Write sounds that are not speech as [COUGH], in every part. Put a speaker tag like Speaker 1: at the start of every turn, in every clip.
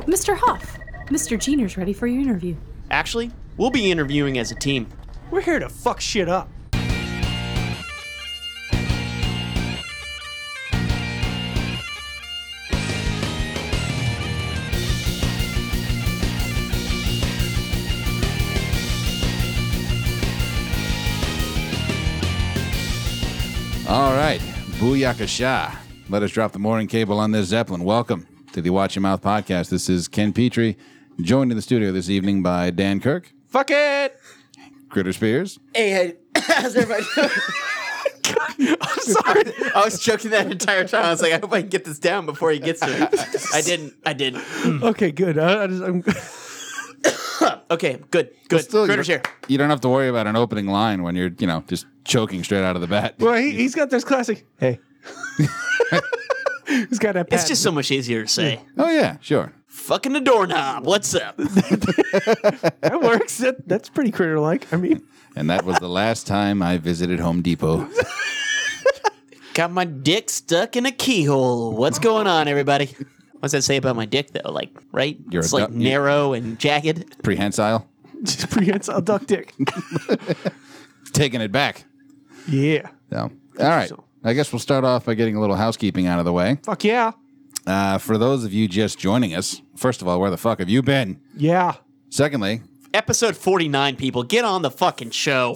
Speaker 1: Mr. Hoff, Mr. Jeaner's ready for your interview.
Speaker 2: Actually, we'll be interviewing as a team.
Speaker 3: We're here to fuck shit up.
Speaker 4: All right, booyakasha. Let us drop the mooring cable on this Zeppelin. Welcome to the Watch Your Mouth podcast. This is Ken Petrie, joined in the studio this evening by Dan Kirk,
Speaker 2: Fuck it!
Speaker 4: Critter Spears,
Speaker 5: Hey, hey, [COUGHS] how's
Speaker 4: [LAUGHS]
Speaker 5: everybody doing?
Speaker 2: Sorry.
Speaker 5: I was joking that entire time. I was like, I hope I can get this down before he gets here. I didn't. I didn't.
Speaker 3: Okay, good. I, I just, I'm, [LAUGHS]
Speaker 5: Okay, good, good.
Speaker 4: Still,
Speaker 5: Critter's
Speaker 4: you,
Speaker 5: here.
Speaker 4: you don't have to worry about an opening line when you're, you know, just choking straight out of the bat.
Speaker 3: well, he, he's got this classic. Hey, [LAUGHS] he's got that.
Speaker 5: It's
Speaker 3: patent.
Speaker 5: just so much easier to say.
Speaker 4: Oh yeah, sure.
Speaker 5: Fucking the doorknob. What's up?
Speaker 3: that works. That, that's pretty critter-like. I mean, [LAUGHS]
Speaker 4: And that was the last time I visited
Speaker 5: [LAUGHS]
Speaker 4: Home Depot.
Speaker 5: Got my dick stuck in a keyhole. What's going on, everybody? What's that say about my dick though? Like, right?
Speaker 4: You're
Speaker 5: it's
Speaker 4: a
Speaker 5: like
Speaker 4: du- you-
Speaker 5: narrow and jagged.
Speaker 4: Prehensile,
Speaker 3: just prehensile duck dick.
Speaker 4: taking it back.
Speaker 3: Yeah.
Speaker 4: So, all right. I guess we'll start off by getting a little housekeeping out of the way.
Speaker 3: Fuck yeah.
Speaker 4: Uh, for those of you just joining us, first of all, where the fuck have you been?
Speaker 3: Yeah.
Speaker 4: Secondly,
Speaker 5: Episode forty nine. People, get on the fucking show.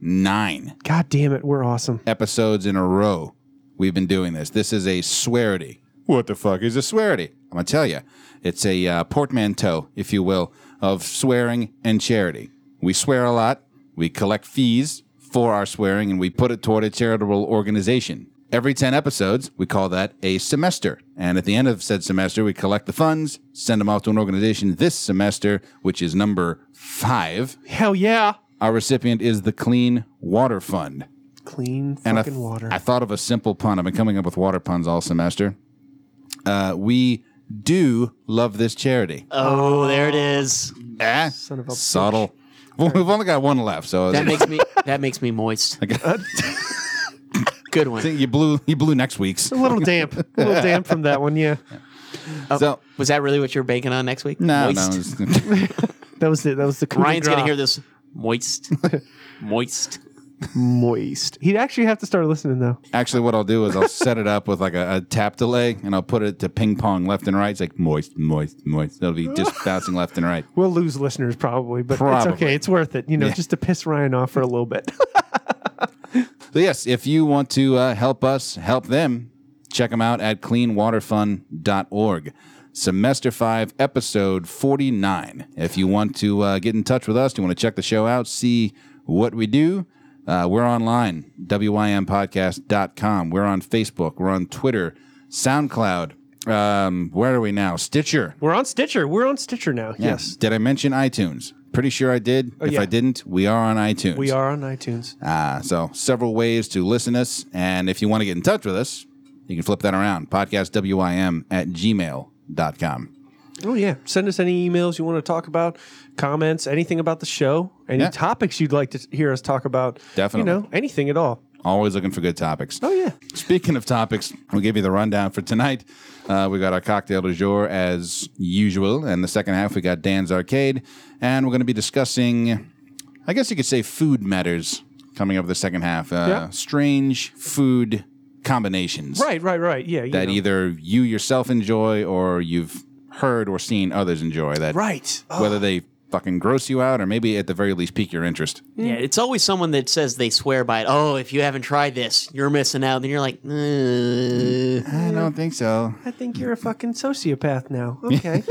Speaker 4: 49
Speaker 3: God damn it, we're awesome.
Speaker 4: episodes in a row we've been doing this. This is a swearity. What the fuck is a swearity? I'm going to tell you. It's a uh, portmanteau, if you will, of swearing and charity. We swear a lot, we collect fees for our swearing, and we put it toward a charitable organization. Every 10 episodes, we call that a semester. And at the end of said semester, we collect the funds, send them off to an organization this semester, which is number five.
Speaker 3: Hell yeah.
Speaker 4: Our recipient is the Clean Water Fund.
Speaker 3: Clean
Speaker 4: I
Speaker 3: fucking
Speaker 4: th-
Speaker 3: water.
Speaker 4: I thought of a simple pun. I've been coming up with water puns all semester. Uh, we do love this charity.
Speaker 5: Oh, there it is.
Speaker 4: Ah,
Speaker 3: Uh, son of a
Speaker 4: subtle. Well, we've only got one left, so [LAUGHS]
Speaker 5: That makes me. That makes me moist. Good one.
Speaker 4: you blew you blew next week's.
Speaker 3: a little damp. A little damp from that one, yeah.
Speaker 4: So
Speaker 5: Was that really what you're banking on next week?
Speaker 4: no,
Speaker 5: Moist.
Speaker 4: no, it's- [LAUGHS]
Speaker 3: That was the that was the coup de
Speaker 5: Ryan's gonna
Speaker 3: grace.
Speaker 5: hear this
Speaker 4: [LAUGHS]
Speaker 5: moist, moist.
Speaker 3: moist. He'd actually have to start listening though.
Speaker 4: actually, what I'll do is I'll set it up with like a, a tap delay, and I'll put it to ping pong left and right. It's like moist, moist, moist. It'll be
Speaker 3: [LAUGHS]
Speaker 4: just bouncing left and right.
Speaker 3: We'll lose listeners probably, but
Speaker 4: Probably.
Speaker 3: it's okay. It's worth it, you know, just to piss Ryan off for a little bit. [LAUGHS]
Speaker 4: So yes, if you want to uh, help us help them, check them out at cleanwaterfund.org. Semester 5, episode 49. If you want to uh, get in touch with us, you want to check the show out, see what we do, uh, we're online, wympodcast.com. We're on Facebook. We're on Twitter, SoundCloud. Um, where are we now? Stitcher.
Speaker 3: We're on Stitcher. We're on Stitcher now. Yes. Oh,
Speaker 4: Did I mention iTunes? Pretty sure I did. if
Speaker 3: yeah.
Speaker 4: I didn't, we are on iTunes.
Speaker 3: We are on iTunes.
Speaker 4: Uh, so several ways to listen us. And if you want to get in touch with us, you can flip that around. Podcastwim at gmail.com.
Speaker 3: Oh yeah. Send us any emails you want to talk about, comments, anything about the show, any
Speaker 4: Yeah.
Speaker 3: topics you'd like to hear us talk about.
Speaker 4: Definitely.
Speaker 3: You know, anything at all.
Speaker 4: Always looking for good topics.
Speaker 3: Oh yeah.
Speaker 4: Speaking of topics, we'll give you the rundown for tonight. Uh, we got our cocktail du jour as usual. And the second half, we got Dan's Arcade. And we're going to be discussing, I guess you could say, food matters coming up the second half. Uh,
Speaker 3: Yeah.
Speaker 4: Strange food combinations.
Speaker 3: Right, right, right. Yeah. you
Speaker 4: That
Speaker 3: know.
Speaker 4: either you yourself enjoy or you've heard or seen others enjoy that
Speaker 3: Right. Oh,
Speaker 4: whether they fucking gross you out or maybe at the very least pique your interest.
Speaker 5: Yeah, it's always someone that says they swear by it. Oh, if you haven't tried this, you're missing out. And you're like, "Uh."
Speaker 4: I don't think so.
Speaker 3: I think you're a fucking
Speaker 4: [LAUGHS]
Speaker 3: sociopath now. Okay.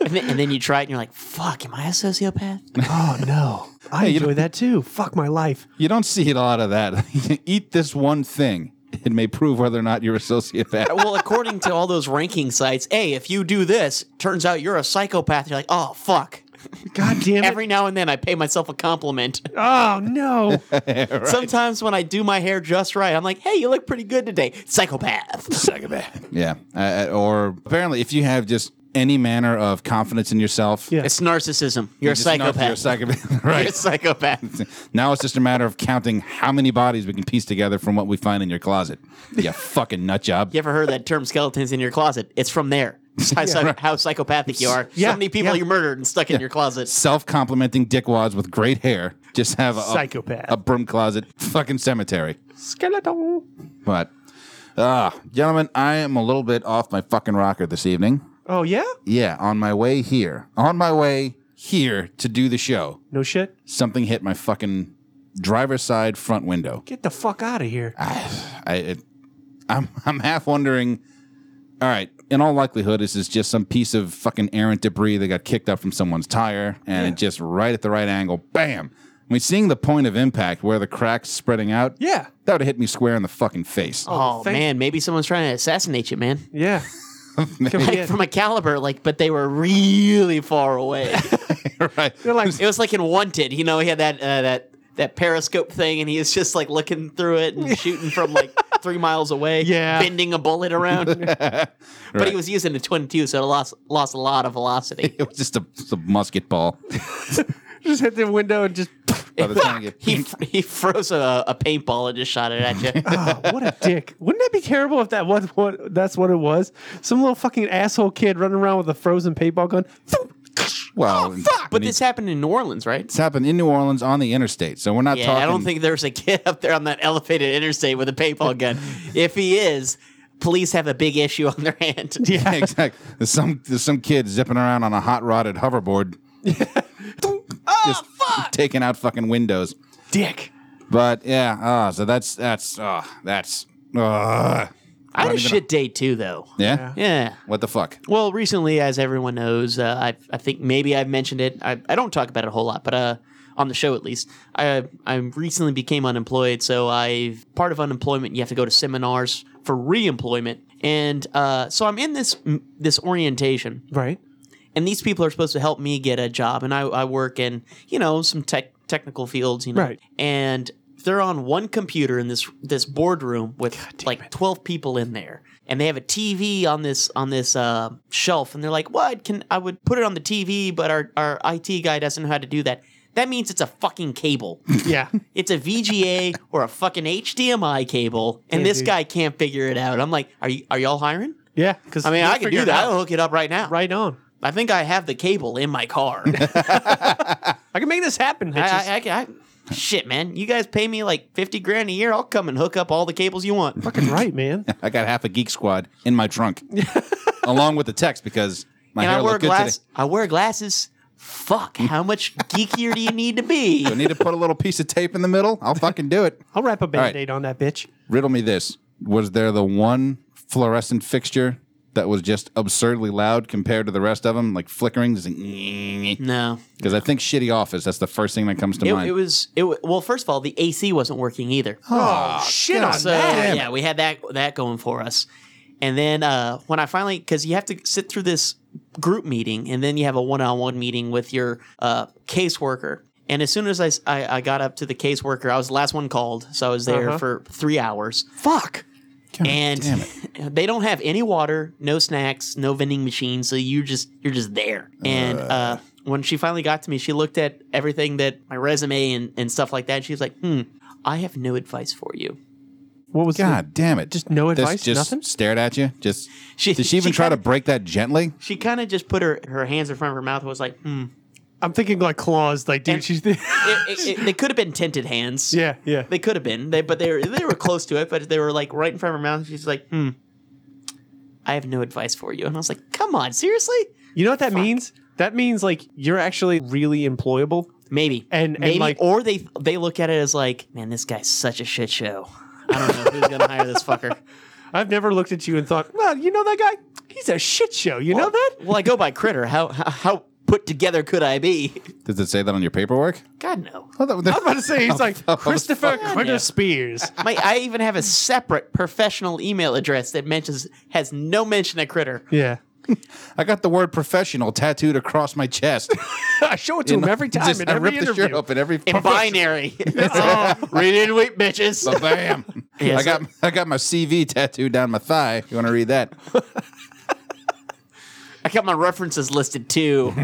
Speaker 5: and, then, and then you try it, and you're like, fuck, am I a sociopath?
Speaker 3: oh no. I enjoy that too. Fuck my life.
Speaker 4: You don't see a lot of that. [LAUGHS] Eat this one thing. It may prove whether or not you're a sociopath.
Speaker 5: well, according to all those ranking sites, hey, if you do this, turns out you're a psychopath. You're like, oh fuck.
Speaker 3: God damn it.
Speaker 5: Every now and then, I pay myself a compliment.
Speaker 3: oh
Speaker 4: [LAUGHS]
Speaker 3: no.
Speaker 5: Sometimes when I do my hair just right, I'm like, hey, you look pretty good today. Psychopath.
Speaker 4: Psychopath. [LAUGHS] Yeah. Uh, or apparently, if you have just any manner of confidence in yourself,
Speaker 3: Yeah.
Speaker 5: it's narcissism. You're a
Speaker 4: just know if
Speaker 5: psychopath.
Speaker 4: You're a psychopath. [LAUGHS]
Speaker 5: You're a
Speaker 4: right. [LAUGHS]
Speaker 5: psychopath.
Speaker 4: Now it's just a matter of counting how many bodies we can piece together from what we find in your closet. You fucking nut job.
Speaker 5: You ever heard that term skeletons in your closet? It's from there. How, psych- how psychopathic you are.
Speaker 6: Yeah,
Speaker 5: so many people
Speaker 6: yeah.
Speaker 5: you murdered and stuck in your closet.
Speaker 4: Self-complimenting dickwads with great hair just have a
Speaker 6: Psychopath.
Speaker 4: a broom closet fucking cemetery.
Speaker 3: Skeleton.
Speaker 4: But ah, gentlemen, I am a little bit off my fucking rocker this evening.
Speaker 3: Oh yeah?
Speaker 4: Yeah, on my way here, on my way here to do the show,
Speaker 3: No shit.
Speaker 4: something hit my fucking driver's side front window.
Speaker 3: Get the fuck out of here.
Speaker 4: Ah. I, it, I'm, [LAUGHS] I'm half wondering. All right, in all likelihood, this is just some piece of fucking errant debris that got kicked up from someone's tire, and it just right at the right angle, bam. I mean, seeing the point of impact where the crack's spreading out,
Speaker 3: Yeah.
Speaker 4: that would have hit me square in the fucking face.
Speaker 5: Oh,
Speaker 3: thank-
Speaker 5: man, maybe someone's trying to assassinate you, man.
Speaker 3: Yeah. Can we
Speaker 5: Like
Speaker 3: get-
Speaker 5: from a caliber, like, but they were really far away.
Speaker 4: [LAUGHS] right?
Speaker 3: they're like
Speaker 5: it was like in Wanted, you know, he had that uh, that that periscope thing, and he was just like looking through it and shooting from like three miles away,
Speaker 3: Yeah.
Speaker 5: bending a bullet around. But he was using a twenty-two, so it lost lost a lot of velocity.
Speaker 4: [LAUGHS] It was just a, just a
Speaker 5: [LAUGHS]
Speaker 4: musket ball.
Speaker 3: just hit the window and just
Speaker 4: By the time I get-
Speaker 5: he fr- he froze a, a paintball and just shot it at
Speaker 4: [LAUGHS]
Speaker 5: you.
Speaker 3: Ah, what a dick. Wouldn't that be terrible if that was what that's what it was? Some little fucking asshole kid running around with a frozen paintball gun.
Speaker 4: well,
Speaker 5: But this happened in New Orleans, right?
Speaker 4: it's happened in New Orleans on the interstate, so we're not
Speaker 5: Yeah,
Speaker 4: talking.
Speaker 5: I don't think there's a kid up there on that elevated interstate with a paintball
Speaker 4: [LAUGHS]
Speaker 5: gun. if he is, police have a big issue on their hand.
Speaker 4: [LAUGHS] Yeah, exactly. There's some there's some kid zipping around on a hot
Speaker 5: [LAUGHS]
Speaker 4: rodded hoverboard.
Speaker 5: Oh,
Speaker 4: Just Taking out fucking windows.
Speaker 3: Dick.
Speaker 4: But yeah, uh, so that's that's uh, that's uh,
Speaker 5: I had a shit day too, though.
Speaker 4: yeah?
Speaker 5: Yeah.
Speaker 4: What the fuck?
Speaker 5: Well, recently, as everyone knows, uh, I I think maybe I've mentioned it. I, I don't talk about it a whole lot, but uh, on the show at least, I I recently became unemployed. So I part of unemployment, you have to go to seminars for reemployment, and uh, so I'm in this this orientation
Speaker 3: Right.
Speaker 5: and these people are supposed to help me get a job and i, I work in you know some tech technical fields you know
Speaker 3: Right.
Speaker 5: and they're on one computer in this this boardroom with like 12 people in there and they have a tv on this on this uh, shelf and they're like what can i would put it on the tv but our, our it guy doesn't know how to do that that means it's a fucking [LAUGHS] cable
Speaker 3: Yeah.
Speaker 5: it's a VGA or a fucking HDMI cable, and
Speaker 3: Yeah,
Speaker 5: this
Speaker 3: dude.
Speaker 5: guy can't figure it out. I'm like, are you are y'all hiring?
Speaker 3: Yeah. Because
Speaker 5: I mean, I can do that. I'll hook it up right now.
Speaker 3: Right on.
Speaker 5: I think I have the cable in my
Speaker 4: [LAUGHS]
Speaker 5: car.
Speaker 3: I can make this happen. bitches.
Speaker 5: I, I, I, I, shit, man. You guys pay me like 50 grand a year. I'll come and hook up all the cables you want.
Speaker 3: fucking
Speaker 5: [LAUGHS]
Speaker 3: right, man.
Speaker 4: I got half a geek squad in my trunk, along with the text because my
Speaker 5: and
Speaker 4: hair
Speaker 5: I wear
Speaker 4: looked good
Speaker 5: glass.
Speaker 4: today.
Speaker 5: I wear glasses. Fuck, how much geekier do you need to
Speaker 4: [LAUGHS]
Speaker 5: be?
Speaker 4: Do I need to put a little piece of tape in the middle? I'll fucking do it.
Speaker 3: I'll wrap a band aid on that bitch.
Speaker 4: Riddle me this: Was there the one fluorescent fixture that was just absurdly loud compared to the rest of them, like flickering? [LAUGHS] Just like,
Speaker 5: No.
Speaker 4: Because I think shitty office. That's the first thing that comes to
Speaker 5: It,
Speaker 4: mind.
Speaker 5: it was it. wa- Well, first of all, the AC wasn't working either.
Speaker 3: Oh, shit on
Speaker 5: so
Speaker 3: that.
Speaker 5: uh, yeah, we had that that going for us. And then uh, when I finally, because you have to sit through this group meeting, and then you have a one-on-one meeting with your uh, caseworker. And as soon as I, s- I- I got up to the caseworker, I was the last one called, so I was there
Speaker 3: Uh-huh.
Speaker 5: for three hours. Fuck. and [LAUGHS]
Speaker 4: damn
Speaker 3: [LAUGHS]
Speaker 5: they don't have any water, no snacks, no vending machines, so you just you're just there. And uh, when she finally got to me, she looked at everything that my resume and, and stuff like that. And she was like, "Hmm, I have no advice for you."
Speaker 3: What was
Speaker 4: God damn it!
Speaker 3: Just no
Speaker 4: This
Speaker 3: advice?
Speaker 4: Just
Speaker 3: Nothing?
Speaker 4: stared at you.
Speaker 3: [LAUGHS]
Speaker 4: Just
Speaker 5: She-
Speaker 4: did she even
Speaker 5: she
Speaker 4: try to
Speaker 5: kinda-
Speaker 4: break that gently?
Speaker 5: she kind of just put her, her hands in front of her mouth and was like, hmm.
Speaker 3: I'm thinking like claws. Like, dude,
Speaker 5: And-
Speaker 3: she's.
Speaker 5: It, [LAUGHS] it, it, they could have been tinted hands.
Speaker 3: [LAUGHS] yeah, yeah.
Speaker 5: They could have been, they, but they were, they were close to it, but they were like right in front of her mouth. She's like, hmm, I have no advice for you. And I was like, come on, seriously?
Speaker 3: You know what that means? That means like you're actually really employable.
Speaker 5: Maybe.
Speaker 3: And- and,
Speaker 5: maybe.
Speaker 3: like-
Speaker 5: or they they look at it as like, man, this guy's such a shit show. I don't know who's going to hire this fucker.
Speaker 3: I've never looked at you and thought, well, you know that guy? He's a shit show. You know that?
Speaker 5: [LAUGHS] Well, I go by Critter. How, how, how put together could I be?
Speaker 4: Did it say that on your paperwork?
Speaker 5: God, no.
Speaker 4: Oh, that- that-
Speaker 3: I'm about to
Speaker 4: [LAUGHS]
Speaker 3: say he's like Christopher Critter
Speaker 5: Yeah.
Speaker 3: Spears.
Speaker 5: My, I even have a separate professional email address that mentions has no mention of Critter.
Speaker 3: Yeah.
Speaker 4: I got the word professional tattooed across my
Speaker 3: [LAUGHS]
Speaker 4: chest.
Speaker 3: I show it to him every
Speaker 4: [LAUGHS]
Speaker 3: time
Speaker 4: Just-
Speaker 3: in
Speaker 4: I
Speaker 3: every
Speaker 4: ripped the shirt
Speaker 3: interview.
Speaker 4: open every.
Speaker 5: in [LAUGHS]
Speaker 4: [LAUGHS]
Speaker 5: binary. read it and weep, bitches.
Speaker 4: Ba-
Speaker 3: [LAUGHS]
Speaker 4: Bam!
Speaker 5: Yeah,
Speaker 4: Oh, I
Speaker 5: so-
Speaker 4: got I got my CV tattooed down my thigh. You want to read that?
Speaker 5: I got my references listed too.
Speaker 4: [LAUGHS]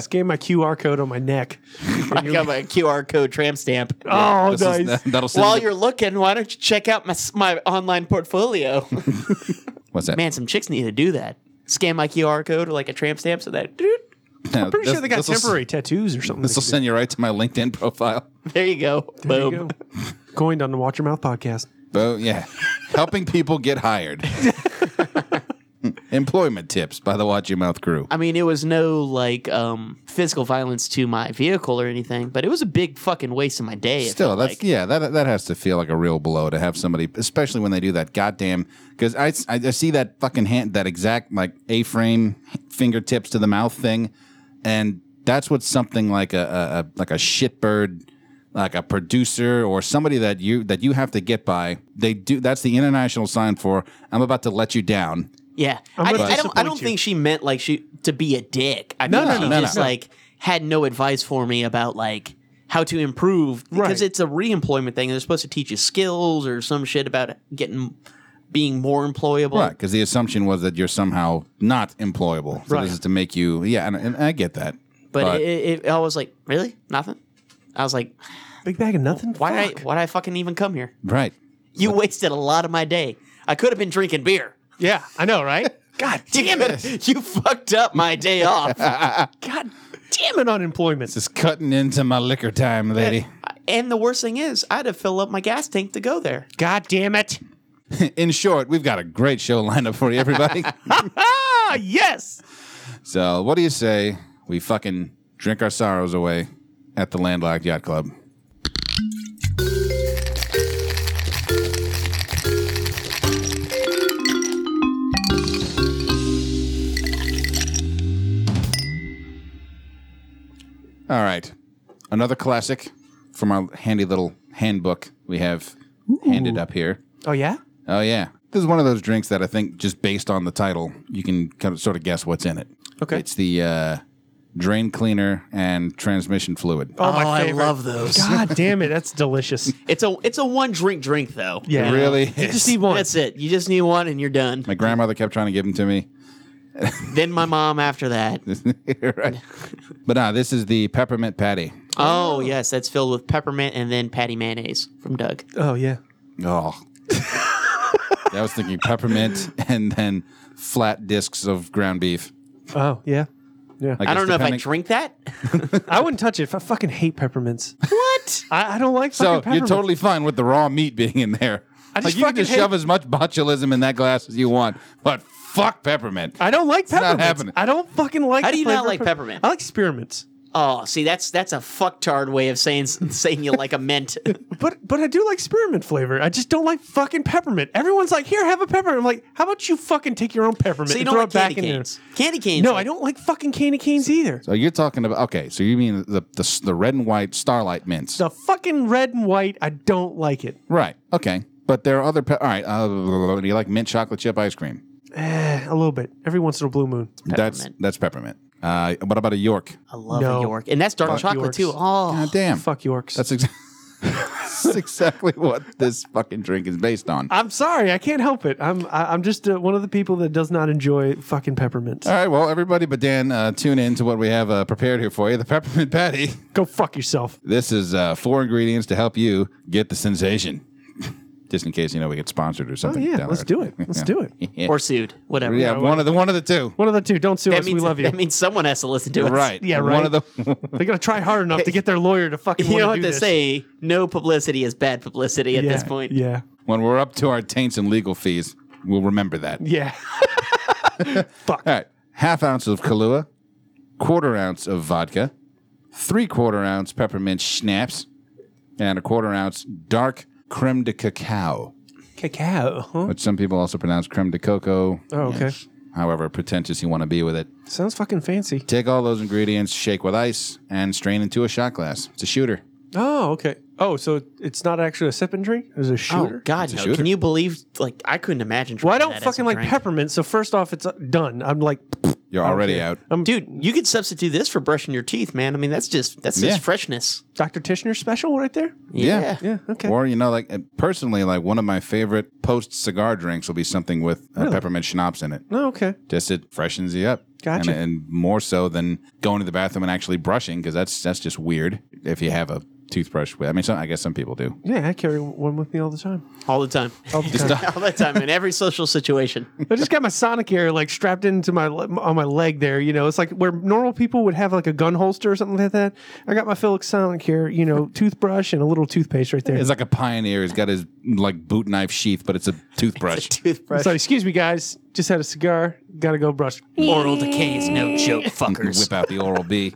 Speaker 3: Scan my QR code on my neck.
Speaker 5: I got my QR code tramp stamp.
Speaker 3: Oh,
Speaker 4: This is- [LAUGHS]
Speaker 3: nice.
Speaker 4: that'll send
Speaker 5: While
Speaker 4: you-
Speaker 5: you're looking, why [LAUGHS] don't you check out my s- my online portfolio?
Speaker 4: what's that?
Speaker 5: Man, some chicks need to do that. scan my QR code or like a tramp stamp so that
Speaker 4: [LAUGHS] No,
Speaker 3: Pretty
Speaker 4: this-
Speaker 3: sure they got
Speaker 4: this'll s-
Speaker 3: temporary tattoos or something.
Speaker 4: This will
Speaker 3: they
Speaker 4: send you right to my LinkedIn profile.
Speaker 5: there you go.
Speaker 3: could
Speaker 5: Boom.
Speaker 3: do. There
Speaker 4: [LAUGHS]
Speaker 3: you go. Coined on the Watch Your Mouth podcast.
Speaker 4: Bo, yeah. Helping people get
Speaker 5: [LAUGHS]
Speaker 4: hired. Employment tips by the Watch Your Mouth crew.
Speaker 5: I mean, it was no like um, physical violence to my vehicle or anything, but it was a big fucking waste of my day. it
Speaker 4: Still,
Speaker 5: felt
Speaker 4: that's
Speaker 5: like.
Speaker 4: yeah, that that has to feel like a real blow to have somebody, especially when they do that goddamn. Because I, I, I see that fucking hand, that exact like a frame fingertips to the mouth thing, and that's what something like a, a, a like a shitbird, like a producer or somebody that you that you have to get by. They do that's the international sign for I'm about to let you down.
Speaker 5: Yeah,
Speaker 3: I'm
Speaker 5: I,
Speaker 3: gonna
Speaker 5: I don't. I
Speaker 3: disappoint
Speaker 5: don't
Speaker 3: you.
Speaker 5: think she meant like she to be a dick. I
Speaker 4: No,
Speaker 5: mean,
Speaker 4: no,
Speaker 5: she
Speaker 4: no, no,
Speaker 5: just
Speaker 4: no.
Speaker 5: like had no advice for me about like how to improve because
Speaker 3: Right.
Speaker 5: it's a reemployment thing. They're supposed to teach you skills or some shit about getting being more employable.
Speaker 4: Right, because the assumption was that you're somehow not employable. So
Speaker 3: Right.
Speaker 4: this is to make you, yeah, and, and I get that.
Speaker 5: But, it, it, I was like, really nothing. I was like,
Speaker 3: Big bag of nothing.
Speaker 5: why
Speaker 3: Fuck.
Speaker 5: did I, why did I fucking even come here?
Speaker 4: right,
Speaker 5: You wasted a lot of my day. I could have been drinking beer. [LAUGHS]
Speaker 3: Yeah, I
Speaker 4: [LAUGHS]
Speaker 3: know, right? God
Speaker 5: Damn it! You fucked up my day
Speaker 4: [LAUGHS]
Speaker 5: off.
Speaker 3: [LAUGHS] God damn it, unemployment.
Speaker 4: just cutting into my liquor time,
Speaker 5: [LAUGHS]
Speaker 4: lady.
Speaker 5: and the worst thing is, I had to fill up my gas tank to go there.
Speaker 3: God damn it.
Speaker 4: [LAUGHS] In short, we've got a great show lined up for
Speaker 5: [LAUGHS]
Speaker 4: you, everybody.
Speaker 3: Ah, yes.
Speaker 4: so, what do you say we fucking drink our sorrows away at the Landlocked Yacht Club? All right. Another classic from our handy little handbook we have handed up here.
Speaker 3: Oh, yeah?
Speaker 4: Oh yeah, this is one of those drinks that I think just based on the title, you can kind of sort of guess what's in it.
Speaker 3: Okay.
Speaker 4: it's the uh, drain cleaner and transmission fluid.
Speaker 3: Oh, my
Speaker 5: I
Speaker 3: favorite.
Speaker 5: love those.
Speaker 4: [LAUGHS]
Speaker 3: God damn it, that's delicious.
Speaker 5: It's a it's a one drink drink though.
Speaker 3: Yeah.
Speaker 4: It really
Speaker 3: You
Speaker 4: is.
Speaker 3: just need one.
Speaker 5: That's it. You just need one and you're done.
Speaker 4: My grandmother kept trying to give them to me. [LAUGHS]
Speaker 5: then my mom after that.
Speaker 4: right. But nah, this is the peppermint patty.
Speaker 5: Oh yes, that's filled with peppermint and then patty mayonnaise from Doug.
Speaker 3: Oh, yeah.
Speaker 4: Oh. [LAUGHS] I was thinking peppermint and then flat discs of ground beef.
Speaker 3: Oh, yeah. Yeah.
Speaker 4: I
Speaker 5: I
Speaker 4: guess
Speaker 5: don't know if I
Speaker 4: depending-
Speaker 5: drink that.
Speaker 3: I wouldn't touch it. I fucking hate peppermints.
Speaker 5: What?
Speaker 3: I, I don't like
Speaker 4: So
Speaker 3: fucking
Speaker 4: you're
Speaker 3: peppermints.
Speaker 4: totally fine with the raw meat being in there.
Speaker 3: I just
Speaker 4: like you can
Speaker 3: fucking
Speaker 4: just shove
Speaker 3: hate-
Speaker 4: as much botulism in that glass as you want, but fuck peppermint.
Speaker 3: I don't like
Speaker 4: not
Speaker 3: peppermints.
Speaker 4: happening.
Speaker 3: I don't fucking like
Speaker 5: How
Speaker 3: the
Speaker 5: do you not
Speaker 3: flavor of
Speaker 5: like
Speaker 3: pep-
Speaker 5: peppermint?
Speaker 3: I like spearmints.
Speaker 5: Oh, see that's that's a fucktard way of saying saying you like a
Speaker 3: [LAUGHS]
Speaker 5: mint. [LAUGHS]
Speaker 3: But but I do like spearmint flavor. I just don't like fucking peppermint. Everyone's like, here, have a peppermint. I'm like, how about you fucking take your own peppermint
Speaker 5: so you
Speaker 3: and
Speaker 5: don't
Speaker 3: throw
Speaker 5: like
Speaker 3: it back
Speaker 5: candy
Speaker 3: in
Speaker 5: canes. Candy canes.
Speaker 3: there? No,
Speaker 5: like-
Speaker 3: I don't like fucking candy canes either.
Speaker 4: So you're talking about okay. So you mean the the, the red and white starlight mints,
Speaker 3: The fucking red and white, I don't like it.
Speaker 4: right? Okay, but there are other. Pe- all right, uh, do you like mint chocolate chip ice cream?
Speaker 3: Eh, a little bit. Every once in a blue moon.
Speaker 4: That's
Speaker 5: Peppermint.
Speaker 4: that's peppermint. Uh, what about a York?
Speaker 5: I love
Speaker 3: No.
Speaker 5: a York, and that's dark
Speaker 3: Fuck
Speaker 5: chocolate
Speaker 3: Yorks.
Speaker 5: too. Oh,
Speaker 4: God damn,
Speaker 3: Fuck Yorks.
Speaker 4: that's exa- [LAUGHS] that's exactly what this fucking drink is based on.
Speaker 3: I'm sorry, I can't help it. I'm I, I'm just uh, one of the people that does not enjoy fucking peppermints.
Speaker 4: All right, well, everybody but Dan, uh, tune in to what we have uh, prepared here for you the peppermint patty.
Speaker 3: Go fuck yourself.
Speaker 4: This is uh, four ingredients to help you get the sensation. Just in case you know we get sponsored or
Speaker 3: Oh
Speaker 4: something.
Speaker 3: yeah,
Speaker 4: down
Speaker 3: let's
Speaker 4: the
Speaker 5: [LAUGHS]
Speaker 4: [LAUGHS]
Speaker 3: do
Speaker 4: road.
Speaker 3: it. Let's
Speaker 4: Yeah.
Speaker 3: do it.
Speaker 5: or sued, whatever.
Speaker 4: Yeah, one of the one of the
Speaker 3: [LAUGHS]
Speaker 4: two.
Speaker 3: One of the two. Don't sue
Speaker 5: that
Speaker 3: us.
Speaker 5: means
Speaker 3: We love you.
Speaker 5: that means someone has to listen to us.
Speaker 4: Right.
Speaker 3: Yeah,
Speaker 4: One
Speaker 3: right.
Speaker 4: of the
Speaker 3: [LAUGHS]
Speaker 4: [LAUGHS]
Speaker 3: They gotta try hard enough to get their lawyer to fucking.
Speaker 5: [LAUGHS] You
Speaker 3: wanna
Speaker 5: know what
Speaker 3: do
Speaker 5: they
Speaker 3: this.
Speaker 5: say? No publicity is bad publicity at
Speaker 3: yeah.
Speaker 5: this point.
Speaker 3: Yeah.
Speaker 4: when we're up to our taints and legal fees, we'll remember that.
Speaker 3: Yeah. Fuck.
Speaker 4: All right. Half ounce of Kahlua, quarter ounce of vodka, three quarter ounce peppermint schnapps, and a quarter ounce dark creme de cacao,
Speaker 3: Cacao. Huh?
Speaker 4: which some people also pronounce creme de cocoa.
Speaker 3: Oh, okay.
Speaker 4: However pretentious you want to be with it.
Speaker 3: Sounds fucking fancy.
Speaker 4: Take all those ingredients, shake with ice, and strain into a shot glass. It's a shooter.
Speaker 3: Oh, okay. Oh, so it's not actually a sip and drink. It's a
Speaker 5: Oh
Speaker 3: shooter.
Speaker 5: God,
Speaker 4: a
Speaker 5: no!
Speaker 4: shooter.
Speaker 5: Can you believe? Like, I couldn't imagine.
Speaker 3: Well, I
Speaker 5: drinking
Speaker 3: don't
Speaker 5: that as
Speaker 3: fucking
Speaker 5: a
Speaker 3: like
Speaker 5: drink.
Speaker 3: peppermint. So first off, it's uh, done. I'm like,
Speaker 4: You're already out.
Speaker 3: I'm
Speaker 5: Dude, you could substitute this for brushing your teeth, man. I mean, that's just that's
Speaker 4: Yeah.
Speaker 5: just freshness.
Speaker 3: Dr. Tishner special right there.
Speaker 4: Yeah.
Speaker 3: Yeah. Okay.
Speaker 4: Or you know, like uh, personally, like one of my favorite post cigar drinks will be something with uh, peppermint schnapps in it.
Speaker 3: oh, okay.
Speaker 4: Just it freshens you up.
Speaker 3: Gotcha.
Speaker 4: And, and more so than going to the bathroom and actually brushing because that's that's just weird if you have a toothbrush with. I mean, some, I guess some people do.
Speaker 3: Yeah, I carry one with me all the time.
Speaker 5: all the time, [LAUGHS]
Speaker 3: All the
Speaker 4: Just
Speaker 3: time.
Speaker 5: all the time in every social situation.
Speaker 3: I just got my sonic air like strapped into my le- on my leg there. You know, it's like where normal people would have like a gun holster or something like that. I got my Philips sonic air, you know, toothbrush and a little toothpaste right there.
Speaker 4: [LAUGHS] It's like a pioneer. He's got his like boot knife sheath, but [LAUGHS] it's a
Speaker 3: [LAUGHS]
Speaker 4: toothbrush.
Speaker 5: Toothbrush.
Speaker 3: So, excuse me, guys. Just had a cigar. Got to go brush.
Speaker 5: Oral decay is no joke, fuckers.
Speaker 4: Whip out the
Speaker 5: [LAUGHS]
Speaker 4: Oral B.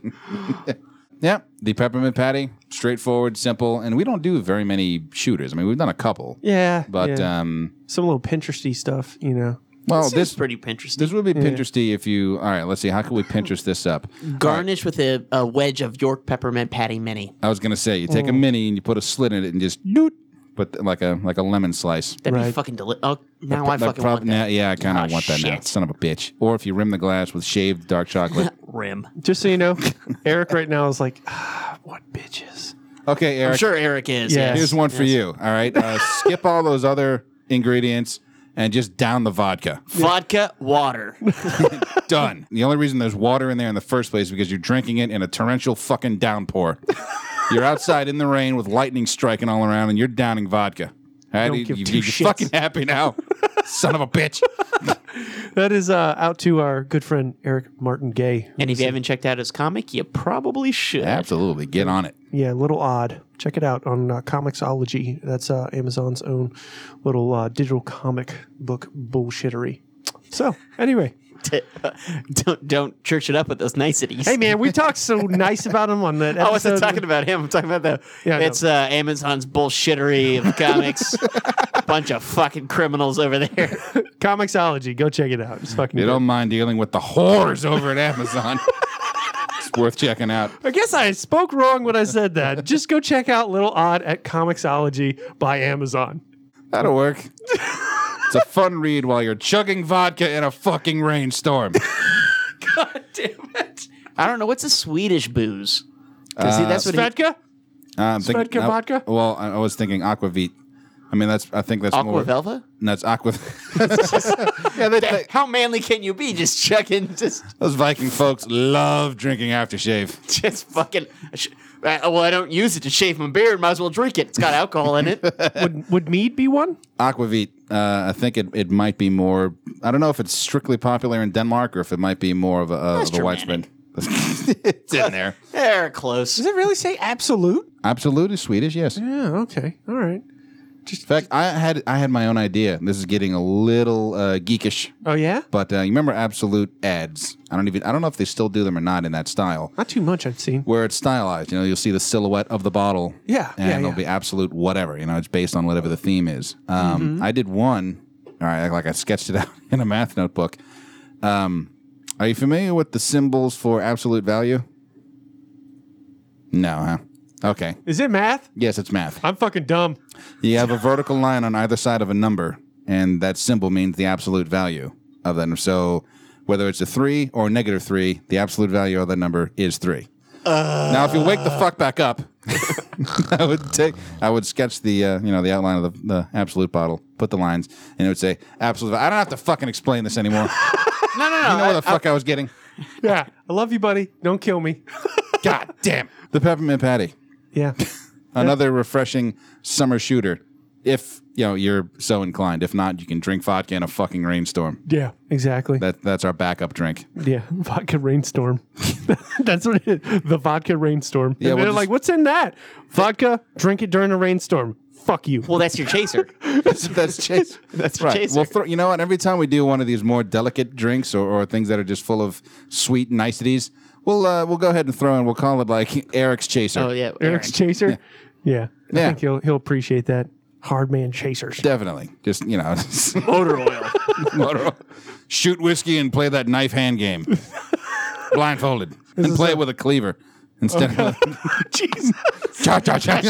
Speaker 4: yeah, the peppermint patty, straightforward, simple, and we don't do very many shooters. I mean, we've done a couple,
Speaker 3: Yeah,
Speaker 4: but
Speaker 3: yeah.
Speaker 4: um,
Speaker 3: some little Pinteresty stuff, you know.
Speaker 4: well,
Speaker 5: This
Speaker 4: Oh, this
Speaker 5: is pretty Pinteresty.
Speaker 4: this would be Pinteresty if you. All right, let's see. How can we Pinterest this up?
Speaker 5: Garnish with a, a wedge of York peppermint patty mini.
Speaker 4: I was gonna say you take
Speaker 3: Mm.
Speaker 4: a mini and you put a slit in it and just doot, but like a like a lemon slice.
Speaker 5: That'd be
Speaker 3: Right.
Speaker 5: fucking delicious. Oh, now I
Speaker 4: That
Speaker 5: fucking
Speaker 4: prob-
Speaker 5: want that.
Speaker 4: nah, yeah, I kind of
Speaker 5: Ah,
Speaker 4: want that now.
Speaker 5: shit.
Speaker 4: Son of a bitch. Or if you rim the glass with shaved
Speaker 5: [LAUGHS]
Speaker 4: dark chocolate.
Speaker 5: Rim.
Speaker 3: Just so you know, Eric right now is like, ah, what bitches.
Speaker 4: okay, Eric.
Speaker 5: I'm sure Eric is.
Speaker 3: Yeah.
Speaker 5: yes.
Speaker 4: Here's one for you. All right. Uh, skip all those other ingredients and just down the vodka.
Speaker 5: Vodka,
Speaker 3: [LAUGHS]
Speaker 5: water.
Speaker 4: Done. The only reason there's water in there in the first place is because you're drinking it in a torrential fucking
Speaker 3: [LAUGHS]
Speaker 4: downpour. you're outside in the rain with lightning striking all around and you're downing vodka. All right.
Speaker 3: Don't
Speaker 4: You,
Speaker 3: give
Speaker 4: you-
Speaker 3: two
Speaker 4: you're
Speaker 3: shits.
Speaker 4: fucking happy now.
Speaker 3: [LAUGHS]
Speaker 4: Son of a bitch.
Speaker 3: That is uh, out to our good friend Eric Martin Gay.
Speaker 5: and if you haven't checked out his comic, you probably should.
Speaker 4: Absolutely. Get on it.
Speaker 3: Yeah, little odd. Check it out on uh, Comicsology. That's uh, Amazon's own little uh, digital comic book bullshittery. So, anyway,
Speaker 5: [LAUGHS] don't don't church it up with those niceties. Oh,
Speaker 3: hey man, we talked [LAUGHS] so nice about him on that.
Speaker 5: I wasn't
Speaker 3: episode.
Speaker 5: talking about him. I'm talking about the
Speaker 3: Yeah, I know.
Speaker 5: it's uh, Amazon's bullshittery of [LAUGHS] comics. Bunch of fucking criminals over there.
Speaker 3: Comicsology. Go check it out. It's fucking.
Speaker 4: You
Speaker 3: good.
Speaker 4: don't mind dealing with the whores over at
Speaker 3: [LAUGHS]
Speaker 4: Amazon. it's worth checking out.
Speaker 3: I guess I spoke wrong when I said that. [LAUGHS] Just go check out Little Odd at Comicsology by Amazon.
Speaker 4: That'll work. it's a fun read while you're chugging vodka in a fucking
Speaker 3: [LAUGHS]
Speaker 4: rainstorm.
Speaker 5: I don't know what's a Swedish booze. 'Cause see, that's what he-
Speaker 3: Svedka?
Speaker 4: Uh, I'm thinking-
Speaker 3: Svedka
Speaker 4: no,
Speaker 3: vodka?
Speaker 4: Well, I I was thinking aquavit. I mean, that's. I think that's more.
Speaker 5: Aqua Velva?
Speaker 4: No, it's aqua. yeah, they, they-
Speaker 5: How manly can you be? Just chucking, just
Speaker 4: those Viking folks love drinking aftershave.
Speaker 5: just fucking. sh- uh, Well, I don't use it to shave my beard. Might as well drink it. It's got alcohol in it. [LAUGHS]
Speaker 3: Would, would mead be one?
Speaker 4: Aquavit. Uh, I think it, it might be more. I don't know if it's strictly popular in Denmark or if it might be more of a, of a widespread. [LAUGHS] it's in there.
Speaker 5: They're close.
Speaker 3: it really say absolute?
Speaker 4: Absolute is Swedish. Yes.
Speaker 3: Yeah, okay. All right.
Speaker 4: In fact, I had I had my own idea. This is getting a little uh, geekish,
Speaker 3: Oh, yeah?
Speaker 4: but uh, you remember Absolute ads? I don't even I don't know if they still do them or not in that style,
Speaker 3: Not too much I've seen.
Speaker 4: where it's stylized. You know, you'll see the silhouette of the bottle.
Speaker 3: Yeah,
Speaker 4: and
Speaker 3: yeah,
Speaker 4: it'll
Speaker 3: yeah.
Speaker 4: be Absolute whatever. You know, it's based on whatever the theme is. Um,
Speaker 3: Mm-hmm.
Speaker 4: I did one. All right, like I sketched it [LAUGHS] out in a math notebook. Um, are you familiar with the symbols for absolute value? No, huh? Okay.
Speaker 3: Is it math?
Speaker 4: Yes, it's math.
Speaker 3: I'm fucking dumb.
Speaker 4: You have a vertical line on either side of a number, and that symbol means the absolute value of that. number. So, whether it's a three or a negative three, the absolute value of that number is three. now, if you wake the fuck back up, [LAUGHS] I would take, I would sketch the, uh, you know, the outline of the, the absolute bottle, put the lines, and it would say absolute. I don't have to fucking explain this anymore.
Speaker 5: [LAUGHS] No, no, no.
Speaker 4: you know where the fuck I
Speaker 5: [LAUGHS]
Speaker 4: was getting?
Speaker 3: Yeah. [LAUGHS] I love you, buddy. Don't kill me.
Speaker 4: God damn the peppermint patty.
Speaker 3: Yeah.
Speaker 4: another refreshing summer shooter. If you know you're so inclined, if not, you can drink vodka in a fucking rainstorm.
Speaker 3: Yeah, exactly.
Speaker 4: That that's our backup drink. [LAUGHS]
Speaker 3: yeah. Vodka rainstorm. [LAUGHS] That's what it is. The vodka rainstorm.
Speaker 4: Yeah,
Speaker 3: Yeah, and
Speaker 4: we'll
Speaker 3: they're
Speaker 4: just-
Speaker 3: like, what's in that? Vodka, drink it during a rainstorm. Fuck you.
Speaker 5: Well, that's your chaser.
Speaker 4: that's that's chase. That's right.
Speaker 5: chaser.
Speaker 4: Well, throw, you know what? Every time we do one of these more delicate drinks or, or things that are just full of sweet niceties, we'll uh, we'll go ahead and throw in. We'll call it like [LAUGHS] Eric's chaser.
Speaker 5: [LAUGHS] Oh yeah, Aaron.
Speaker 3: Eric's chaser. Yeah. I
Speaker 4: Yeah.
Speaker 3: think he'll he'll appreciate that. Hard man chasers.
Speaker 4: Definitely. Just you know, [LAUGHS]
Speaker 5: motor oil.
Speaker 4: motor- shoot whiskey and play that knife hand game, blindfolded, and play it with a cleaver instead of
Speaker 3: [LAUGHS] Jeez.
Speaker 4: [LAUGHS] cha cha cha.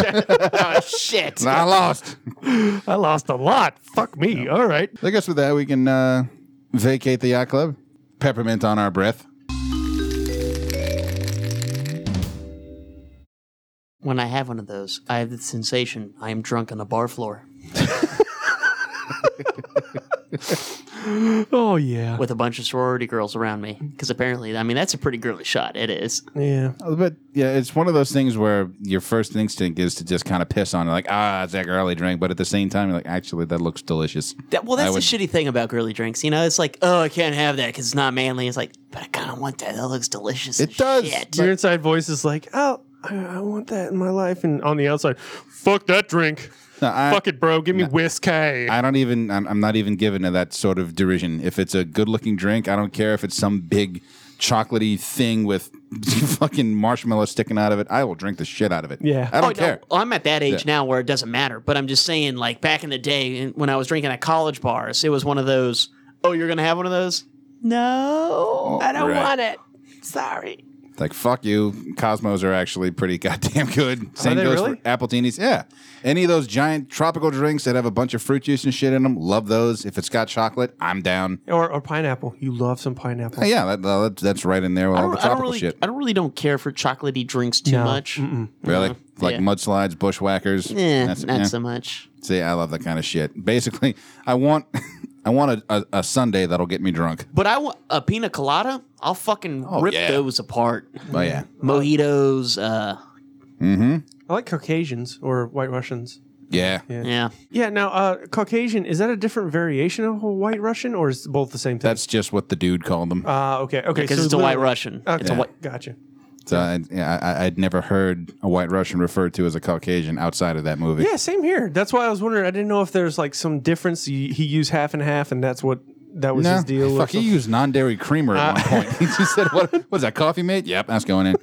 Speaker 5: [LAUGHS] oh shit.
Speaker 4: I lost.
Speaker 3: I lost a lot. Fuck me. All right.
Speaker 4: I guess with that, we can uh, vacate the yacht club. Peppermint on our breath.
Speaker 5: When I have one of those, I have the sensation I am drunk on a bar floor.
Speaker 3: Oh yeah,
Speaker 5: with a bunch of sorority girls around me because apparently, I mean, that's a pretty girly shot. It is.
Speaker 3: yeah.
Speaker 4: Oh, But yeah, it's one of those things where your first instinct is to just kind of piss on it, like ah, it's that girly drink. But at the same time, you're like, actually, that looks delicious.
Speaker 5: That, well, that's
Speaker 4: would-
Speaker 5: the shitty thing about girly drinks. You know, it's like, oh, I can't have that because it's not manly. It's like, but I kind of want that. That looks delicious.
Speaker 4: It
Speaker 5: as
Speaker 4: does.
Speaker 5: shit.
Speaker 3: Your inside voice is like, oh, I, I want that in my life, and on the outside, fuck that drink.
Speaker 4: No, I-
Speaker 3: fuck it, bro. Give me whiskey.
Speaker 4: I don't even. I'm, I'm not even given to that sort of derision. If it's a good-looking drink, I don't care if it's some big chocolatey thing with [LAUGHS] fucking marshmallow sticking out of it. I will drink the shit out of it.
Speaker 3: Yeah.
Speaker 4: I don't
Speaker 5: Oh, no.
Speaker 4: care.
Speaker 5: Well, I'm at that age now where it doesn't matter. But I'm just saying, like back in the day and when I was drinking at college bars, it was one of those. Oh, you're gonna have one of those? No, I don't
Speaker 4: Right.
Speaker 5: want it. Sorry.
Speaker 4: Like fuck you. Cosmos are actually pretty [LAUGHS] goddamn good. Same
Speaker 3: they
Speaker 4: goes
Speaker 3: really?
Speaker 4: for appletinis. Yeah. Any of those giant tropical drinks that have a bunch of fruit juice and shit in them, love those. If it's got chocolate, I'm down.
Speaker 3: or, or pineapple. You love some pineapple.
Speaker 4: Uh, Yeah, that, that, that's right in there with
Speaker 5: I
Speaker 4: all
Speaker 5: don't,
Speaker 4: the
Speaker 5: I don't
Speaker 4: tropical
Speaker 5: really,
Speaker 4: shit.
Speaker 5: I don't really don't care for chocolatey drinks too
Speaker 3: No.
Speaker 5: much.
Speaker 4: Really? Like
Speaker 5: Yeah.
Speaker 4: mudslides, bushwhackers.
Speaker 5: Eh, not
Speaker 4: yeah.
Speaker 5: so much.
Speaker 4: See, I love that kind of shit. Basically, I want [LAUGHS] I want a, a, a Sunday that'll get me drunk.
Speaker 5: But I want a pina colada. I'll fucking
Speaker 3: Oh,
Speaker 5: rip
Speaker 4: yeah.
Speaker 5: those apart.
Speaker 4: Oh yeah.
Speaker 5: Mojitos. Uh,
Speaker 3: I like Caucasians or White Russians.
Speaker 4: Yeah.
Speaker 5: yeah.
Speaker 3: Yeah. Now, uh, Caucasian is that a different variation of a White Russian, or is both the same thing?
Speaker 4: That's just what the dude called them.
Speaker 3: uh, okay. Okay.
Speaker 5: Because
Speaker 3: so
Speaker 5: it's a white
Speaker 3: literally-
Speaker 5: Russian.
Speaker 3: Okay.
Speaker 5: It's a white.
Speaker 3: Gotcha.
Speaker 4: so I, yeah, I, I'd never heard a white Russian referred to as a Caucasian outside of that movie.
Speaker 3: Yeah. Same here. That's why I was wondering. I didn't know if there's like some difference. He, he used half and half, and that's what that was
Speaker 4: No,
Speaker 3: his deal. or
Speaker 4: fuck, he
Speaker 3: something. Uh,
Speaker 4: used non-dairy creamer at one point. He just said, "What? What's that coffee mate? Yep, that's going
Speaker 3: [LAUGHS]
Speaker 4: in.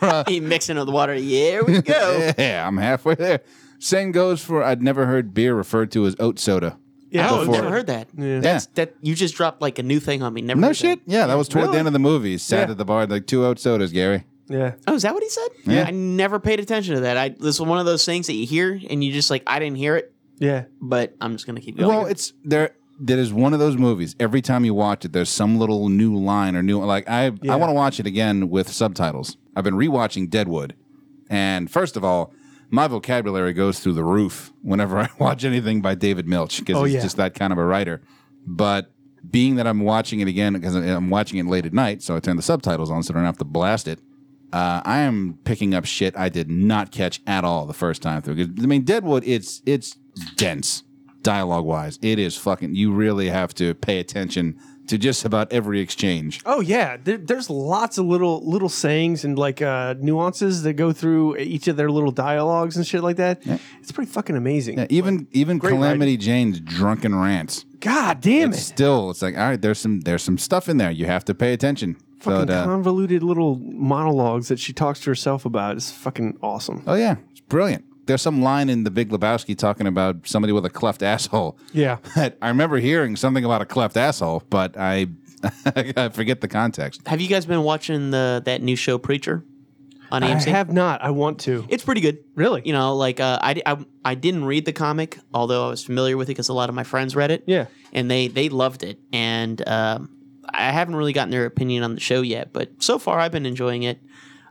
Speaker 3: Uh,
Speaker 5: [LAUGHS] He mixing it with water. Yeah, we go.
Speaker 4: yeah, I'm halfway there." Same goes for I'd never heard beer referred to as oat soda.
Speaker 3: Yeah.
Speaker 5: oh,
Speaker 4: Before-
Speaker 5: never heard that.
Speaker 3: Yeah.
Speaker 5: That's, that you just dropped like a new thing on me. Never.
Speaker 4: No
Speaker 5: heard
Speaker 4: shit. Yeah, that was toward the
Speaker 3: Really?
Speaker 4: end of the movie. Sat
Speaker 3: Yeah.
Speaker 4: at the bar like two oat sodas, Gary.
Speaker 3: yeah.
Speaker 5: That. Oh, is that what he said?
Speaker 4: Yeah.
Speaker 5: I never paid attention to that. I this was one of those things that you hear and you just like I didn't hear it,
Speaker 3: Yeah.
Speaker 5: but I'm just gonna keep going.
Speaker 4: Well, it's there. That is one of those movies. Every time you watch it, there's some little new line or new like I I want to watch it again with subtitles. I've been rewatching Deadwood, and first of all, my vocabulary goes through the roof whenever [LAUGHS] I watch anything by David Milch because
Speaker 3: Oh,
Speaker 4: he's
Speaker 3: yeah.
Speaker 4: just that kind of a writer. But being that I'm watching it again because I'm watching it late at night, so I turn the subtitles on so I don't have to blast it. Uh, I am picking up shit I did not catch at all the first time through. 'Cause, I mean, Deadwood, it's it's dense dialogue wise. It is fucking. You really have to pay attention to just about every exchange.
Speaker 3: Oh yeah, there, there's lots of little little sayings and like uh, nuances that go through each of their little dialogues and shit like that. It's pretty fucking amazing.
Speaker 4: Yeah, even even
Speaker 3: great
Speaker 4: Calamity Jane's drunken rants.
Speaker 3: God damn
Speaker 4: It's
Speaker 3: it!
Speaker 4: still, it's like all right. There's some there's some stuff in there. You have to pay attention. So
Speaker 3: Fucking
Speaker 4: it, uh,
Speaker 3: convoluted little monologues that she talks to herself about is fucking awesome.
Speaker 4: oh yeah, it's brilliant. There's some line in The Big Lebowski talking about somebody with a cleft asshole.
Speaker 3: Yeah,
Speaker 4: that [LAUGHS] I remember hearing something about a cleft asshole, but I [LAUGHS] I forget the context.
Speaker 5: Have you guys been watching the that new show Preacher on
Speaker 3: I
Speaker 5: AMC?
Speaker 3: have not. I want to.
Speaker 5: It's pretty good.
Speaker 3: Really?
Speaker 5: You know, like uh, I, I I didn't read the comic, although I was familiar with it because a lot of my friends read it.
Speaker 3: Yeah.
Speaker 5: and they they loved it, and um, I haven't really gotten their opinion on the show yet, but so far I've been enjoying it.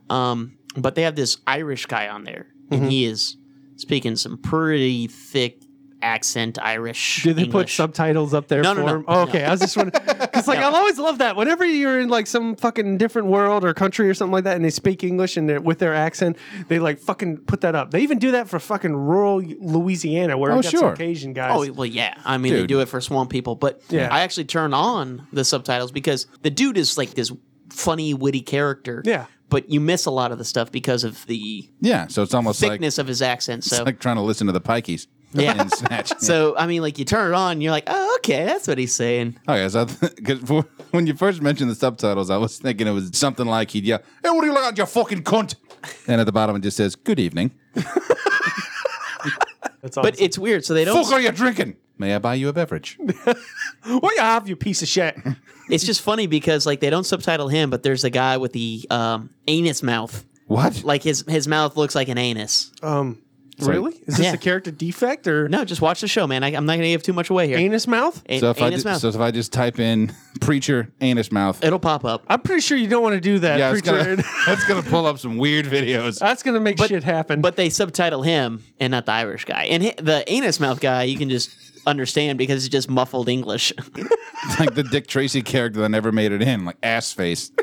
Speaker 5: Um, but they have this Irish guy on there,
Speaker 3: Mm-hmm.
Speaker 5: and he is speaking some pretty thick accent Irish.
Speaker 3: Do they put
Speaker 5: English.
Speaker 3: subtitles up there
Speaker 5: No,
Speaker 3: for
Speaker 5: no, no.
Speaker 3: him? Oh, okay, I was just
Speaker 5: [LAUGHS]
Speaker 3: wondering because like I'll always love that. Whenever you're in like some fucking different world or country or something like that, and they speak English and they're, with their accent, they like fucking put that up. They even do that for fucking rural Louisiana where
Speaker 4: Oh,
Speaker 3: I've got
Speaker 4: sure.
Speaker 3: some Cajun guys.
Speaker 5: Oh well, yeah. I mean, they
Speaker 4: Dude.
Speaker 5: do it for swamp people, but
Speaker 3: Yeah.
Speaker 5: I actually turn on the subtitles because the dude is like this funny, witty character.
Speaker 3: Yeah.
Speaker 5: But you miss a lot of the stuff because of the
Speaker 4: Yeah, so it's almost like
Speaker 5: thickness of his accent.
Speaker 4: it's
Speaker 5: So,
Speaker 4: like trying to listen to the Pikeys. [LAUGHS]
Speaker 5: Yeah.
Speaker 4: in Snatch.
Speaker 3: [LAUGHS]
Speaker 5: so I mean, like you turn it on, and you're like, oh, okay, that's what he's saying.
Speaker 4: okay, Oh, so [LAUGHS] I th- 'cause for- when you first mentioned the subtitles, I was thinking it was something like he'd yell, "Hey, what are you looking at, you fucking cunt?" And at the bottom it just says, "Good evening.
Speaker 3: That's
Speaker 5: But it's weird. So they don't.
Speaker 4: Fuck, are you drinking? May I buy you a
Speaker 3: [LAUGHS]
Speaker 4: beverage?"
Speaker 3: what you have, you piece of shit.
Speaker 5: It's just funny because like they don't subtitle him, but there's a guy with the um, anus mouth.
Speaker 4: What?
Speaker 5: Like his his mouth looks like an anus.
Speaker 4: Uh.
Speaker 3: Um, really? Is this
Speaker 5: Yeah.
Speaker 3: a character defect or
Speaker 5: No, just watch the show, man. I, I'm not gonna give too much away here.
Speaker 3: anus mouth?
Speaker 5: A-
Speaker 4: so if I
Speaker 5: anus
Speaker 4: ju-
Speaker 5: mouth.
Speaker 4: so if I just type in [LAUGHS] preacher anus mouth,
Speaker 5: It'll pop up.
Speaker 3: I'm pretty sure you don't want to do that.
Speaker 4: yeah, it's
Speaker 3: preacher. [LAUGHS]
Speaker 4: gonna, [LAUGHS] that's gonna pull up some
Speaker 5: [LAUGHS]
Speaker 4: weird videos.
Speaker 3: That's gonna make shit happen.
Speaker 5: But they subtitle him and not the Irish guy. And hi- the anus mouth guy, you can just understand because it's just muffled English. [LAUGHS]
Speaker 4: like the Dick Tracy character that never made it in, like ass face.
Speaker 3: [LAUGHS]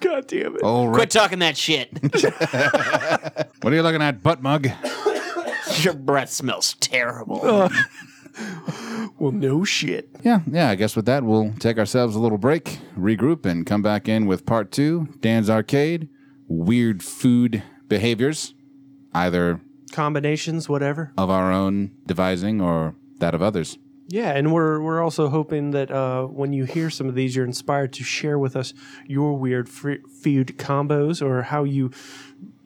Speaker 3: God damn it.
Speaker 4: Oh,
Speaker 5: Quit
Speaker 4: Rick,
Speaker 5: talking that shit. [LAUGHS]
Speaker 4: what are you looking at, butt mug?
Speaker 5: Your breath smells terrible.
Speaker 3: Well, no shit.
Speaker 4: Yeah, yeah. I guess with that, we'll take ourselves a little break, regroup, and come back in with part two Dan's Arcade, weird food behaviors, either
Speaker 3: Combinations, whatever.
Speaker 4: of our own devising or that of others.
Speaker 3: Yeah, and we're we're also hoping that uh, when you hear some of these, you're inspired to share with us your weird fr- food combos or how you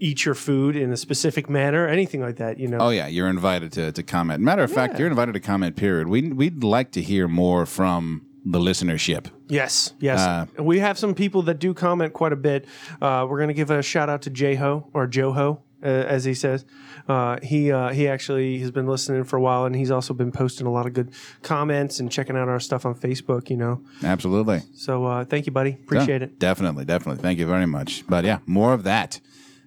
Speaker 3: eat your food in a specific manner, anything like that. You know,
Speaker 4: Oh, yeah, you're invited to, to comment. Matter of fact, you're invited to comment, period. We, we'd like to hear more from the listenership.
Speaker 3: yes, yes.
Speaker 5: Uh,
Speaker 3: we have some people that do comment quite a bit. Uh, we're gonna give a shout out to Jeho or Joho. Uh, as he says, uh, he uh, he actually has been listening for a while, and he's also been posting a lot of good comments and checking out our stuff on Facebook. You know,
Speaker 4: Absolutely.
Speaker 3: so uh, thank you, buddy.
Speaker 4: Yeah,
Speaker 3: Appreciate it.
Speaker 4: Definitely, definitely. Thank you very much. But yeah, more of that.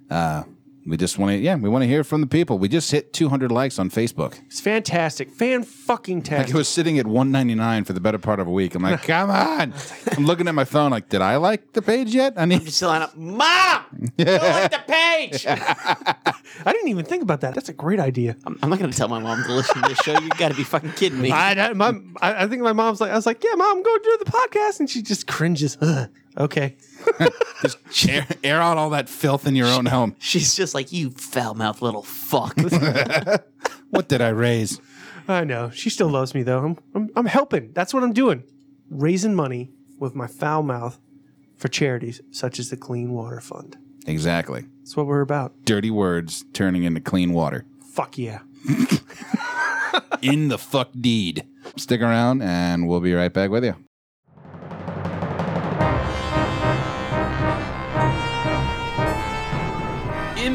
Speaker 4: Uh, we just want to, yeah, we want to hear from the people. We just hit 200 likes on Facebook.
Speaker 3: It's fantastic, fan fucking
Speaker 4: Like
Speaker 3: tastic.
Speaker 4: it was sitting at 199 for the better part of a week. I'm
Speaker 3: [LAUGHS]
Speaker 4: like, come on. I'm looking at my phone, like, did I like the page yet? I need.
Speaker 5: Just line up, Mom! Go like the page!
Speaker 3: I didn't even think about that. That's a great idea.
Speaker 5: I'm, I'm not going to tell my mom to listen to this show. You got to be fucking kidding me.
Speaker 3: I, I- my, I I think my mom's like, I was like, yeah, mom, go do the podcast. And she just cringes. Ugh. Okay.
Speaker 4: Just
Speaker 3: [LAUGHS]
Speaker 4: air, air out all that filth in your own home.
Speaker 5: She's just like, you foul mouthed little fuck.
Speaker 4: What did I raise?
Speaker 3: I know. She still loves me, though. I'm, I'm, I'm helping. That's what I'm doing. Raising money with my foul mouth for charities such as the Clean Water Fund.
Speaker 4: Exactly.
Speaker 3: That's what we're about.
Speaker 4: Dirty words turning into clean water.
Speaker 3: Fuck yeah.
Speaker 4: In the fuck deed. Stick around and we'll be right back with you.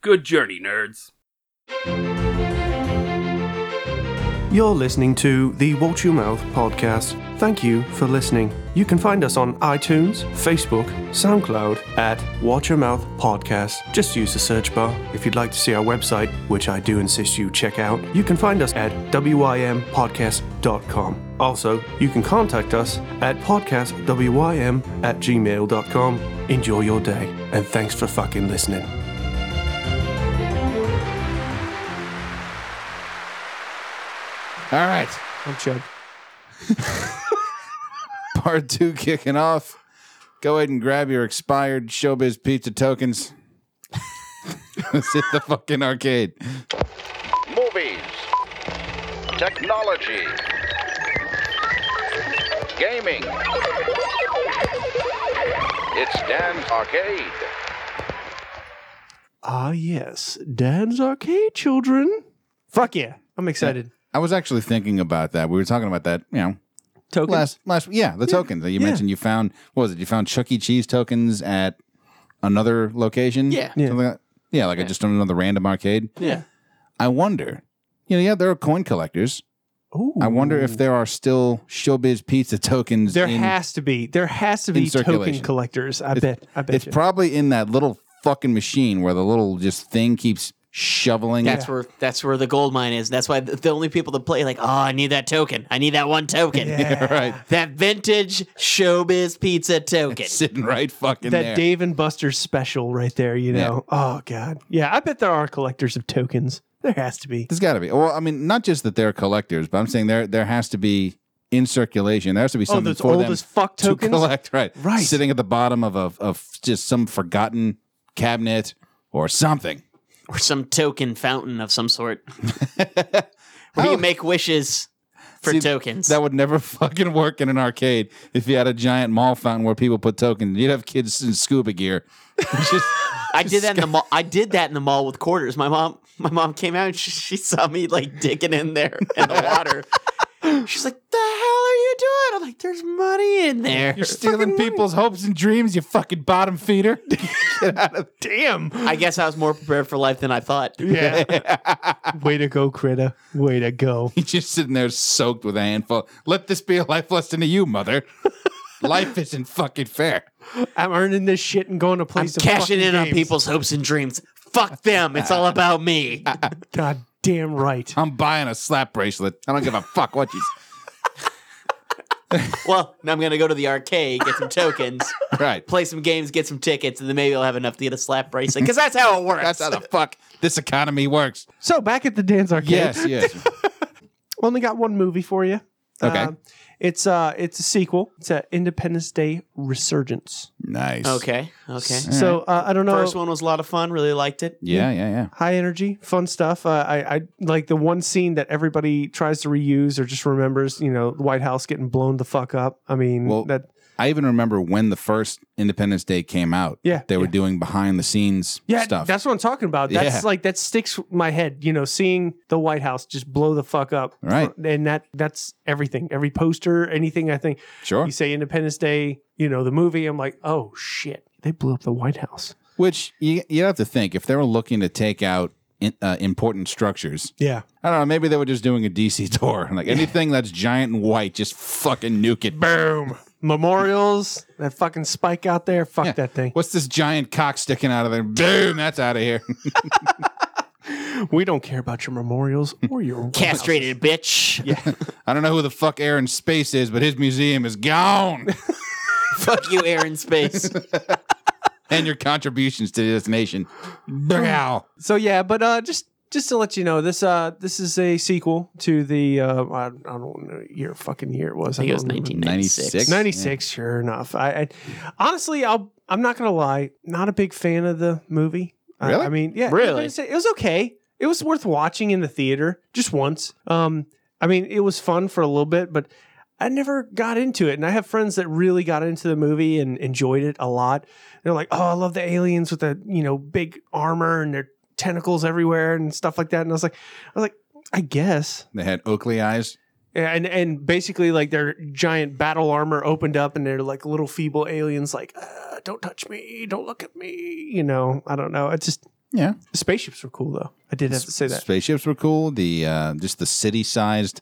Speaker 6: Good journey, nerds.
Speaker 3: You're listening to the Watch Your Mouth podcast. Thank you for listening. You can find us on iTunes, Facebook, SoundCloud at Watch Your Mouth Podcast. Just use the search bar. If you'd like to see our website, which I do insist you check out, you can find us at wympodcast.com. Also, you can contact us at podcastwym at gmail.com. Enjoy your day, and thanks for fucking listening.
Speaker 4: All right.
Speaker 3: I'm Chub.
Speaker 4: [LAUGHS] Part two kicking off. Go ahead and grab your expired Showbiz Pizza tokens. [LAUGHS] Let's hit the fucking arcade.
Speaker 7: movies, technology, gaming. It's Dan's Arcade.
Speaker 3: Ah, yes. Dan's Arcade, children. Fuck yeah. I'm excited.
Speaker 4: I was actually thinking about that. We were talking about that, you know,
Speaker 3: Token.
Speaker 4: last last yeah, the tokens that you mentioned. You found what was it? You found Chuck E. Cheese tokens at another location.
Speaker 5: Yeah.
Speaker 4: Something like that? yeah, like just another random arcade.
Speaker 5: yeah.
Speaker 4: I wonder. You know, yeah, there are coin collectors. I wonder if there are still Showbiz Pizza tokens.
Speaker 3: There
Speaker 4: in-
Speaker 3: has to be. There has to be token
Speaker 4: circulation.
Speaker 3: collectors. I bet. I bet.
Speaker 4: It's
Speaker 3: you.
Speaker 4: probably in that little fucking machine where the little just thing keeps shoveling.
Speaker 5: That's where that's where the gold mine is. That's why the, the only people that play like, oh, I need that token. I need that one token.
Speaker 4: [LAUGHS]
Speaker 3: [LAUGHS]
Speaker 4: right.
Speaker 5: [LAUGHS] That vintage showbiz pizza token.
Speaker 4: [LAUGHS] Sitting right fucking
Speaker 3: that
Speaker 4: there.
Speaker 3: Dave and Buster's special right there. You know. Oh God. Yeah. I bet there are collectors of tokens. There has to be.
Speaker 4: There's got to be. Well, I mean, not just that they're collectors, but I'm saying there there has to be in circulation. There has to be something
Speaker 3: Oh, those
Speaker 4: for
Speaker 3: old
Speaker 4: them
Speaker 3: as fuck
Speaker 4: to
Speaker 3: tokens?
Speaker 4: collect. Right,
Speaker 3: Right.
Speaker 4: Sitting at the bottom of a of just some forgotten cabinet or something.
Speaker 5: Or some token fountain of some
Speaker 4: [LAUGHS]
Speaker 5: sort. [LAUGHS] where you make wishes for
Speaker 4: Oh. See,
Speaker 5: tokens.
Speaker 4: [LAUGHS] That would never fucking work in an arcade if you had a giant mall fountain where people put tokens. You'd have kids in scuba gear. [LAUGHS] Just-
Speaker 5: I did that in the mall. I did that in the mall
Speaker 4: [LAUGHS]
Speaker 5: with quarters. My mom, my mom came out and she, she saw me like digging in there in the water, She's like, the hell are you doing? I'm like, there's money in there.
Speaker 4: You're stealing people's hopes and dreams, you fucking bottom feeder. [LAUGHS]
Speaker 3: Damn.
Speaker 5: [LAUGHS] I guess I was more prepared for life than I thought.
Speaker 4: [LAUGHS]
Speaker 3: Yeah. Way to go, Critta. Way to go.
Speaker 4: He's just sitting there soaked with a handful. Let this be a life lesson to you, mother. Life isn't fucking fair.
Speaker 3: I'm earning this shit and going to play
Speaker 5: I'm
Speaker 3: some
Speaker 5: cashing
Speaker 3: fucking
Speaker 5: in on
Speaker 3: games.
Speaker 5: people's hopes and dreams. Fuck them. It's all about
Speaker 4: [LAUGHS]
Speaker 5: me.
Speaker 3: God damn right.
Speaker 4: I'm buying a slap bracelet. I don't give a fuck what you
Speaker 5: well, now I'm going to go to the arcade, get some tokens,
Speaker 4: Right.
Speaker 5: play some games, get some tickets, and then maybe I'll have enough to get a slap bracelet. Because that's how it works.
Speaker 4: That's how the fuck this economy works.
Speaker 3: So back at the dance arcade.
Speaker 4: Yes, yes.
Speaker 3: Only got one movie for you.
Speaker 4: Okay.
Speaker 3: Um, it's uh it's a sequel. It's a Independence Day Resurgence.
Speaker 4: nice.
Speaker 5: okay. Okay.
Speaker 3: So uh, I don't know.
Speaker 5: First one was a lot of fun. Really liked it.
Speaker 4: Yeah, yeah, yeah.
Speaker 3: high energy, fun stuff. Uh, I, I like the one scene that everybody tries to reuse or just remembers. You know, the White House getting blown the fuck up. I mean,
Speaker 4: Well-
Speaker 3: that
Speaker 4: I even remember when the first Independence Day came out.
Speaker 3: Yeah,
Speaker 4: They were
Speaker 3: yeah.
Speaker 4: doing behind the scenes
Speaker 3: yeah,
Speaker 4: stuff.
Speaker 3: that's what I'm talking about. That's
Speaker 4: Yeah.
Speaker 3: like that sticks with my head. You know, seeing the White House just blow the fuck up.
Speaker 4: Right.
Speaker 3: and that that's everything. Every poster, anything. I think
Speaker 4: sure.
Speaker 3: you say Independence Day. You know, the movie. I'm like, oh shit, they blew up the White House.
Speaker 4: Which you, you have to think if they were looking to take out in, uh, important structures,
Speaker 3: Yeah,
Speaker 4: I don't know. Maybe they were just doing a DC [LAUGHS] tour. Like anything that's giant and white, just fucking nuke
Speaker 3: [LAUGHS]
Speaker 4: it.
Speaker 3: boom. Memorials, that fucking spike out there, fuck
Speaker 4: Yeah.
Speaker 3: that thing.
Speaker 4: What's this giant cock sticking out of there? Boom, that's out of here. [LAUGHS]
Speaker 3: We don't care about your memorials or your White Houses.
Speaker 5: Castrated bitch.
Speaker 4: I don't know who the fuck Aaron Space is, but his museum is
Speaker 3: [LAUGHS]
Speaker 4: gone.
Speaker 5: [LAUGHS] Fuck you, Aaron Space.
Speaker 4: and your contributions to this nation. Bow.
Speaker 3: So yeah, but uh, just just to let you know, this uh, this is a sequel to the uh, I, I don't know what year fucking year it was.
Speaker 5: I think [LAUGHS] it was
Speaker 3: don't remember.
Speaker 5: 1996.
Speaker 3: 96, Sure enough, I, I honestly, I'll I'm not gonna lie, not a big fan of the movie. I-
Speaker 4: Really?
Speaker 3: I, mean, yeah,
Speaker 5: Really?
Speaker 3: I'm gonna say it was okay. It was worth watching in the theater just once. Um, I mean, it was fun for a little bit, but I never got into it. And I have friends that really got into the movie and enjoyed it a lot. They're like, "Oh, I love the aliens with the you know big armor and their tentacles everywhere and stuff like that." And I was like, I was like, I guess.
Speaker 4: They had Oakley eyes.
Speaker 3: And and basically like their giant battle armor opened up and they're like little feeble aliens like, uh, "Don't touch me, don't look at me." You know, I don't know. It's just
Speaker 4: Yeah.
Speaker 3: spaceships were cool though. I did have to say that.
Speaker 4: Spaceships were cool. The uh, just the city sized,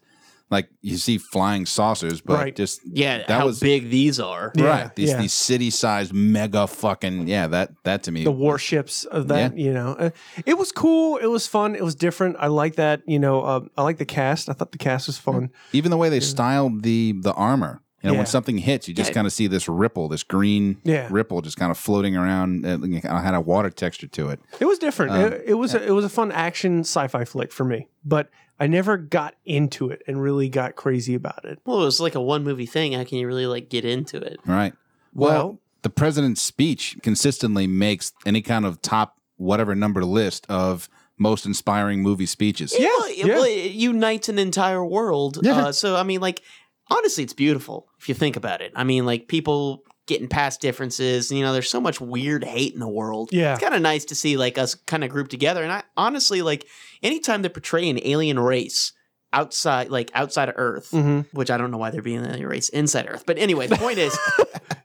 Speaker 4: like you see flying saucers, but
Speaker 3: Right.
Speaker 4: just
Speaker 5: Yeah,
Speaker 4: That
Speaker 5: how
Speaker 4: was-
Speaker 5: big these are.
Speaker 3: Yeah,
Speaker 4: right. These
Speaker 3: yeah.
Speaker 4: these city sized mega fucking yeah. That that to me.
Speaker 3: the warships of that you know Uh, it was cool it was fun it was different i like that you know uh, i like the cast i thought the cast was fun
Speaker 4: even the way they styled the the armor. You know,
Speaker 3: Yeah.
Speaker 4: when something hits, you just
Speaker 5: Yeah.
Speaker 4: kind of see this ripple, this green
Speaker 3: Yeah.
Speaker 4: ripple, just kind of floating around. It kinda had a water texture to it.
Speaker 3: it was different it, it was a, it was a fun action sci-fi flick for me but i never got into it and really got crazy about it
Speaker 5: Well, it was like a one movie thing. How can you really like get into it?
Speaker 4: Right.
Speaker 3: Well-
Speaker 4: the president's speech consistently makes any kind of top whatever number list of most inspiring movie speeches.
Speaker 3: Yeah,
Speaker 5: well, it,
Speaker 3: yeah.
Speaker 5: well, it unites an entire world. Uh, so I mean, like honestly, it's beautiful if you think about it. I mean, like people getting past differences. You know, there's so much weird hate in the world.
Speaker 3: Yeah.
Speaker 5: it's kind of nice to see like us kind of grouped together. And I honestly like anytime they portray an alien race outside, like outside of Earth,
Speaker 3: Mhm.
Speaker 5: which I don't know why they're being an alien race inside Earth. But anyway, the point
Speaker 3: [LAUGHS]
Speaker 5: is,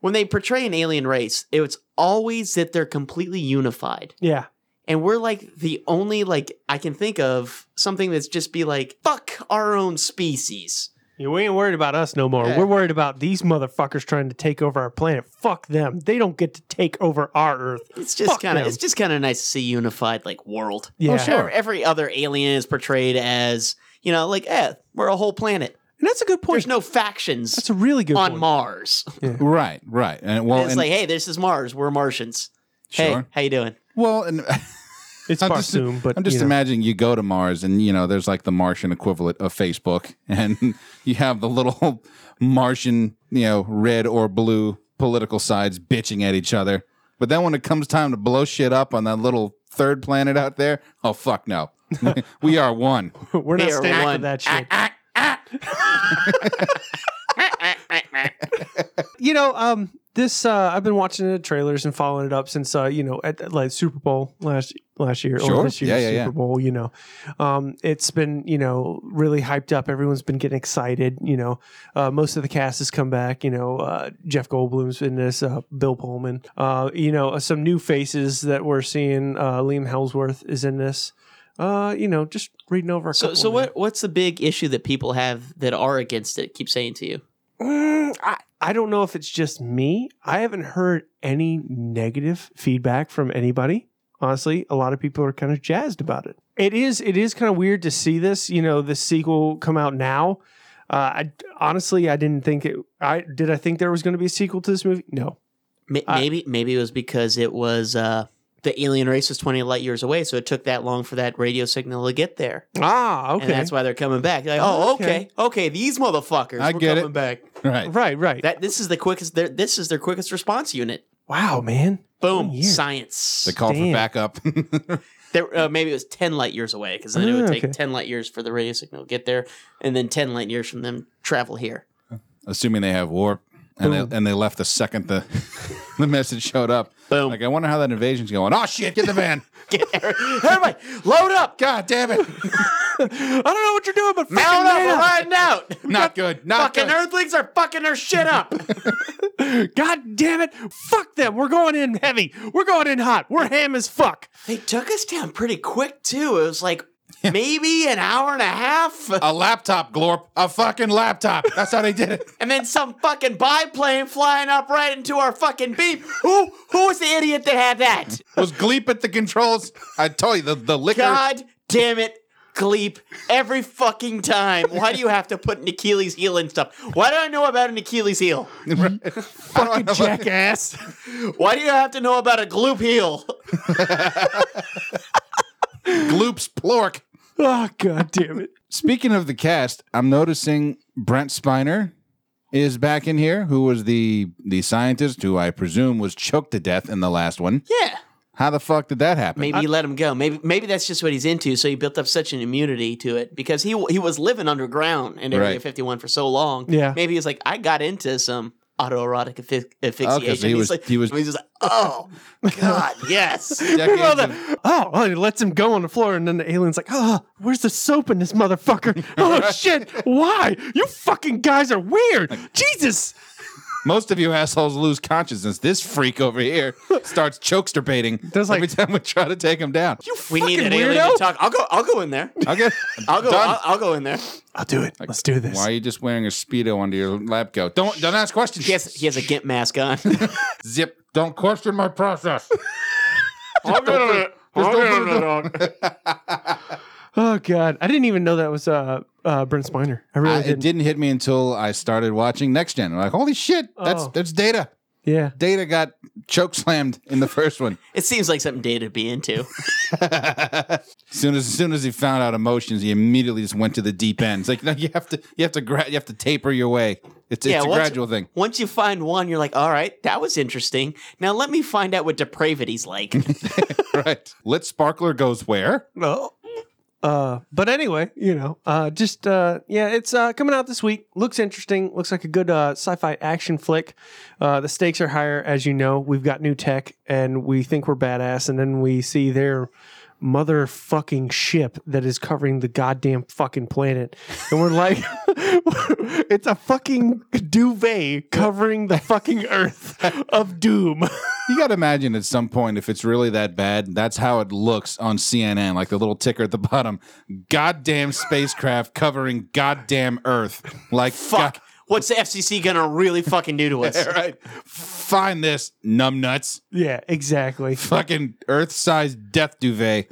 Speaker 5: when they portray an alien race, it's always that they're completely unified
Speaker 3: yeah
Speaker 5: and we're like the only like I can think of something that's just be like fuck our own species.
Speaker 3: Yeah, we ain't worried about us no more.
Speaker 5: Yeah.
Speaker 3: We're worried about these motherfuckers trying to take over our planet. Fuck them. They don't get to take over our Earth.
Speaker 5: It's just
Speaker 3: Fuck
Speaker 5: kind of
Speaker 3: them.
Speaker 5: it's just kind of nice to see unified like world.
Speaker 3: Yeah.
Speaker 5: Ev- Every other alien is portrayed as you know like eh we're a whole planet.
Speaker 3: And that's a good point.
Speaker 5: There's no factions
Speaker 3: that's a really good
Speaker 5: on
Speaker 3: point.
Speaker 5: Mars.
Speaker 4: Right, right. And well,
Speaker 5: it's
Speaker 4: and,
Speaker 5: like hey this is Mars we're Martians. Hey
Speaker 4: Sure.
Speaker 5: how you doing?
Speaker 4: well, and [LAUGHS]
Speaker 3: it's
Speaker 4: I'm
Speaker 3: Barsoom,
Speaker 4: just,
Speaker 3: but
Speaker 4: I'm just
Speaker 3: you know.
Speaker 4: imagining you go to Mars and you know there's like the Martian equivalent of Facebook, [LAUGHS] and you have the little [LAUGHS] Martian, you know, red or blue political sides bitching at each other. But then when it comes time to blow shit up on that little third planet out there, oh fuck no, [LAUGHS] we are one. [LAUGHS]
Speaker 3: We're not
Speaker 5: They are
Speaker 3: standing for
Speaker 5: one.
Speaker 3: that shit. you know, um, this uh, I've been watching the trailers and following it up since uh, you know at like Super Bowl last last year
Speaker 4: Sure.
Speaker 3: or this year's
Speaker 4: Yeah, yeah, yeah.
Speaker 3: Super Bowl. You know, um, it's been you know really hyped up. Everyone's been getting excited. You know, uh, most of the cast has come back. You know, uh, Jeff Goldblum's in this, uh, Bill Pullman. Uh, you know, some new faces that we're seeing. Uh, Liam Hemsworth is in this. Uh, you know, just reading over. A
Speaker 5: So,
Speaker 3: couple
Speaker 5: so
Speaker 3: of them.
Speaker 5: what? What's the big issue that people have that are against it? Keep saying to you.
Speaker 3: Mm, I, I don't know if it's just me. I haven't heard any negative feedback from anybody. Honestly, a lot of people are kind of jazzed about it. It is it is kind of weird to see this, you know, the sequel come out now. Uh, I honestly I didn't think it. I did I think there was going to be a sequel to this movie? No.
Speaker 5: Ma-
Speaker 3: I-
Speaker 5: maybe, maybe it was because it was uh, the alien race was twenty light years away, so it took that long for that radio signal to get there,
Speaker 3: Ah, okay.
Speaker 5: and that's why they're coming back. Like, oh,
Speaker 3: Okay.
Speaker 5: okay, okay, these motherfuckers,
Speaker 4: I
Speaker 5: we're
Speaker 4: get it.
Speaker 5: coming back.
Speaker 4: Right.
Speaker 3: right, right.
Speaker 5: That this is the quickest. their- This is their quickest response unit.
Speaker 3: wow, man.
Speaker 5: Boom,
Speaker 3: One year.
Speaker 5: science.
Speaker 4: The call
Speaker 3: Damn.
Speaker 4: for backup. [LAUGHS]
Speaker 5: There, uh, maybe it was 10 light years away because then it would
Speaker 3: Ah,
Speaker 5: take
Speaker 3: okay.
Speaker 5: 10 light years for the radio signal to get there and then 10 light years from them travel here.
Speaker 4: Assuming they have warp. And
Speaker 3: Boom.
Speaker 4: they, and they left the second the [LAUGHS] the message showed up.
Speaker 5: Boom.
Speaker 4: Like I wonder how that invasion's going. Oh shit! Get the van.
Speaker 5: Get every- [GASPS] everybody, load up,
Speaker 4: God damn it!
Speaker 3: I don't know what you're doing, but
Speaker 5: mount up, we're riding [LAUGHS] out.
Speaker 4: Not good. Not
Speaker 5: fucking
Speaker 4: good.
Speaker 5: earthlings are fucking their shit [LAUGHS] up.
Speaker 3: God damn it! Fuck them. We're going in heavy. We're going in hot. We're ham as fuck.
Speaker 5: they took us down pretty quick too. It was like maybe an hour and a half,
Speaker 4: A laptop, Glorp. A fucking laptop. That's how they did it.
Speaker 5: and then some fucking biplane flying up right into our fucking beep. Who who was the idiot that had that?
Speaker 4: Was Gleep at the controls? I tell you, the the liquor.
Speaker 5: God damn it, Gleep, every fucking time. Why do you have to put an Achilles heel and stuff? Why do I know about an Achilles heel?
Speaker 4: fucking
Speaker 3: Jackass.
Speaker 5: Why do you have to know about a gloop heel?
Speaker 4: Gloop's plork.
Speaker 3: Oh god damn it.
Speaker 4: Speaking of the cast, I'm noticing Brent Spiner is back in here, who was the the scientist who I presume was choked to death in the last one.
Speaker 5: Yeah.
Speaker 4: How the fuck did that happen?
Speaker 5: Maybe you let him go. Maybe maybe that's just what he's into. So he built up such an immunity to it because he he was living underground in Area
Speaker 4: Right.
Speaker 5: 51 for so long.
Speaker 3: Yeah.
Speaker 5: Maybe he was like, I got into some autoerotic affi- asphyxiation.
Speaker 4: he
Speaker 5: he's
Speaker 4: was-
Speaker 5: like,
Speaker 4: he was-
Speaker 5: he's just like, oh god,
Speaker 4: [LAUGHS]
Speaker 5: yes.
Speaker 4: Decades
Speaker 3: Well,
Speaker 4: of-
Speaker 3: the- oh, well, he lets him go on the floor, and then the alien's like, oh, where's the soap in
Speaker 4: [LAUGHS]
Speaker 3: this motherfucker? Oh, shit. Why? You fucking guys are weird. Jesus.
Speaker 4: most of you assholes lose consciousness. This freak over here starts chokester baiting
Speaker 3: Does, like-
Speaker 4: every time we try to take him down.
Speaker 5: We need
Speaker 3: Fucking
Speaker 5: an alien
Speaker 3: weirdo.
Speaker 5: to talk. I'll go. I'll go in there.
Speaker 4: I'll [LAUGHS] get,
Speaker 5: I'll go.
Speaker 4: Done.
Speaker 5: I'll, I'll go in there.
Speaker 3: I'll do it. Let's do this.
Speaker 4: Why are you just wearing a speedo under your lab coat? Don't don't ask questions.
Speaker 5: He has, he has a gimp mask on.
Speaker 4: Zip. Don't question
Speaker 5: [LAUGHS]
Speaker 4: my process.
Speaker 3: Oh, God. I didn't even know that was uh, uh, Brent Spiner. I really
Speaker 4: I- it
Speaker 3: didn't.
Speaker 4: didn't hit me until I started watching Next Gen. I'm like, holy shit, that's
Speaker 3: Oh.
Speaker 4: that's Data.
Speaker 3: Yeah.
Speaker 4: Data got choke slammed in the first one.
Speaker 5: it seems like something Data would be into.
Speaker 4: soon as, as soon as he found out emotions, he immediately just went to the deep end. It's like no, you have to you have to gra- you have to taper your way. It's, it's a
Speaker 5: once-
Speaker 4: gradual thing. [LAUGHS]
Speaker 5: Once you find one, you're like, all right, that was interesting. Now let me find out what depravity's
Speaker 3: [LAUGHS]
Speaker 5: like.
Speaker 4: right. Lit sparkler goes where?
Speaker 3: Well, uh, but anyway, you know, uh, just uh, yeah, it's uh, coming out this week. Looks interesting. Looks like a good uh, sci-fi action flick. Uh, the stakes are higher, as you know. We've got new tech, and we think we're badass, and then we see their motherfucking ship that is covering the goddamn fucking planet, and we're like, [LAUGHS] it's a fucking duvet covering the fucking Earth of doom. [LAUGHS]
Speaker 4: You got to imagine at some point if it's really that bad, that's how it looks on CNN, like the little ticker at the [LAUGHS] bottom. Goddamn spacecraft covering goddamn Earth.
Speaker 5: [LAUGHS]
Speaker 4: Like
Speaker 5: Fuck. What's the FCC gonna really fucking do to us?
Speaker 4: God- right. Find this numbnuts.
Speaker 3: yeah, exactly.
Speaker 4: Fucking Earth-sized death
Speaker 5: [LAUGHS]
Speaker 4: duvet.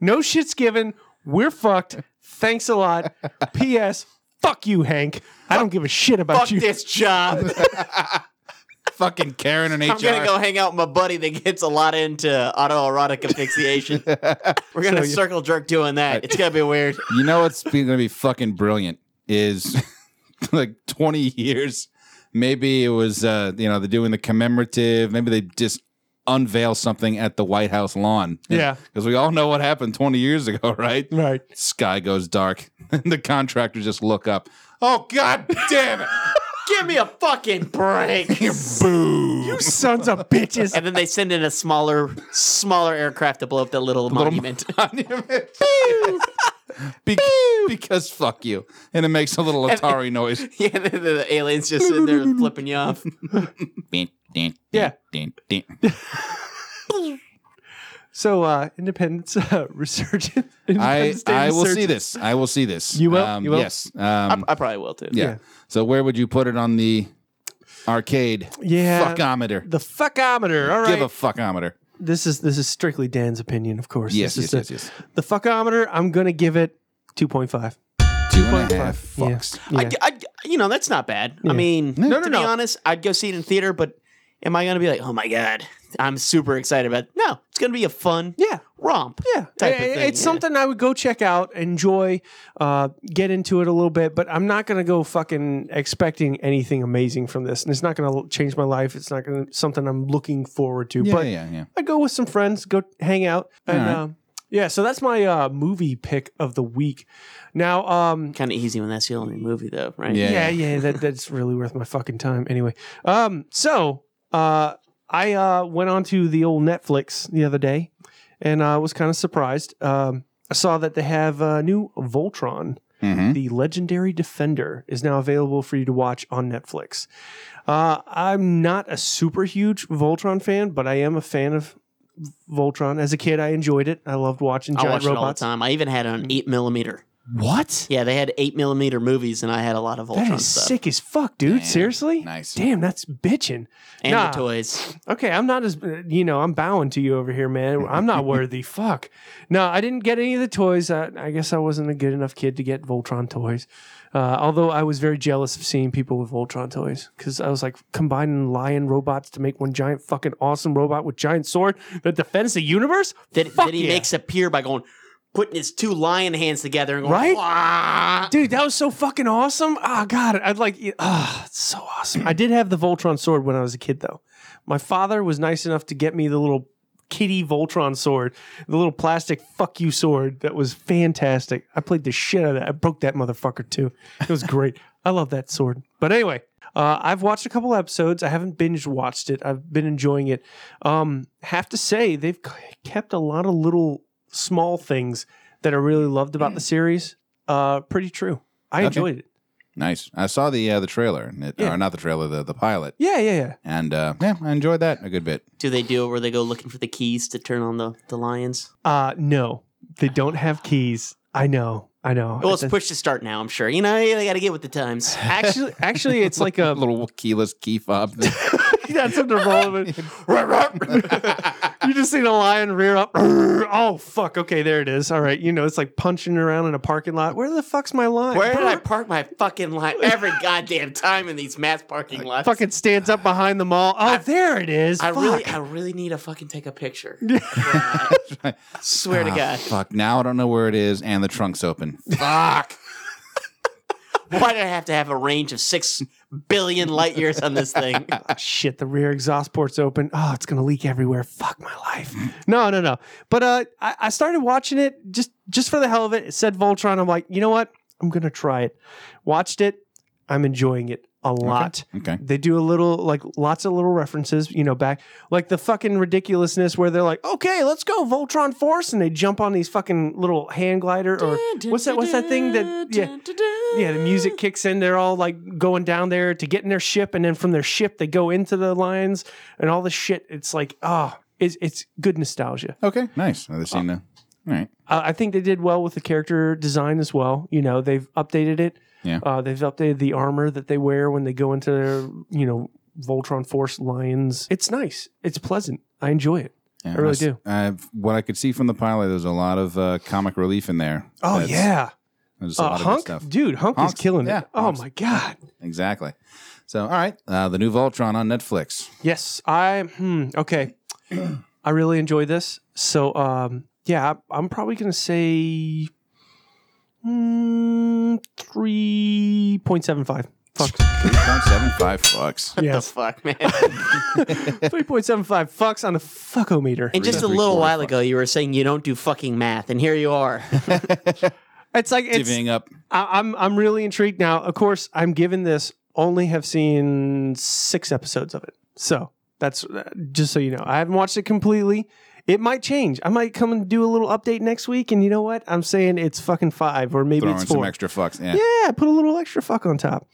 Speaker 3: No shit's given. We're fucked. Thanks
Speaker 4: [LAUGHS]
Speaker 3: a lot. P.S. Fuck you, Hank. I don't give a shit about
Speaker 5: Fuck
Speaker 3: you.
Speaker 5: this
Speaker 3: [LAUGHS]
Speaker 5: job.
Speaker 4: Fucking Karen and HR.
Speaker 5: I'm gonna go hang out with my buddy that gets a lot into autoerotic
Speaker 3: [LAUGHS]
Speaker 5: asphyxiation. We're gonna
Speaker 3: So you-
Speaker 5: circle jerk doing that. It's gonna be weird.
Speaker 4: You know what's going to be fucking brilliant is [LAUGHS] like 20 years. Maybe it was, uh, you know, they're doing the commemorative. Maybe they just unveil something at the White House lawn.
Speaker 3: Yeah.
Speaker 4: [LAUGHS] Because we all know what happened 20 years ago, [LAUGHS] right?
Speaker 3: Right.
Speaker 4: [LAUGHS] Sky goes dark. And the contractors just look up. Oh, God damn it. [LAUGHS]
Speaker 5: Give me a fucking
Speaker 3: [LAUGHS]
Speaker 5: break.
Speaker 4: Boo.
Speaker 3: Sons of
Speaker 4: [LAUGHS]
Speaker 3: bitches.
Speaker 5: and then they send in a smaller, smaller aircraft to blow up that little monument. [LAUGHS]
Speaker 4: [LAUGHS] Be- because fuck you. And it makes a little Atari noise. [LAUGHS]
Speaker 5: yeah, the, the, the aliens just sit there flipping you off.
Speaker 4: [LAUGHS]
Speaker 3: Yeah.
Speaker 4: I
Speaker 3: So uh, independence uh, resurgence. Independence
Speaker 4: [LAUGHS]
Speaker 3: Day
Speaker 4: I will see
Speaker 3: resurgence.
Speaker 4: this. I will see this.
Speaker 3: You will?
Speaker 4: Um,
Speaker 3: You will?
Speaker 4: Yes. Um,
Speaker 5: I probably will too.
Speaker 4: yeah.
Speaker 3: yeah.
Speaker 4: So where would you put it on the arcade?
Speaker 3: Yeah.
Speaker 4: Fuckometer.
Speaker 3: The fuckometer. All right.
Speaker 4: Give a fuckometer.
Speaker 3: this is this is strictly Dan's opinion, of course.
Speaker 4: Yes,
Speaker 3: This
Speaker 4: yes,
Speaker 3: is
Speaker 4: yes,
Speaker 3: the-
Speaker 4: yes.
Speaker 3: The fuckometer. I'm gonna give it two point five.
Speaker 4: Two and a half
Speaker 3: Yeah.
Speaker 4: fucks.
Speaker 3: Yeah.
Speaker 5: I, I- you know, that's not bad. I mean,
Speaker 3: No, no,
Speaker 5: to
Speaker 3: no.
Speaker 5: be honest, I'd go see it in theater, but am I going to be like, oh my God, I'm super excited about it? No, it's going to be a fun
Speaker 3: yeah.
Speaker 5: romp.
Speaker 3: Yeah,
Speaker 5: type of
Speaker 3: I- I-
Speaker 5: thing,
Speaker 3: it's
Speaker 5: yeah.
Speaker 3: something I would go check out, enjoy, uh, get into it a little bit, but I'm not gonna go fucking expecting anything amazing from this, and it's not gonna change my life. It's not gonna something I'm looking forward to.
Speaker 4: Yeah,
Speaker 3: but
Speaker 4: yeah, yeah.
Speaker 3: I go with some friends, go hang out, and
Speaker 4: All right.
Speaker 3: um, yeah. So that's my uh, movie pick of the week. Now, um,
Speaker 5: Kind of easy when that's the only movie, though, right?
Speaker 4: Yeah.
Speaker 3: yeah, yeah, that, that's really worth my fucking time. Anyway, um, so uh, I uh, went on to the old Netflix the other day, and I was kind of surprised. Um, I saw that they have a new Voltron,
Speaker 4: Mhm.
Speaker 3: the legendary defender, is now available for you to watch on Netflix. Uh, I'm not a super huge Voltron fan, but I am a fan of Voltron. As a kid, I enjoyed it. I loved watching
Speaker 5: I
Speaker 3: giant
Speaker 5: watched it all the
Speaker 3: robots.
Speaker 5: time. I even had
Speaker 3: Mm.
Speaker 5: an 8 millimeter.
Speaker 4: What?
Speaker 5: Yeah, they had 8 millimeter movies, and I had a lot of Voltron
Speaker 3: That is
Speaker 5: stuff.
Speaker 3: sick as fuck, dude.
Speaker 4: Damn,
Speaker 3: Seriously?
Speaker 4: nice.
Speaker 3: Damn, that's bitching.
Speaker 5: And
Speaker 3: Nah.
Speaker 5: the toys.
Speaker 3: Okay, I'm not as uh, you know. I'm bowing to you over here, man. I'm not worthy. Fuck. No, I didn't get any of the toys. I, I guess I wasn't a good enough kid to get Voltron toys. Uh, although I was very jealous of seeing people with Voltron toys because I was like combining lion robots to make one giant fucking awesome robot with giant sword that defends the universe.
Speaker 5: Then,
Speaker 3: Fuck
Speaker 5: then he
Speaker 3: yeah.
Speaker 5: makes a pier by going, putting his two lion hands together and going,
Speaker 3: Right?
Speaker 5: "Wah!"
Speaker 3: Dude, that was so fucking awesome. Ah, God, I'd like, ah, it's so awesome. I did have the Voltron sword when I was a kid, though. My father was nice enough to get me the little kitty Voltron sword, the little plastic fuck you sword that was fantastic. I played the shit out of that. I broke that motherfucker, too. It was great. I love that sword. But anyway, uh, I've watched a couple episodes. I haven't binge watched it. I've been enjoying it. Um, have to say, they've c- kept a lot of little small things that I really loved about the series. Uh, pretty true. I
Speaker 4: Okay.
Speaker 3: enjoyed it.
Speaker 4: Nice. I saw the uh, the trailer, and it,
Speaker 3: Yeah.
Speaker 4: or not the trailer, the, the pilot,
Speaker 3: Yeah, yeah, yeah.
Speaker 4: and uh, yeah, I enjoyed that a good bit.
Speaker 5: Do they do it where they go looking for the keys to turn on the, the lions?
Speaker 3: Uh, no, they don't have keys. I know. I know.
Speaker 5: Well, it's push to start now, I'm sure. You know, they got to get with the times. [LAUGHS]
Speaker 3: [SIGHS] actually, actually, it's like a
Speaker 4: [LAUGHS] little keyless key fob.
Speaker 3: [LAUGHS] that's under relevant. you just see the lion rear up. [LAUGHS] Oh fuck! Okay, there it is. All right, you know it's like punching around in a parking lot. Where the fuck's my lion?
Speaker 5: Where did I park my fucking line every goddamn time in these mass parking lots?
Speaker 3: Fucking stands up behind the mall. Oh, there it is.
Speaker 5: I
Speaker 3: Fuck.
Speaker 5: really, [LAUGHS] I really need to fucking take a
Speaker 3: [LAUGHS]
Speaker 5: picture. I swear
Speaker 3: Ah,
Speaker 5: to God,
Speaker 4: Ah, Fuck. Now I don't know where it is, and the trunk's open. Fuck.
Speaker 5: why did I have to have a range of six billion light years on this thing?
Speaker 3: shit, the rear exhaust port's open. Oh, it's gonna leak everywhere. Fuck my life. No, no, no. But uh, I, I started watching it just just for the hell of it. It said Voltron. I'm like, you know what? I'm gonna try it. Watched it. I'm enjoying it a lot.
Speaker 4: okay.
Speaker 3: They do a little like lots of little references, you know, back like the fucking ridiculousness where they're like, okay, let's go Voltron Force, and they jump on these fucking little hand glider or [LAUGHS] what's that? What's that thing that?
Speaker 5: [LAUGHS]
Speaker 3: Yeah, yeah. The music kicks in. They're all like going down there to get in their ship, and then from their ship they go into the lions and all this shit. It's like ah, it's it's good nostalgia.
Speaker 4: Okay. Nice. Another
Speaker 3: Ah.
Speaker 4: scene now. All right.
Speaker 3: Uh, I think they did well with the character design as well. You know, they've updated it.
Speaker 4: Yeah.
Speaker 3: Uh, they've updated the armor that they wear when they go into their, you know, Voltron Force Lions. It's nice. It's pleasant. I enjoy it.
Speaker 4: Yeah,
Speaker 3: really
Speaker 4: was-
Speaker 3: do.
Speaker 4: Uh, what I could see from the pilot, there's a lot of uh, comic relief in there.
Speaker 3: Oh
Speaker 4: That's-
Speaker 3: yeah,
Speaker 4: There's a
Speaker 3: uh,
Speaker 4: lot
Speaker 3: Hunk,
Speaker 4: of good stuff.
Speaker 3: dude, Hunk
Speaker 4: Hunk's-
Speaker 3: is killing
Speaker 4: yeah,
Speaker 3: it. Oh
Speaker 4: Hunk's-
Speaker 3: my god.
Speaker 4: Exactly. So, all right. Uh, the new Voltron on Netflix.
Speaker 3: Yes, I. Hmm, okay, I really enjoy this. So, um, yeah, I, I'm probably gonna say mm, three point seven five. Fuck.
Speaker 4: 3.75 fucks.
Speaker 5: The
Speaker 3: Yes.
Speaker 5: fuck, man!
Speaker 3: 3.75 fucks on the fuckometer.
Speaker 5: And just a
Speaker 4: Three,
Speaker 5: little
Speaker 4: four,
Speaker 5: while
Speaker 4: five.
Speaker 5: ago, you were saying you don't do fucking math, and here you
Speaker 3: [LAUGHS]
Speaker 5: are.
Speaker 3: [LAUGHS] It's like it's,
Speaker 4: Divvying up.
Speaker 3: I, I'm I'm really intrigued now. Of course, I'm giving this only have seen six episodes of it. So that's uh, just so you know. I haven't watched it completely. It might change. I might come and do a little update next week. And you know what? I'm saying it's fucking five or maybe
Speaker 4: Throwing
Speaker 3: it's
Speaker 4: some
Speaker 3: four.
Speaker 4: extra fucks. Yeah.
Speaker 3: yeah, put a little extra fuck on top.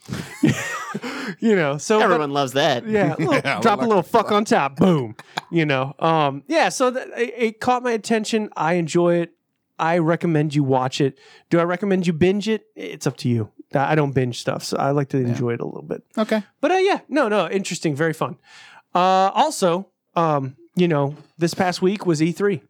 Speaker 3: [LAUGHS] you know, so but-
Speaker 5: Everyone loves that.
Speaker 3: yeah, a little-
Speaker 4: Yeah,
Speaker 3: drop a
Speaker 4: well,
Speaker 3: little fuck on top, boom. You know, um, yeah. So that, it, it caught my attention. I enjoy it. I recommend you watch it. Do I recommend you binge it? It's up to you. I I don't binge stuff, so I like to enjoy it a little bit.
Speaker 4: Okay.
Speaker 3: But uh, yeah, no, no, interesting, very fun. Uh, also, um, you know, this past week was E E3.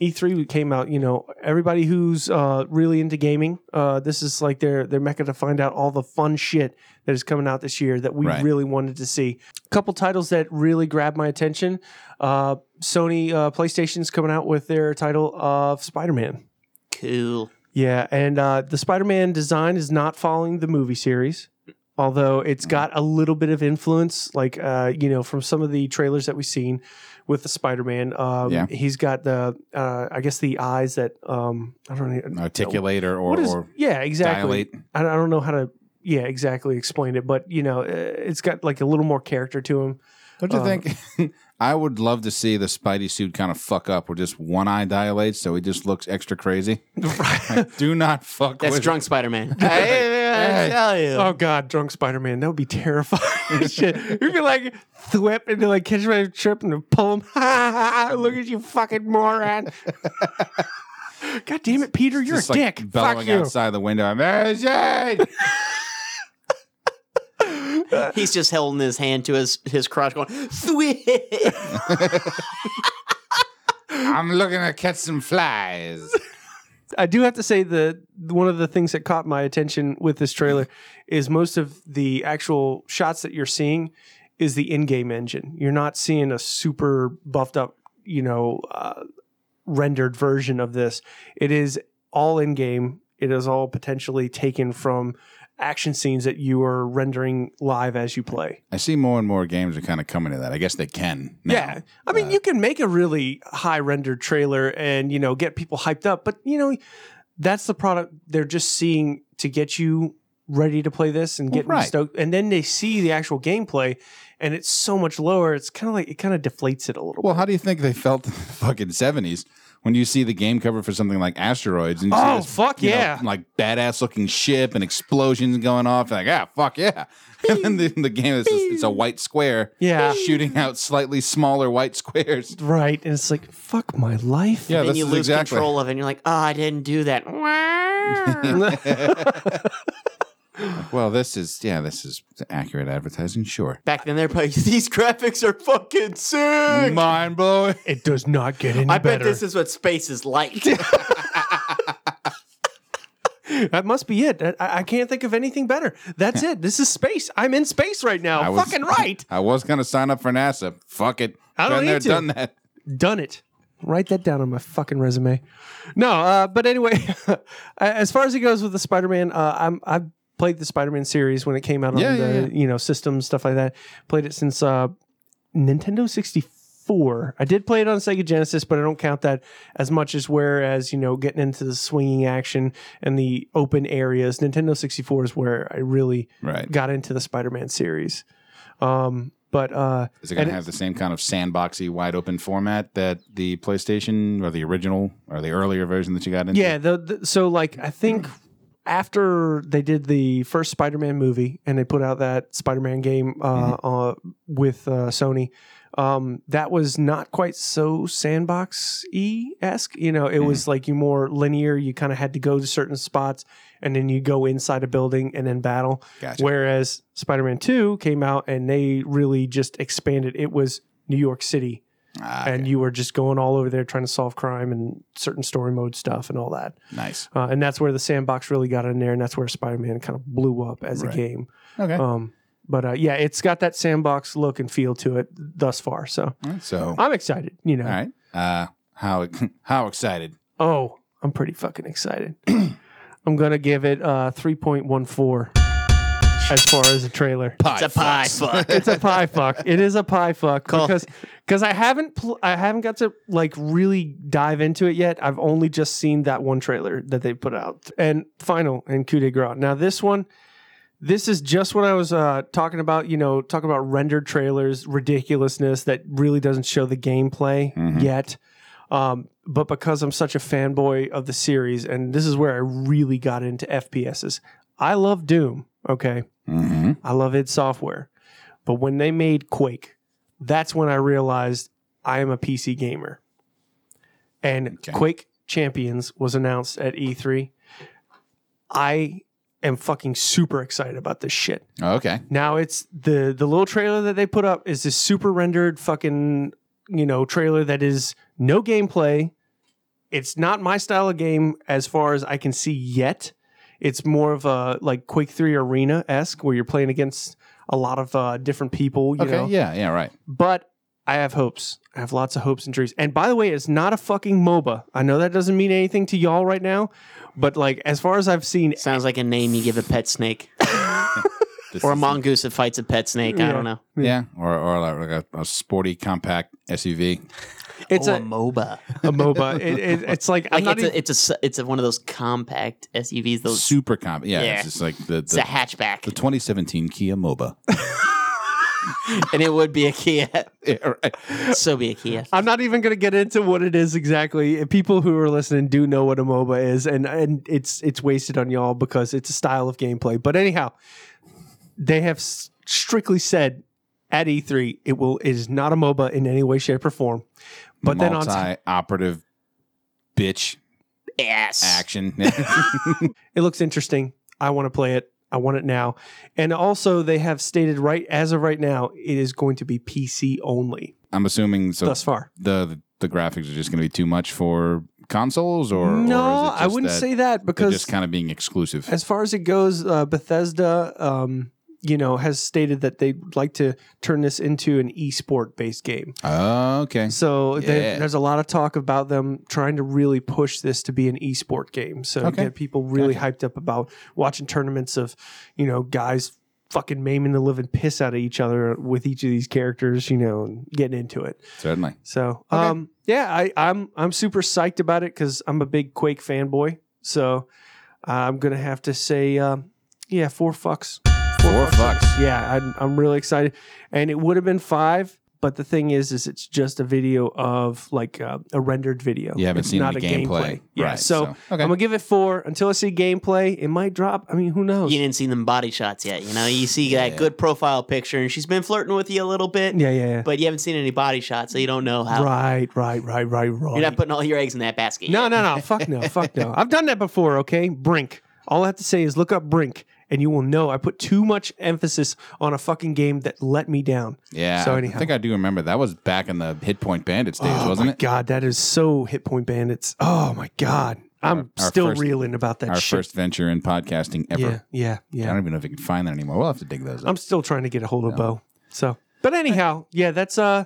Speaker 3: E3 came out. You know, everybody who's uh, really into gaming, uh, this is like their their mecca to find out all the fun shit that is coming out this year that we
Speaker 4: Right.
Speaker 3: really wanted to see. A couple titles that really grabbed my attention. Uh, Sony uh, PlayStation's coming out with their title of Spider Man.
Speaker 5: Cool.
Speaker 3: Yeah, and uh, the Spider-Man design is not following the movie series, although
Speaker 4: Mm-hmm.
Speaker 3: it's got a little bit of influence, like uh, you know, from some of the trailers that we've seen with the Spider-Man. Um,
Speaker 4: Yeah.
Speaker 3: he's got the, uh, I guess, the eyes that um, I don't know.
Speaker 4: Articulator or,
Speaker 3: What is-
Speaker 4: or
Speaker 3: yeah, exactly.
Speaker 4: dilate.
Speaker 3: I, I don't know how to yeah exactly explain it, but you know, uh, it's got like a little more character to him.
Speaker 4: Don't you
Speaker 3: Uh,
Speaker 4: think? Um, [LAUGHS] I would love to see the Spidey suit kind of fuck up where just one eye dilates so he just looks extra
Speaker 3: [LAUGHS]
Speaker 4: crazy. Like, do not fuck
Speaker 5: That's
Speaker 4: with [LAUGHS]
Speaker 5: drunk Spider Man. I, I tell you.
Speaker 3: Oh God, drunk Spider Man, that would be terrifying. Shit, you'd be like thwip and like catch my trip and pull him. [LAUGHS] Ha, ha, ha, Look at you, fucking moron. God damn it, Peter, you're a
Speaker 4: Just, like,
Speaker 3: dick. Fuck
Speaker 4: Bellowing
Speaker 3: you.
Speaker 4: outside the window. I'm "Mercy!"
Speaker 5: He's just holding his hand to his, his crotch going,
Speaker 3: [LAUGHS]
Speaker 5: Thwip.
Speaker 4: I'm looking to catch some flies.
Speaker 3: I do have to say the one of the things that caught my attention with this trailer is most of the actual shots that you're seeing is the in-game engine. You're not seeing a super buffed up, you know, uh, rendered version of this. It is all in-game. It is all potentially taken from action scenes that you are rendering live as you play.
Speaker 4: I see more and more games are kind of coming to that. I guess they can. now.
Speaker 3: Yeah. I mean, you can make a really high rendered trailer and, you know, get people hyped up, but, you know, that's the product they're just seeing to get you ready to play this and
Speaker 4: Well,
Speaker 3: get
Speaker 4: right.
Speaker 3: stoked. And then they see the actual gameplay and it's so much lower. It's kind of like, it kind of deflates it a little
Speaker 4: Well,
Speaker 3: bit.
Speaker 4: how do you think they felt in the fucking 70s when you see the game cover for something like Asteroids? And you
Speaker 3: Oh,
Speaker 4: see this,
Speaker 3: fuck
Speaker 4: you know,
Speaker 3: yeah.
Speaker 4: like badass looking ship and explosions going off. Like, ah, fuck yeah. [LAUGHS] And then the, the game is just, it's a white square.
Speaker 3: Yeah.
Speaker 4: Shooting out slightly smaller
Speaker 5: [LAUGHS]
Speaker 4: white squares.
Speaker 3: Right. And it's like, fuck my life.
Speaker 4: Yeah,
Speaker 5: and
Speaker 4: this
Speaker 5: you
Speaker 4: is
Speaker 5: lose
Speaker 4: exactly.
Speaker 5: control of it and you're like, oh, I didn't do that. [LAUGHS]
Speaker 4: Well, this is, yeah, this is accurate advertising, sure.
Speaker 5: Back then, they're probably, [LAUGHS] these graphics are fucking sick.
Speaker 4: Mind blowing.
Speaker 3: [LAUGHS] It does not get any
Speaker 5: I bet
Speaker 3: better.
Speaker 5: this is what space is like.
Speaker 3: that must be it. I, I can't think of anything better. That's it. This is space. I'm in space right now. Oh, Fucking right.
Speaker 4: [LAUGHS] I was going to sign up for NASA. Fuck it.
Speaker 3: I don't
Speaker 4: Been there,
Speaker 3: need to.
Speaker 4: done that.
Speaker 3: done it. Write that down on my fucking resume. No, uh, but anyway, [LAUGHS] as far as it goes with the Spider-Man, uh, I'm I've played the Spider-Man series when it came out
Speaker 4: Yeah,
Speaker 3: on
Speaker 4: yeah,
Speaker 3: the you know systems stuff like that. Played it since uh, Nintendo 64. I did play it on Sega Genesis, but I don't count that as much as whereas you know getting into the swinging action and the open areas. Nintendo 64 is where I really
Speaker 4: Right.
Speaker 3: got into the Spider-Man series. Um, but uh,
Speaker 4: Is it going
Speaker 3: and
Speaker 4: to have the same kind of sandboxy, wide open format that the PlayStation or the original or the earlier version that you got into?
Speaker 3: Yeah, the, the, so like I think after they did the first Spider-Man movie and they put out that Spider-Man game uh,
Speaker 4: Mm-hmm.
Speaker 3: uh, with uh, Sony, um, that was not quite so sandbox y esque. You know, it
Speaker 4: Mm-hmm.
Speaker 3: was like you more linear. You kind of had to go to certain spots and then you go inside a building and then battle.
Speaker 4: Gotcha.
Speaker 3: Whereas Spider-Man Two came out and they really just expanded. It was New York City
Speaker 4: Ah,
Speaker 3: and you were just going all over there trying to solve crime and certain story mode stuff and all that.
Speaker 4: nice.
Speaker 3: Uh, and that's where the sandbox really got in there, and that's where Spider Man kind of blew up as
Speaker 4: Right.
Speaker 3: a game.
Speaker 4: Okay.
Speaker 3: Um, but uh, yeah, it's got that sandbox look and feel to it thus far. So
Speaker 4: so, all
Speaker 3: I'm excited. You know,
Speaker 4: right. Uh, how [LAUGHS] how excited?
Speaker 3: oh, I'm pretty fucking excited. [CLEARS THROAT] I'm gonna give it uh, 3.14 as far as the trailer.
Speaker 4: Pie
Speaker 5: it's a pie
Speaker 4: [LAUGHS]
Speaker 5: fuck.
Speaker 3: it's a pie fuck. It is a pie fuck because because I haven't pl- I haven't got to like really dive into it yet. I've only just seen that one trailer that they put out and final and coup de grace. Now this one, This is just what I was uh, talking about. You know, talking about rendered trailers, ridiculousness that really doesn't show the gameplay yet. Um, but because I'm such a fanboy of the series, and this is where I really got into FPSs. I love Doom. Okay,
Speaker 4: Mm-hmm.
Speaker 3: I love id Software, but when they made Quake, that's when I realized I am a PC gamer. And
Speaker 4: Okay.
Speaker 3: Quake Champions was announced at E3. I am fucking super excited about this shit.
Speaker 4: Okay.
Speaker 3: Now it's the the little trailer that they put up is this super rendered fucking you know trailer that is no gameplay. It's not my style of game as far as I can see yet. It's more of a like Quake Three Arena esque where you're playing against a lot of uh, different people. You
Speaker 4: okay.
Speaker 3: know,
Speaker 4: Yeah. Yeah. Right.
Speaker 3: but I have hopes. I have lots of hopes and dreams. And by the way, it's not a fucking MOBA. I know that doesn't mean anything to y'all right now, but like as far as I've
Speaker 5: [LAUGHS]
Speaker 3: seen,
Speaker 5: Sounds like a name you give a pet snake
Speaker 4: This [LAUGHS]
Speaker 5: or a
Speaker 4: is-
Speaker 5: mongoose that fights a pet snake. I don't know.
Speaker 4: Yeah. Or or like a, a sporty compact SUV.
Speaker 3: it's
Speaker 5: or
Speaker 3: a,
Speaker 5: a MOBA.
Speaker 4: [LAUGHS]
Speaker 3: a MOBA. It, it, it's like, I'm
Speaker 5: Like
Speaker 3: not
Speaker 5: it's,
Speaker 3: even,
Speaker 5: a, it's a s- it's a one of those compact SUVs. Those
Speaker 4: Super compact. Yeah.
Speaker 5: Yeah.
Speaker 4: It's just like the
Speaker 5: it's a
Speaker 4: the,
Speaker 5: hatchback,
Speaker 4: the 2017 Kia Moba.
Speaker 5: [LAUGHS] and it would be a Kia.
Speaker 4: [LAUGHS]
Speaker 5: [LAUGHS]
Speaker 4: yeah. Right.
Speaker 5: so be a Kia.
Speaker 3: I'm not even going to get into what it is exactly. People who are listening do know what a MOBA is, and and it's it's wasted on y'all because it's a style of gameplay. But anyhow, they have s- strictly said at E3 it will it is not a MOBA in any way, shape, or form. But then on top,
Speaker 4: multi-operative bitch
Speaker 5: Yes.
Speaker 3: [LAUGHS]
Speaker 4: action.
Speaker 3: it looks interesting. I want to play it. I want it now. And also, they have stated right as of right now, it is going to be PC only
Speaker 4: I'm assuming so.
Speaker 3: thus far.
Speaker 4: the the graphics are just going to be too much for consoles, or or
Speaker 3: no,
Speaker 4: is it
Speaker 3: I
Speaker 4: just
Speaker 3: wouldn't
Speaker 4: that
Speaker 3: say that
Speaker 4: they're
Speaker 3: because
Speaker 4: just kind of being exclusive.
Speaker 3: as far as it goes, uh, Bethesda, um, you know, has stated that they'd like to turn this into an esport based game.
Speaker 4: Oh, okay,
Speaker 3: So there-
Speaker 4: Yeah.
Speaker 3: there's a lot of talk about them trying to really push this to be an esport game. So
Speaker 4: Okay.
Speaker 3: get people really hyped up about watching tournaments of, you know, guys fucking maiming the living piss out of each other with each of these characters, you know, and getting into it.
Speaker 4: certainly.
Speaker 3: So, um, yeah, I, I'm I'm super psyched about it because I'm a big Quake fanboy. So I'm gonna have to say, um, yeah, four fucks.
Speaker 4: Four fucks.
Speaker 3: Yeah, I'm, I'm really excited, and it would have been five, but the thing is, is it's just a video of like uh, a rendered video.
Speaker 4: You haven't
Speaker 3: It's
Speaker 4: seen
Speaker 3: not
Speaker 4: the
Speaker 3: a
Speaker 4: gameplay.
Speaker 3: Yeah,
Speaker 4: Right,
Speaker 3: so,
Speaker 4: so, okay.
Speaker 3: I'm gonna give it four until I see gameplay. It might drop. I mean, who knows?
Speaker 5: You didn't see them body shots yet. You know, you see
Speaker 4: Yeah.
Speaker 5: that good profile picture, and she's been flirting with you a little bit.
Speaker 3: yeah, yeah, yeah.
Speaker 5: But you haven't seen any body shots, so you don't know how.
Speaker 3: right, right, right, right, right.
Speaker 5: You're not putting all your eggs in that basket.
Speaker 3: No,
Speaker 5: yet.
Speaker 3: no, no. Fuck no. Fuck no. I've done that before, okay? Brink. All I have to say is look up Brink, and you will know I put too much emphasis on a fucking game that let me down.
Speaker 4: Yeah,
Speaker 3: So
Speaker 4: I
Speaker 3: anyhow.
Speaker 4: think I do remember that was back in the Hit Point Bandits days,
Speaker 3: oh
Speaker 4: wasn't
Speaker 3: my
Speaker 4: it?
Speaker 3: God, that is so Hit Point Bandits. Oh, my God. I'm
Speaker 4: Our- our
Speaker 3: still
Speaker 4: first-
Speaker 3: reeling about that
Speaker 4: Our
Speaker 3: shit.
Speaker 4: first venture in podcasting ever.
Speaker 3: yeah, yeah,
Speaker 4: I
Speaker 3: yeah.
Speaker 4: don't even know if you can find that anymore. We'll have to dig those up.
Speaker 3: I'm still trying to get a hold of Bo. So, but anyhow, yeah, that's uh,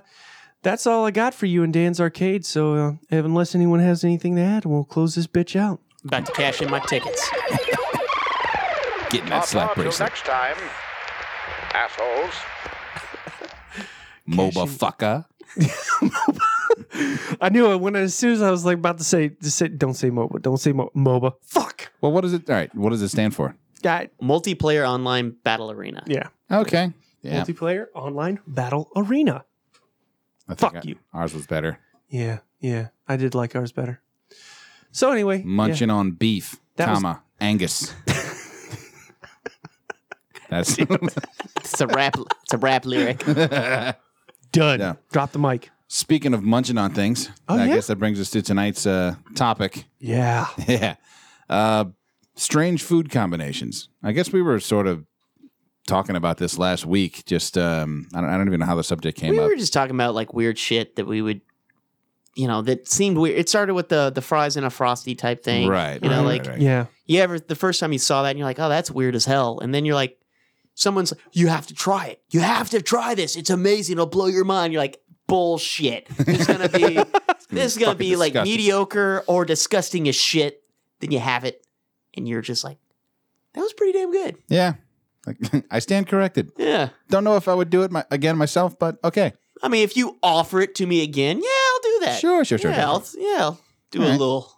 Speaker 3: that's all I got for you in Dan's Arcade. So, uh, unless anyone has anything to add, we'll close this bitch out.
Speaker 5: About to cash in my tickets.
Speaker 4: Getting
Speaker 7: Up
Speaker 4: that slap
Speaker 7: until
Speaker 4: bracelet,
Speaker 7: next time, assholes.
Speaker 4: MOBA fucker.
Speaker 3: I knew it when as soon as I was like about to say, just say don't say MOBA, don't say Mo- MOBA. Fuck.
Speaker 4: Well, what does it? All right, what does it stand for?
Speaker 3: That
Speaker 5: Multiplayer online battle arena.
Speaker 3: yeah.
Speaker 4: Okay, yeah,
Speaker 3: Multiplayer online battle arena.
Speaker 4: I think
Speaker 3: fuck
Speaker 4: I-
Speaker 3: you.
Speaker 4: Ours was better.
Speaker 3: Yeah, yeah. I did like ours better. So anyway, yeah.
Speaker 4: munching on beef,
Speaker 3: That was-
Speaker 4: comma
Speaker 3: [LAUGHS]
Speaker 4: Angus. That's
Speaker 5: It's a rap. it's a rap lyric.
Speaker 3: done.
Speaker 4: Yeah.
Speaker 3: Drop the mic.
Speaker 4: speaking of munching on things.
Speaker 3: Oh,
Speaker 4: I
Speaker 3: yeah?
Speaker 4: guess that brings us to tonight's uh, topic. [LAUGHS]
Speaker 3: Yeah.
Speaker 4: Yeah, uh, strange food combinations. I guess we were sort of talking about this last week. Just um, I, don't, I don't even know how the subject came
Speaker 5: We
Speaker 4: up.
Speaker 5: were just talking about like weird shit that we would, you know, that seemed weird. It started with the the fries in a frosty type thing,
Speaker 4: Right,
Speaker 5: You know,
Speaker 4: right,
Speaker 5: like
Speaker 4: right, right.
Speaker 3: Yeah.
Speaker 5: you ever the first time you saw that and you're like, oh, that's weird as hell, and then you're like, someone's like, you have to try it, you have to try this, it's amazing, it'll blow your mind. You're like, bullshit. It's gonna
Speaker 4: [LAUGHS]
Speaker 5: be this is gonna
Speaker 4: fucking
Speaker 5: be like
Speaker 4: disgusting.
Speaker 5: mediocre or disgusting as shit. Then you have it, and you're just like, that was pretty damn good.
Speaker 4: Yeah, [LAUGHS] Like, I stand corrected.
Speaker 5: Yeah.
Speaker 4: Don't know if I would do it my, again myself, but okay.
Speaker 5: I mean, if you offer it to me again, yeah, I'll do that.
Speaker 4: Sure, sure, sure.
Speaker 5: Yeah, I'll, yeah, I'll do
Speaker 4: All
Speaker 5: a
Speaker 4: right.
Speaker 5: little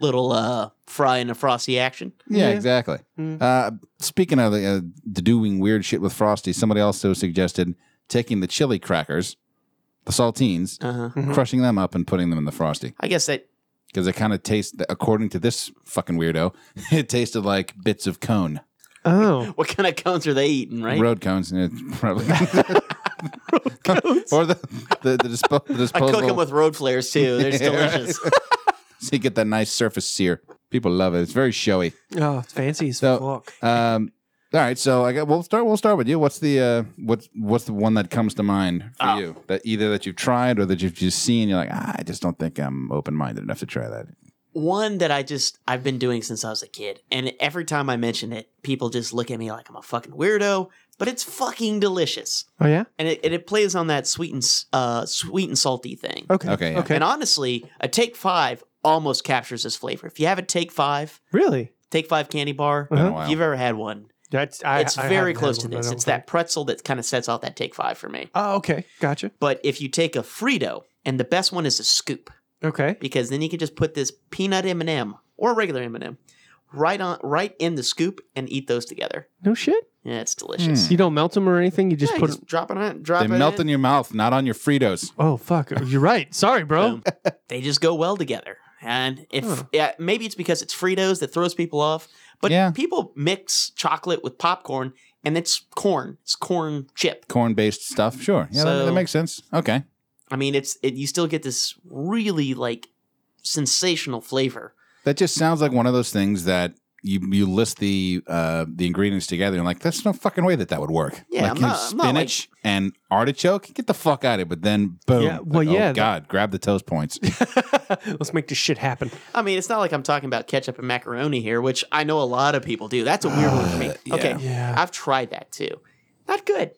Speaker 5: little uh, fry in a frosty action.
Speaker 4: Yeah, exactly.
Speaker 5: Mm.
Speaker 4: Uh, speaking of the, uh, the doing weird shit with Frosty, somebody also suggested taking the chili crackers, the saltines,
Speaker 5: Uh-huh.
Speaker 4: crushing them up and putting them in the Frosty
Speaker 5: I guess that [LAUGHS]
Speaker 4: because it kind of tastes, according to this fucking weirdo, [LAUGHS] it tasted like bits of cone,
Speaker 3: Oh,
Speaker 5: what kind of cones are they eating, right?
Speaker 4: road cones, and
Speaker 5: [LAUGHS]
Speaker 4: it's probably. [LAUGHS] or the the, the, dispo-
Speaker 5: [LAUGHS]
Speaker 4: the
Speaker 5: I
Speaker 4: disposal.
Speaker 5: cook them with road flares too. They're just delicious.
Speaker 4: so you get that nice surface sear. People love it. It's very showy.
Speaker 3: [LAUGHS] oh, it's fancy as
Speaker 4: So-
Speaker 3: fuck.
Speaker 4: Um, all right, so I got, we'll start. We'll start with you. What's the uh, what's what's the one that comes to mind for
Speaker 5: Ah.
Speaker 4: you that either that you've tried or that you've just seen? You're like, ah, I just don't think I'm open minded enough to try that.
Speaker 5: One that I just I've been doing since I was a kid, and every time I mention it, people just look at me like I'm a fucking weirdo. But it's fucking delicious,
Speaker 3: Oh yeah.
Speaker 5: and it, and it plays on that sweet and s- uh, sweet and salty thing.
Speaker 3: Okay.
Speaker 4: Okay, yeah.
Speaker 3: Okay.
Speaker 5: And honestly, a Take Five almost captures this flavor. If you have a Take Five,
Speaker 3: really?
Speaker 5: Take Five candy bar,
Speaker 4: Been a
Speaker 3: Uh-huh.
Speaker 4: while.
Speaker 5: if you've ever had one,
Speaker 3: That's I,
Speaker 5: it's
Speaker 3: I
Speaker 5: very
Speaker 3: haven't had
Speaker 5: close to
Speaker 3: one, I
Speaker 5: this.
Speaker 3: don't
Speaker 5: It's
Speaker 3: think.
Speaker 5: that pretzel that kind of sets off that Take Five for me.
Speaker 3: Oh, okay. Gotcha.
Speaker 5: But if you take a Frito, and the best one is a scoop.
Speaker 3: Okay.
Speaker 5: because then you can just put this peanut M and m or regular M and m right on right in the scoop and eat those together.
Speaker 3: No shit.
Speaker 5: Yeah, it's
Speaker 4: Hmm.
Speaker 5: delicious.
Speaker 3: You don't melt them or anything. You Hmm. just
Speaker 5: Yeah,
Speaker 3: put.
Speaker 5: just drop it on, drop
Speaker 4: They
Speaker 5: it.
Speaker 4: melt in
Speaker 5: in.
Speaker 4: your mouth, not on your Fritos.
Speaker 3: Oh fuck. You're right. Sorry, bro.
Speaker 5: Boom. [LAUGHS] They just go well together. And if
Speaker 3: Huh.
Speaker 5: yeah, maybe it's because it's Fritos that throws people off, but
Speaker 4: Yeah.
Speaker 5: people mix chocolate with popcorn and it's corn. It's corn chip.
Speaker 4: Corn based stuff, sure. Yeah, that,
Speaker 5: So-
Speaker 4: that makes sense. Okay,
Speaker 5: I mean, it's it, you still get this really like sensational flavor.
Speaker 4: that just sounds like one of those things that you you list the uh, the ingredients together and like, that's no fucking way that that would work.
Speaker 5: Yeah,
Speaker 4: like
Speaker 5: I'm
Speaker 4: you
Speaker 5: not- I'm not, like-
Speaker 4: spinach and artichoke, get the fuck out of it. But then boom,
Speaker 3: Yeah, well,
Speaker 4: Like, oh,
Speaker 3: yeah, the-
Speaker 4: God, grab the toast points.
Speaker 3: [LAUGHS]
Speaker 4: [LAUGHS]
Speaker 3: Let's make this shit happen.
Speaker 5: I mean, it's not like I'm talking about ketchup and macaroni here, which I know a lot of people do. That's a weird one for me. Okay,
Speaker 3: Uh, Yeah.
Speaker 5: I've tried that too. Not good.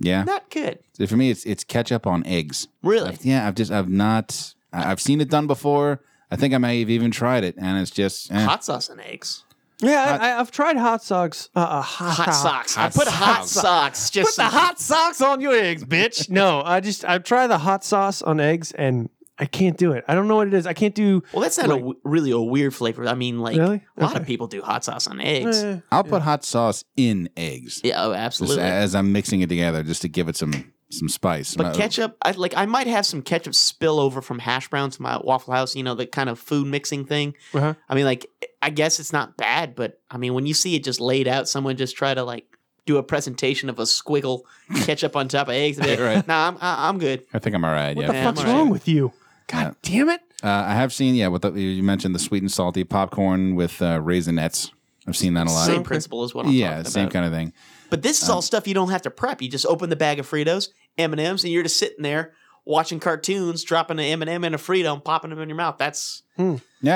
Speaker 4: Yeah,
Speaker 5: Not good.
Speaker 4: So for me, it's it's ketchup on eggs.
Speaker 5: Really?
Speaker 4: I've- yeah, I've just I've not I- I've seen it done before. I think I may have even tried it, and it's just eh.
Speaker 5: Hot sauce and eggs.
Speaker 3: Yeah, I, I, I've tried hot socks. Uh, uh,
Speaker 5: Hot socks. I put hot
Speaker 4: socks.
Speaker 5: socks. Just
Speaker 3: hot socks on your
Speaker 5: [LAUGHS]
Speaker 3: eggs, bitch. no, I just I try the hot sauce on eggs and I can't do it. I don't know what it is. I can't do.
Speaker 5: Well, that's not a w- really a weird flavor. I mean, like
Speaker 3: Really?
Speaker 5: a lot of
Speaker 3: Okay.
Speaker 5: people do hot sauce on eggs.
Speaker 3: Eh.
Speaker 4: I'll put hot sauce in eggs
Speaker 5: yeah, oh,
Speaker 4: just
Speaker 5: absolutely.
Speaker 4: as I'm mixing it together just to give it some some spice.
Speaker 5: but
Speaker 4: My-
Speaker 5: ketchup, I like. I might have some ketchup spill over from hash browns to my Waffle House. You know, the kind of food mixing thing.
Speaker 3: Uh-huh.
Speaker 5: I mean, like, I guess it's not bad, but I mean, when you see it just laid out, someone just try to like do a presentation of a squiggle
Speaker 4: [LAUGHS]
Speaker 5: ketchup on top of eggs. and be like,
Speaker 4: Right.
Speaker 5: Nah, I'm I, I'm good.
Speaker 4: I think I'm all right.
Speaker 3: What
Speaker 4: yeah.
Speaker 3: the
Speaker 5: Yeah,
Speaker 3: fuck's
Speaker 5: I'm all right.
Speaker 3: wrong with you? God
Speaker 5: [LAUGHS]
Speaker 3: damn it!
Speaker 4: Uh, I have seen yeah. What the, you mentioned the sweet and salty popcorn with uh, raisinettes. I've seen that a lot.
Speaker 5: Same principle as what I'm
Speaker 4: yeah,
Speaker 5: talking
Speaker 4: same um,
Speaker 5: about.
Speaker 4: kind of thing.
Speaker 5: But this is all stuff you don't have to prep. You just open the bag of Fritos, M and M's, and you're just sitting there watching cartoons, dropping an M and M and a Frito, and popping them in your mouth. That's
Speaker 4: Yeah,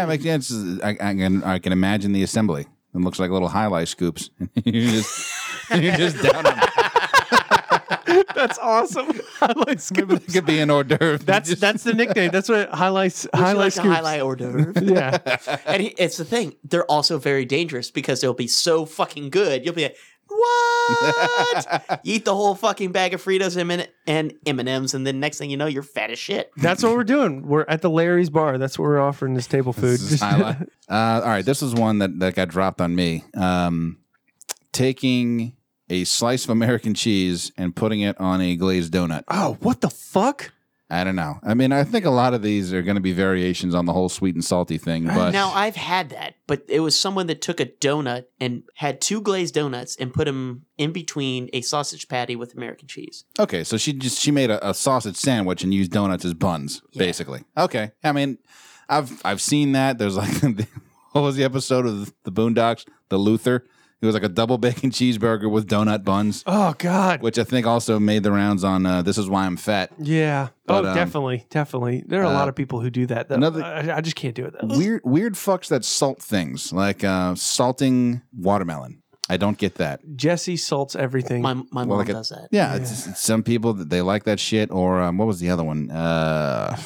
Speaker 4: it makes sense. I, I can I can imagine the assembly. It looks like little highlight scoops. [LAUGHS] you just you just down 'em.
Speaker 5: [LAUGHS]
Speaker 3: That's awesome. highlight
Speaker 4: Maybe
Speaker 3: scoops.
Speaker 4: that could be an hors d'oeuvre.
Speaker 3: That's
Speaker 4: Just-
Speaker 3: that's the nickname. That's what highlights
Speaker 5: Would you
Speaker 3: highlight
Speaker 5: like a
Speaker 3: scoops.
Speaker 5: highlight hors
Speaker 4: [LAUGHS]
Speaker 5: d'oeuvre.
Speaker 3: Yeah.
Speaker 5: [LAUGHS] and he, it's the thing; they're also very dangerous because they'll be so fucking good. You'll be like,
Speaker 4: [LAUGHS]
Speaker 5: "What?" you eat the whole fucking bag of Fritos and M- and M and M's, and then next thing you know, you're fat as shit.
Speaker 3: That's what we're doing. We're at the Larry's bar. That's what we're offering this table food.
Speaker 4: [LAUGHS] This is highlight. Uh, all right, this is one that, that got dropped on me. Um, taking a slice of American cheese and putting it on a glazed donut.
Speaker 3: [LAUGHS] oh, what the fuck?
Speaker 4: I don't know. I mean, I think a lot of these are going to be variations on the whole sweet and salty thing, but
Speaker 5: Now I've had that, but it was someone that took a donut and had two glazed donuts and put them in between a sausage patty with American cheese.
Speaker 4: okay. So she just she made a, a sausage sandwich and used donuts as buns, basically. Okay. I mean, I've I've seen that. There's like [LAUGHS] what was the episode of the Boondocks? The Luther. It was like a double bacon cheeseburger with donut buns.
Speaker 3: Oh god.
Speaker 4: which I think also made the rounds on uh, "This Is Why I'm Fat."
Speaker 3: Yeah.
Speaker 4: But,
Speaker 3: oh,
Speaker 4: um, uh,
Speaker 3: definitely, definitely. There are a lot of people who do that. Though.
Speaker 4: another- Mm.
Speaker 3: I, I just can't do it. Though.
Speaker 4: Weird, weird fucks that salt things, like uh, salting watermelon. I don't get that.
Speaker 3: Jesse salts everything.
Speaker 5: My, my mom
Speaker 4: like a-
Speaker 5: does that.
Speaker 4: Yeah, It's, it's some people that they like that shit. Or um, what was the other one? Uh,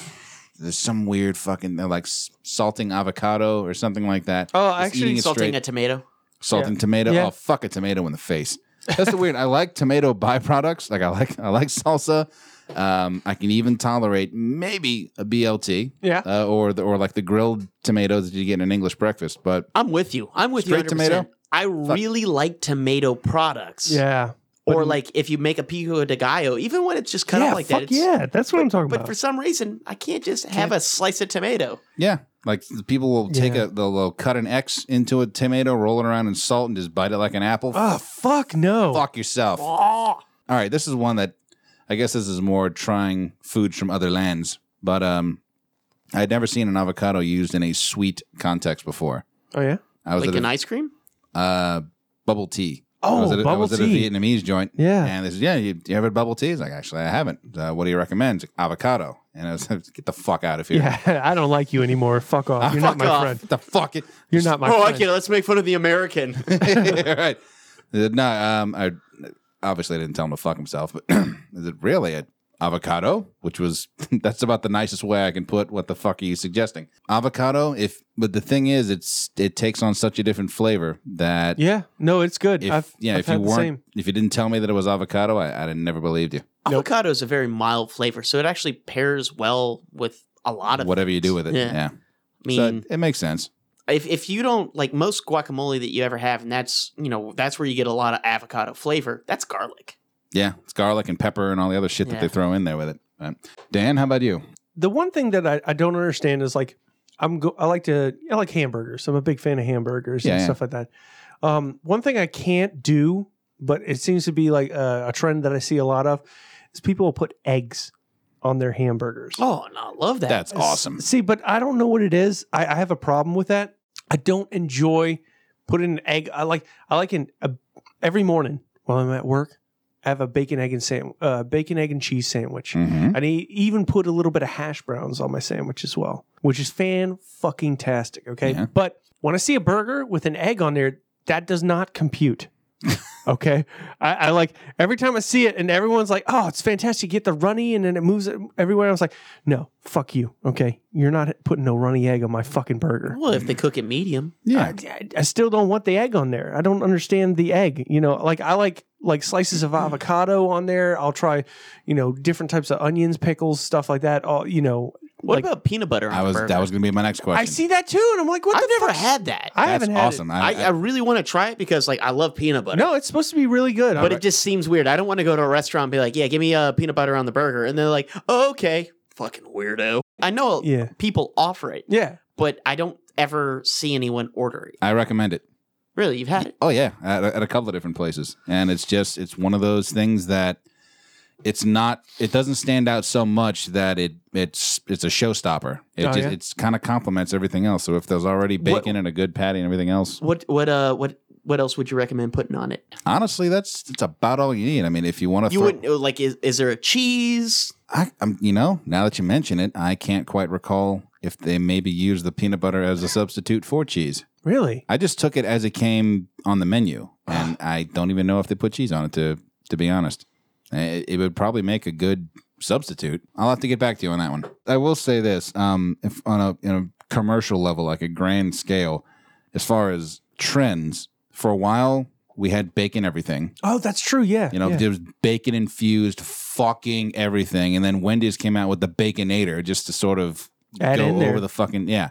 Speaker 4: there's some weird fucking they're like s- salting avocado or something like that.
Speaker 3: Oh,
Speaker 4: Just
Speaker 3: actually
Speaker 4: eating it
Speaker 5: Salting
Speaker 4: straight.
Speaker 5: a tomato.
Speaker 4: salting tomato.
Speaker 3: Yeah.
Speaker 4: Oh, fuck a tomato in the face. That's the weird. I like tomato byproducts. Like I like I like salsa Um, I can even tolerate maybe a BLT,
Speaker 3: Yeah.
Speaker 4: uh, or the, or like the grilled tomatoes that you get in an English breakfast. But
Speaker 5: I'm with you. I'm with you.
Speaker 4: Straight
Speaker 5: 100%.
Speaker 4: tomato?
Speaker 5: I really like tomato products.
Speaker 3: Yeah.
Speaker 5: Or
Speaker 3: But-
Speaker 5: like if you make a pico de gallo, even when it's just cut
Speaker 3: yeah,
Speaker 5: up like
Speaker 3: fuck
Speaker 5: that. It's,
Speaker 3: yeah, that's what I'm talking
Speaker 5: But
Speaker 3: about.
Speaker 5: for some reason, I can't just have a slice of tomato.
Speaker 4: yeah, like people will take
Speaker 3: Yeah.
Speaker 4: a they'll, they'll cut an X into a tomato, roll it around in salt, and just bite it like an apple.
Speaker 3: oh fuck no.
Speaker 4: Fuck yourself. All right, this is one that I guess this is more trying foods from other lands, but um, I had never seen an avocado used in a sweet context before.
Speaker 3: Oh yeah.
Speaker 4: I was
Speaker 5: Like
Speaker 4: at
Speaker 5: an
Speaker 4: a,
Speaker 5: ice cream?
Speaker 4: uh, bubble tea. I
Speaker 3: Oh,
Speaker 4: was at a, I
Speaker 3: bubble
Speaker 4: was at a
Speaker 3: tea.
Speaker 4: Vietnamese joint.
Speaker 3: Yeah.
Speaker 4: and they said, "Yeah, you, you ever had bubble tea?" I was like, "Actually, I haven't." Uh, what do you recommend? It's like, avocado. And I was like, "Get the fuck out of here!"
Speaker 3: Yeah, [LAUGHS] I don't like you anymore. Fuck off. You're not
Speaker 5: fuck
Speaker 3: my
Speaker 5: off.
Speaker 3: friend.
Speaker 4: What [LAUGHS] the fuck? It-
Speaker 3: [LAUGHS]
Speaker 4: [LAUGHS]
Speaker 3: You're not my
Speaker 5: oh,
Speaker 3: friend.
Speaker 5: okay. Let's make fun of the American. [LAUGHS]
Speaker 3: [LAUGHS]
Speaker 4: right. No, um, I obviously I didn't tell him to fuck himself, but [CLEARS THROAT] is it really a avocado? Which was [LAUGHS] that's about the nicest way I can put what the fuck are you suggesting? Avocado, if but the thing is, it's it takes on such a different flavor that
Speaker 3: Yeah, no, it's good.
Speaker 4: if
Speaker 3: I've,
Speaker 4: yeah,
Speaker 3: I've
Speaker 4: if
Speaker 3: had
Speaker 4: you
Speaker 3: the
Speaker 4: weren't
Speaker 3: same.
Speaker 4: if you didn't tell me that it was avocado, I, I'd have never believed you.
Speaker 5: Avocado is a very mild flavor, so it actually pairs well with a lot of
Speaker 4: Whatever you do
Speaker 5: things.
Speaker 4: with it,
Speaker 5: Yeah.
Speaker 4: yeah.
Speaker 5: I mean,
Speaker 4: so it makes sense.
Speaker 5: if if you don't like most guacamole that you ever have, and that's you know that's where you get a lot of avocado flavor. That's garlic.
Speaker 4: Yeah, it's garlic and pepper and all the other shit that
Speaker 5: Yeah.
Speaker 4: they throw in there with it. But- Dan, how about you?
Speaker 3: The one thing that I, I don't understand is like I'm go- I like to I like hamburgers. I'm a big fan of hamburgers
Speaker 4: Yeah,
Speaker 3: and
Speaker 4: yeah.
Speaker 3: stuff like that. Um, one thing I can't do, but it seems to be like a, a trend that I see a lot of, is people will put eggs on their hamburgers.
Speaker 5: Oh, and I love that.
Speaker 4: That's awesome.
Speaker 3: See, but I don't know what it is. I, I have a problem with that. I don't enjoy putting an egg. I like I like an a, every morning while I'm at work. I have a bacon egg and sand, uh, bacon egg and cheese sandwich.
Speaker 4: Mhm.
Speaker 3: And he even put a little bit of hash browns on my sandwich as well, which is fan fucking tastic. Okay.
Speaker 4: Yeah.
Speaker 3: But when I see a burger with an egg on there, that does not compute. okay. I, I like every time I see it and everyone's like, oh, it's fantastic. You get the runny and then it moves it everywhere. I was like, no, fuck you. Okay. You're not putting no runny egg on my fucking burger.
Speaker 5: Well, if they cook it medium,
Speaker 4: Yeah,
Speaker 3: I, I still don't want the egg on there. I don't understand the egg. You know, like I like like slices
Speaker 4: Mm.
Speaker 3: of avocado on there. I'll try, you know, different types of onions, pickles, stuff like that. All you know,
Speaker 5: what
Speaker 3: like
Speaker 5: about peanut butter? On
Speaker 4: I
Speaker 5: a
Speaker 4: was
Speaker 5: burger?
Speaker 4: that was going to be my next question.
Speaker 3: I see that too, and I'm like, what
Speaker 5: I've
Speaker 3: the
Speaker 5: never
Speaker 3: fuck?
Speaker 5: had that. I,
Speaker 3: I
Speaker 4: That's
Speaker 3: haven't had
Speaker 4: awesome.
Speaker 5: I, really want to try it because like I love peanut
Speaker 3: It.
Speaker 5: butter.
Speaker 3: No, it's supposed to be really good.
Speaker 5: but it just seems weird. I don't want to go to a restaurant and be like, "Yeah, give me a peanut butter on the burger," and they're like, oh, "Okay, fucking weirdo." I know
Speaker 3: Yeah.
Speaker 5: people offer it,
Speaker 3: yeah,
Speaker 5: but I don't ever see anyone order it.
Speaker 4: I recommend it.
Speaker 5: Really, you've had it?
Speaker 4: Oh yeah, at, at a couple of different places, and it's just it's one of those things that it's not it doesn't stand out so much that it it's it's a showstopper. It
Speaker 3: Oh,
Speaker 4: just
Speaker 3: yeah?
Speaker 4: it's kind of complements everything else. So if there's already bacon and a good patty and everything else,
Speaker 5: What what uh what what else would you recommend putting on it?
Speaker 4: honestly, that's that's about all you need. I mean, if you want to,
Speaker 5: You wouldn't like is is there a cheese?
Speaker 4: I, I'm you know now that you mention it, I can't quite recall if they maybe use the peanut butter as a substitute for cheese.
Speaker 3: really.
Speaker 4: I just took it as it came on the menu, and I don't even know if they put cheese on it. To to be honest, it, it would probably make a good substitute. I'll have to get back to you on that one. I will say this: um, if on a in a commercial level, like a grand scale, as far as trends, for a while we had bacon everything.
Speaker 3: Oh, that's true. Yeah,
Speaker 4: You know,
Speaker 3: yeah.
Speaker 4: there was bacon infused fucking everything, and then Wendy's came out with the Baconator just to sort of
Speaker 3: Add
Speaker 4: go
Speaker 3: in there.
Speaker 4: over the fucking yeah.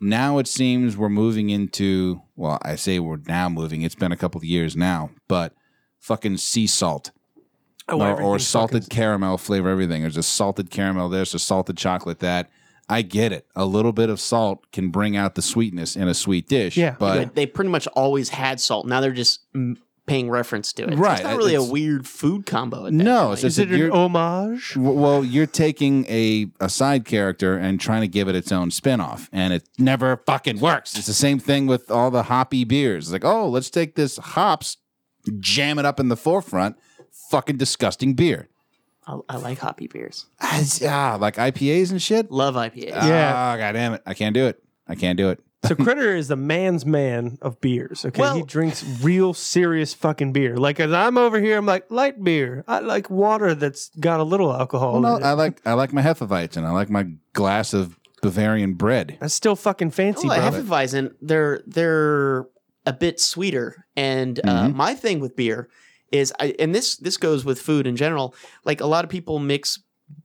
Speaker 4: Now it seems we're moving into well, I say we're now moving. It's been a couple of years now, but fucking sea salt
Speaker 3: Oh,
Speaker 4: or, or
Speaker 3: everything's
Speaker 4: salted
Speaker 3: fucking-
Speaker 4: caramel flavor everything. There's a salted caramel this, a salted chocolate that. I get it. A little bit of salt can bring out the sweetness in a sweet dish.
Speaker 3: Yeah.
Speaker 4: but
Speaker 5: But they pretty much always had salt. Now they're just mm, paying reference to it. So
Speaker 4: Right,
Speaker 5: It's not really a
Speaker 4: it's-
Speaker 5: weird food combo. at that
Speaker 4: no,
Speaker 5: point.
Speaker 4: it's just
Speaker 3: Is it
Speaker 4: that
Speaker 3: an
Speaker 4: you're-
Speaker 3: homage?
Speaker 4: W- Well, you're taking a, a side character and trying to give it its own spin-off, and it never fucking works. It's the same thing with all the hoppy beers. It's like, oh, let's take this hops, jam it up in the forefront, fucking disgusting beer.
Speaker 5: I, I like hoppy beers.
Speaker 4: Ah, it's- ah, like IPAs and shit.
Speaker 5: Love IPAs.
Speaker 3: Yeah.
Speaker 4: Ah, God damn it. I can't do it. I can't do it.
Speaker 3: So Critter is the man's man of beers. Okay,
Speaker 5: Well-
Speaker 3: he drinks real serious fucking beer. Like as I'm over here, I'm like light beer. I like water that's got a little alcohol.
Speaker 4: Well, no,
Speaker 3: in it.
Speaker 4: I like I like my Hefeweizen. I like my glass of Bavarian bread.
Speaker 3: That's still fucking fancy,
Speaker 5: Well,
Speaker 3: bro.
Speaker 5: Hefeweizen, they're they're a bit sweeter. And uh, my thing with beer is, I, and this this goes with food in general. Like a lot of people mix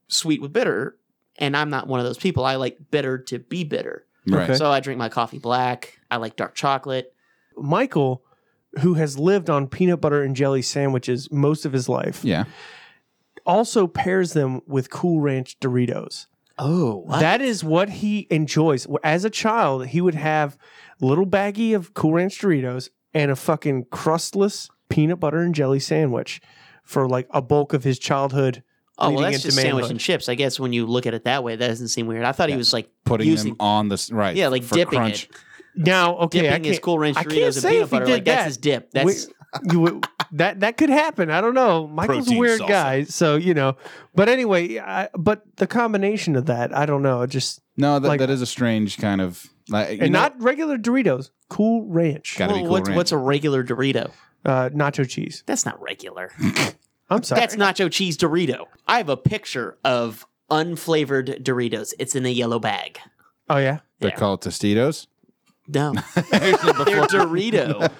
Speaker 5: sweet with bitter, and I'm not one of those people. I like bitter to be bitter.
Speaker 4: Right.
Speaker 3: Okay.
Speaker 5: So I drink my coffee black. I like dark chocolate.
Speaker 3: Michael, who has lived on peanut butter and jelly sandwiches most of his life,
Speaker 4: Yeah.
Speaker 3: also pairs them with Cool Ranch Doritos.
Speaker 5: Oh,
Speaker 3: That is what he enjoys. As a child, he would have a little baggie of Cool Ranch Doritos and a fucking crustless peanut butter and jelly sandwich for like a bulk of his childhood.
Speaker 5: oh, well,
Speaker 3: leading
Speaker 5: that's
Speaker 3: into
Speaker 5: just sandwich
Speaker 3: manhood.
Speaker 5: and chips. I guess when you look at it that way, that doesn't seem weird. I thought he was like
Speaker 4: Putting
Speaker 5: using,
Speaker 4: them on the s-
Speaker 5: [LAUGHS]
Speaker 4: right.
Speaker 5: yeah, like
Speaker 4: for
Speaker 5: dipping
Speaker 4: crunch.
Speaker 5: it,
Speaker 3: Now, okay, I
Speaker 5: dipping
Speaker 3: can't,
Speaker 5: his Cool Ranch
Speaker 3: I can't
Speaker 5: Doritos and
Speaker 3: say
Speaker 5: peanut
Speaker 3: if he
Speaker 5: butter.
Speaker 3: did
Speaker 5: Like that's
Speaker 3: that.
Speaker 5: his dip. That's
Speaker 3: We- you would- that that could happen. I don't know. Michael's
Speaker 4: Protein
Speaker 3: a weird
Speaker 4: salsa.
Speaker 3: guy, so you know. But anyway, I, but the combination of that, I don't know. It Just
Speaker 4: No, that,
Speaker 3: Like-
Speaker 4: that is a strange kind of like you
Speaker 3: and
Speaker 4: know-
Speaker 3: not regular Doritos, Cool Ranch,
Speaker 4: gotta be
Speaker 5: Well,
Speaker 4: cool
Speaker 5: what's,
Speaker 4: ranch.
Speaker 5: what's a regular Dorito?
Speaker 3: uh, nacho cheese.
Speaker 5: That's not regular.
Speaker 3: I'm [LAUGHS] sorry.
Speaker 5: That's nacho cheese Dorito. I have a picture of unflavored Doritos. It's in a yellow bag.
Speaker 3: oh yeah,
Speaker 4: They're
Speaker 5: Yeah. [LAUGHS]
Speaker 4: called Tostitos.
Speaker 3: [LAUGHS]
Speaker 5: No, they're [LAUGHS] Dorito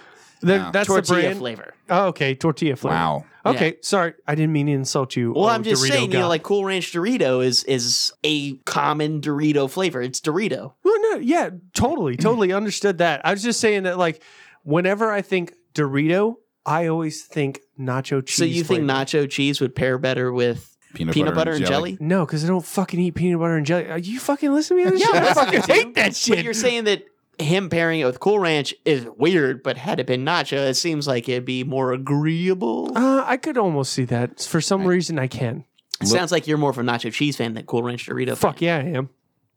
Speaker 3: They're-
Speaker 4: No.
Speaker 3: that's the
Speaker 5: tortilla
Speaker 3: brand.
Speaker 5: flavor.
Speaker 3: Oh, okay, tortilla flavor.
Speaker 4: Wow.
Speaker 3: Okay, sorry, I didn't mean to insult you.
Speaker 5: Well,
Speaker 3: oh,
Speaker 5: I'm just
Speaker 3: Dorito
Speaker 5: saying, you
Speaker 3: guy.
Speaker 5: know, like Cool Ranch Dorito is is a common Dorito flavor. It's Dorito.
Speaker 3: Well, no, yeah,
Speaker 5: [CLEARS THROAT]
Speaker 3: totally, totally understood that. I was just saying that, like, whenever I think Dorito, I always think nacho cheese.
Speaker 5: so you think
Speaker 3: flavor.
Speaker 5: nacho cheese would pair better with
Speaker 4: Peanut,
Speaker 5: peanut, butter, and jelly?
Speaker 3: No, because I don't fucking eat peanut butter and jelly. Are you fucking listening to me? [LAUGHS]
Speaker 5: Yeah, I'm
Speaker 3: I fucking
Speaker 5: listening to you.
Speaker 3: hate that
Speaker 5: But you're
Speaker 3: shit.
Speaker 5: saying that him pairing it with Cool Ranch is weird, but had it been nacho, it seems like it'd be more agreeable.
Speaker 3: Uh, I could almost see that. For some reason, I can.
Speaker 5: It sounds like you're more of a nacho cheese fan than Cool Ranch Dorito.
Speaker 3: Fuck yeah, I am.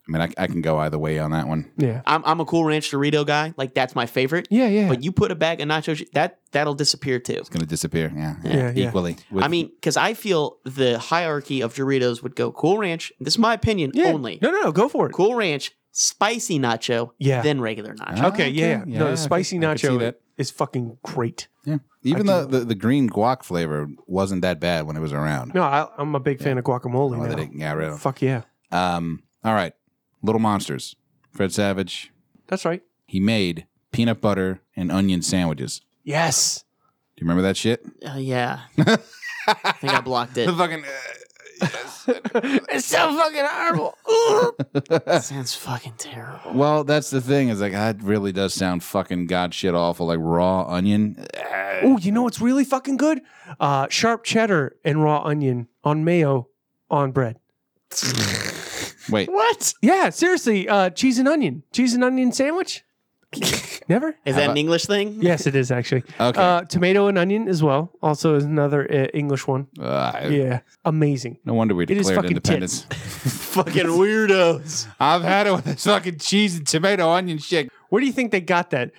Speaker 4: I mean, I, I can go either way on that one.
Speaker 3: Yeah.
Speaker 5: I'm, I'm a Cool Ranch Dorito guy. Like that's my favorite.
Speaker 3: Yeah, yeah.
Speaker 5: But you put a bag of nacho che- that that'll disappear too.
Speaker 4: It's gonna disappear. Yeah.
Speaker 3: Yeah, yeah.
Speaker 4: Equally. with-
Speaker 5: I mean, because I feel the hierarchy of Doritos would go Cool Ranch. This is my opinion
Speaker 3: yeah.
Speaker 5: only.
Speaker 3: No, no, no, go for it.
Speaker 5: Cool Ranch, spicy nacho,
Speaker 3: Yeah.
Speaker 5: then regular nacho.
Speaker 4: Ah,
Speaker 3: Okay, yeah, yeah.
Speaker 4: okay.
Speaker 3: No,
Speaker 4: Yeah, I
Speaker 3: the spicy
Speaker 4: could- I could see
Speaker 3: nacho
Speaker 4: that.
Speaker 3: is fucking great.
Speaker 4: Yeah. Even
Speaker 3: I
Speaker 4: the,
Speaker 3: do-
Speaker 4: the, the green guac flavor wasn't that bad when it was around.
Speaker 3: No, I, I'm a big fan of guacamole.
Speaker 4: Oh,
Speaker 3: now.
Speaker 4: that it got rid of.
Speaker 3: Fuck yeah.
Speaker 4: Um, all right. Little Monsters. Fred Savage.
Speaker 3: That's right.
Speaker 4: He made peanut butter and onion sandwiches.
Speaker 3: Yes.
Speaker 4: Do you remember that shit?
Speaker 5: Uh,
Speaker 4: [LAUGHS]
Speaker 5: yeah. I think I blocked it.
Speaker 4: fucking.
Speaker 3: uh,
Speaker 5: [LAUGHS]
Speaker 3: it's so fucking
Speaker 4: [LAUGHS]
Speaker 3: horrible.
Speaker 5: Sounds fucking terrible.
Speaker 4: well, that's the thing. Is like that really does sound fucking god shit awful. Like raw onion.
Speaker 3: oh, you know what's really fucking good? Uh, sharp cheddar and raw onion on mayo on bread.
Speaker 4: Wait.
Speaker 5: What?
Speaker 3: Yeah, seriously. Uh, cheese and onion. Cheese and onion sandwich? Never?
Speaker 5: Is that an English thing?
Speaker 3: Yes, it is actually.
Speaker 4: Okay.
Speaker 3: Uh, tomato and onion as well. Also is another uh, English one.
Speaker 4: Ah,
Speaker 3: Yeah. Amazing.
Speaker 4: No wonder we
Speaker 3: is
Speaker 4: declared
Speaker 3: fucking
Speaker 4: independence.
Speaker 5: [LAUGHS] Fucking
Speaker 4: [LAUGHS]
Speaker 5: weirdos.
Speaker 4: I've had it with this fucking cheese and tomato onion shit.
Speaker 3: Where do you think they got that?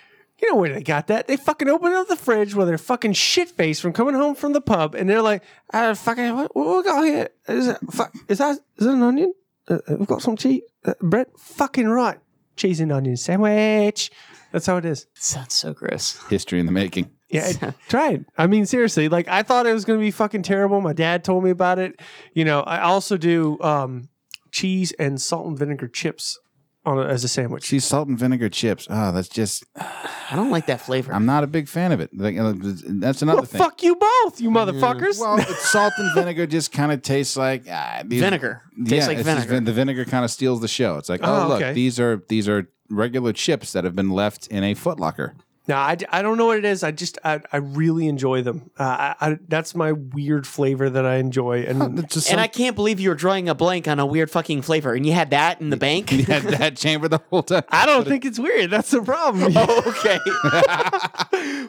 Speaker 3: You know where they got that? They fucking opened up the fridge with their fucking shit face from coming home from the pub, and they're like, "Ah, fucking, what, what we got here? Is that, fuck, is that is that an onion? Uh, uh, we've got some cheese, uh, bread. Fucking right, cheese and onion sandwich. That's how it is.
Speaker 5: Sounds so gross.
Speaker 4: History in the making.
Speaker 3: Yeah, I tried. I mean, seriously, like I thought it was going to be fucking terrible. My dad told me about it. You know, I also do um, cheese and salt and vinegar chips on a, as a sandwich.
Speaker 4: Cheese, salt, and vinegar chips. Oh, that's just.
Speaker 5: I don't like that flavor.
Speaker 4: I'm not a big fan of it. Like, uh, that's another
Speaker 3: Well,
Speaker 4: thing.
Speaker 3: fuck you both, you motherfuckers.
Speaker 4: Well, it's salt and vinegar just kind of tastes like ah, these-
Speaker 5: vinegar. Tastes
Speaker 4: yeah,
Speaker 5: like
Speaker 4: it's just
Speaker 5: vinegar.
Speaker 4: vin- the vinegar kind of steals the show. It's like, oh,
Speaker 3: Oh,
Speaker 4: look,
Speaker 3: okay.
Speaker 4: these are these are regular chips that have been left in a footlocker.
Speaker 3: No, I, I don't know what it is. I just I, I really enjoy them. Uh, I, I that's my weird flavor that I enjoy.
Speaker 5: [LAUGHS]
Speaker 3: And
Speaker 4: It's just
Speaker 5: and
Speaker 4: some- [LAUGHS]
Speaker 5: I can't believe you were drawing a blank on a weird fucking flavor and you had that in the bank?
Speaker 4: you had that chamber the whole time.
Speaker 3: I don't think it's weird. That's
Speaker 5: [LAUGHS]
Speaker 3: the problem.
Speaker 5: Oh. okay.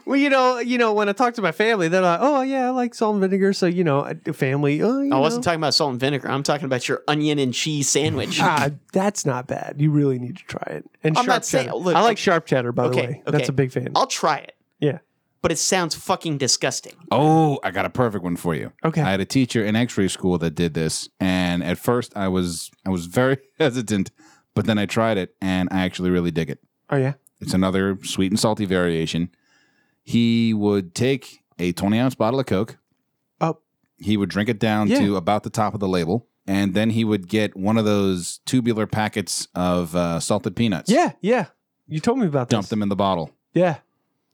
Speaker 3: well, you know, you know, when I talk to my family, they're like, "Oh yeah, I like salt and vinegar." So you know, I- the family. Oh, you
Speaker 5: I
Speaker 3: know.
Speaker 5: wasn't talking about salt and vinegar. I'm talking about your onion and cheese sandwich.
Speaker 3: Ah, that's not bad. You really need to try it. And
Speaker 5: I'm
Speaker 3: sharp
Speaker 5: not saying-
Speaker 3: cheddar.
Speaker 5: look,
Speaker 3: I like
Speaker 5: okay.
Speaker 3: sharp cheddar, by the
Speaker 5: Okay,
Speaker 3: way.
Speaker 5: okay.
Speaker 3: That's a big fan.
Speaker 5: I'll try it,
Speaker 3: yeah.
Speaker 5: but it sounds fucking disgusting.
Speaker 4: Oh, I got a perfect one for you.
Speaker 3: Okay.
Speaker 4: I had a teacher in X-ray school that did this, and at first I was I was very [LAUGHS] hesitant, but then I tried it, and I actually really dig it.
Speaker 3: Oh yeah.
Speaker 4: It's another sweet and salty variation. He would take a 20 ounce bottle of Coke.
Speaker 3: Oh.
Speaker 4: He would drink it down
Speaker 3: Yeah.
Speaker 4: to about the top of the label. And then he would get one of those tubular packets of uh, salted peanuts.
Speaker 3: Yeah. Yeah. You told me about
Speaker 4: Dump
Speaker 3: this.
Speaker 4: them in the bottle.
Speaker 3: Yeah.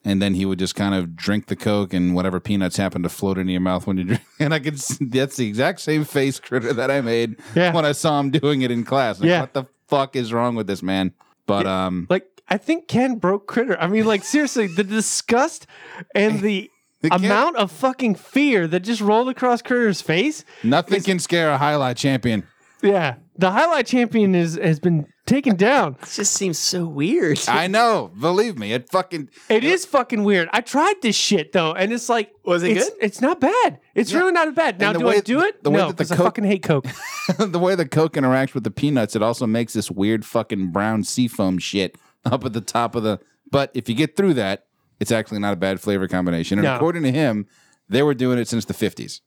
Speaker 4: and then he would just kind of drink the coke and whatever peanuts happened to float into your mouth when you drink. [LAUGHS] And I could s- that's the exact same face critter that I made
Speaker 3: Yeah.
Speaker 4: when I saw him doing it in class. Like,
Speaker 3: Yeah.
Speaker 4: what the fuck is wrong with this man? But um,
Speaker 3: Like I think Ken broke critter. I mean, like seriously, the disgust and the
Speaker 4: [LAUGHS] The Ken-
Speaker 3: amount of fucking fear that just rolled across Critter's face.
Speaker 4: nothing can scare a highlight champion.
Speaker 3: Yeah, the highlight champion is has been taken down.
Speaker 5: It just seems so weird.
Speaker 3: [LAUGHS]
Speaker 4: I know, believe me, it fucking [LAUGHS]
Speaker 3: It is fucking weird. I tried this shit though, and it's like,
Speaker 2: Was it
Speaker 3: it's,
Speaker 2: good?
Speaker 3: It's not bad. It's really not bad. Now,
Speaker 4: the
Speaker 3: do
Speaker 4: way-
Speaker 3: I do it?
Speaker 4: the way
Speaker 3: no,
Speaker 4: that the
Speaker 3: because I
Speaker 4: Coke-
Speaker 3: fucking hate Coke.
Speaker 4: the way the coke interacts with the peanuts, it also makes this weird fucking brown seafoam shit up at the top of the. But if you get through that, it's actually not a bad flavor combination. And
Speaker 3: No.
Speaker 4: according to him, they were doing it since the fifties.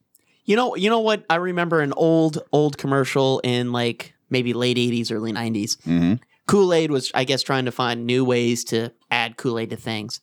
Speaker 5: You know, you know what? I remember an old, old commercial in like maybe late '80s, early '90s.
Speaker 4: Mhm.
Speaker 5: Kool Aid was, I guess, trying to find new ways to add Kool Aid to things.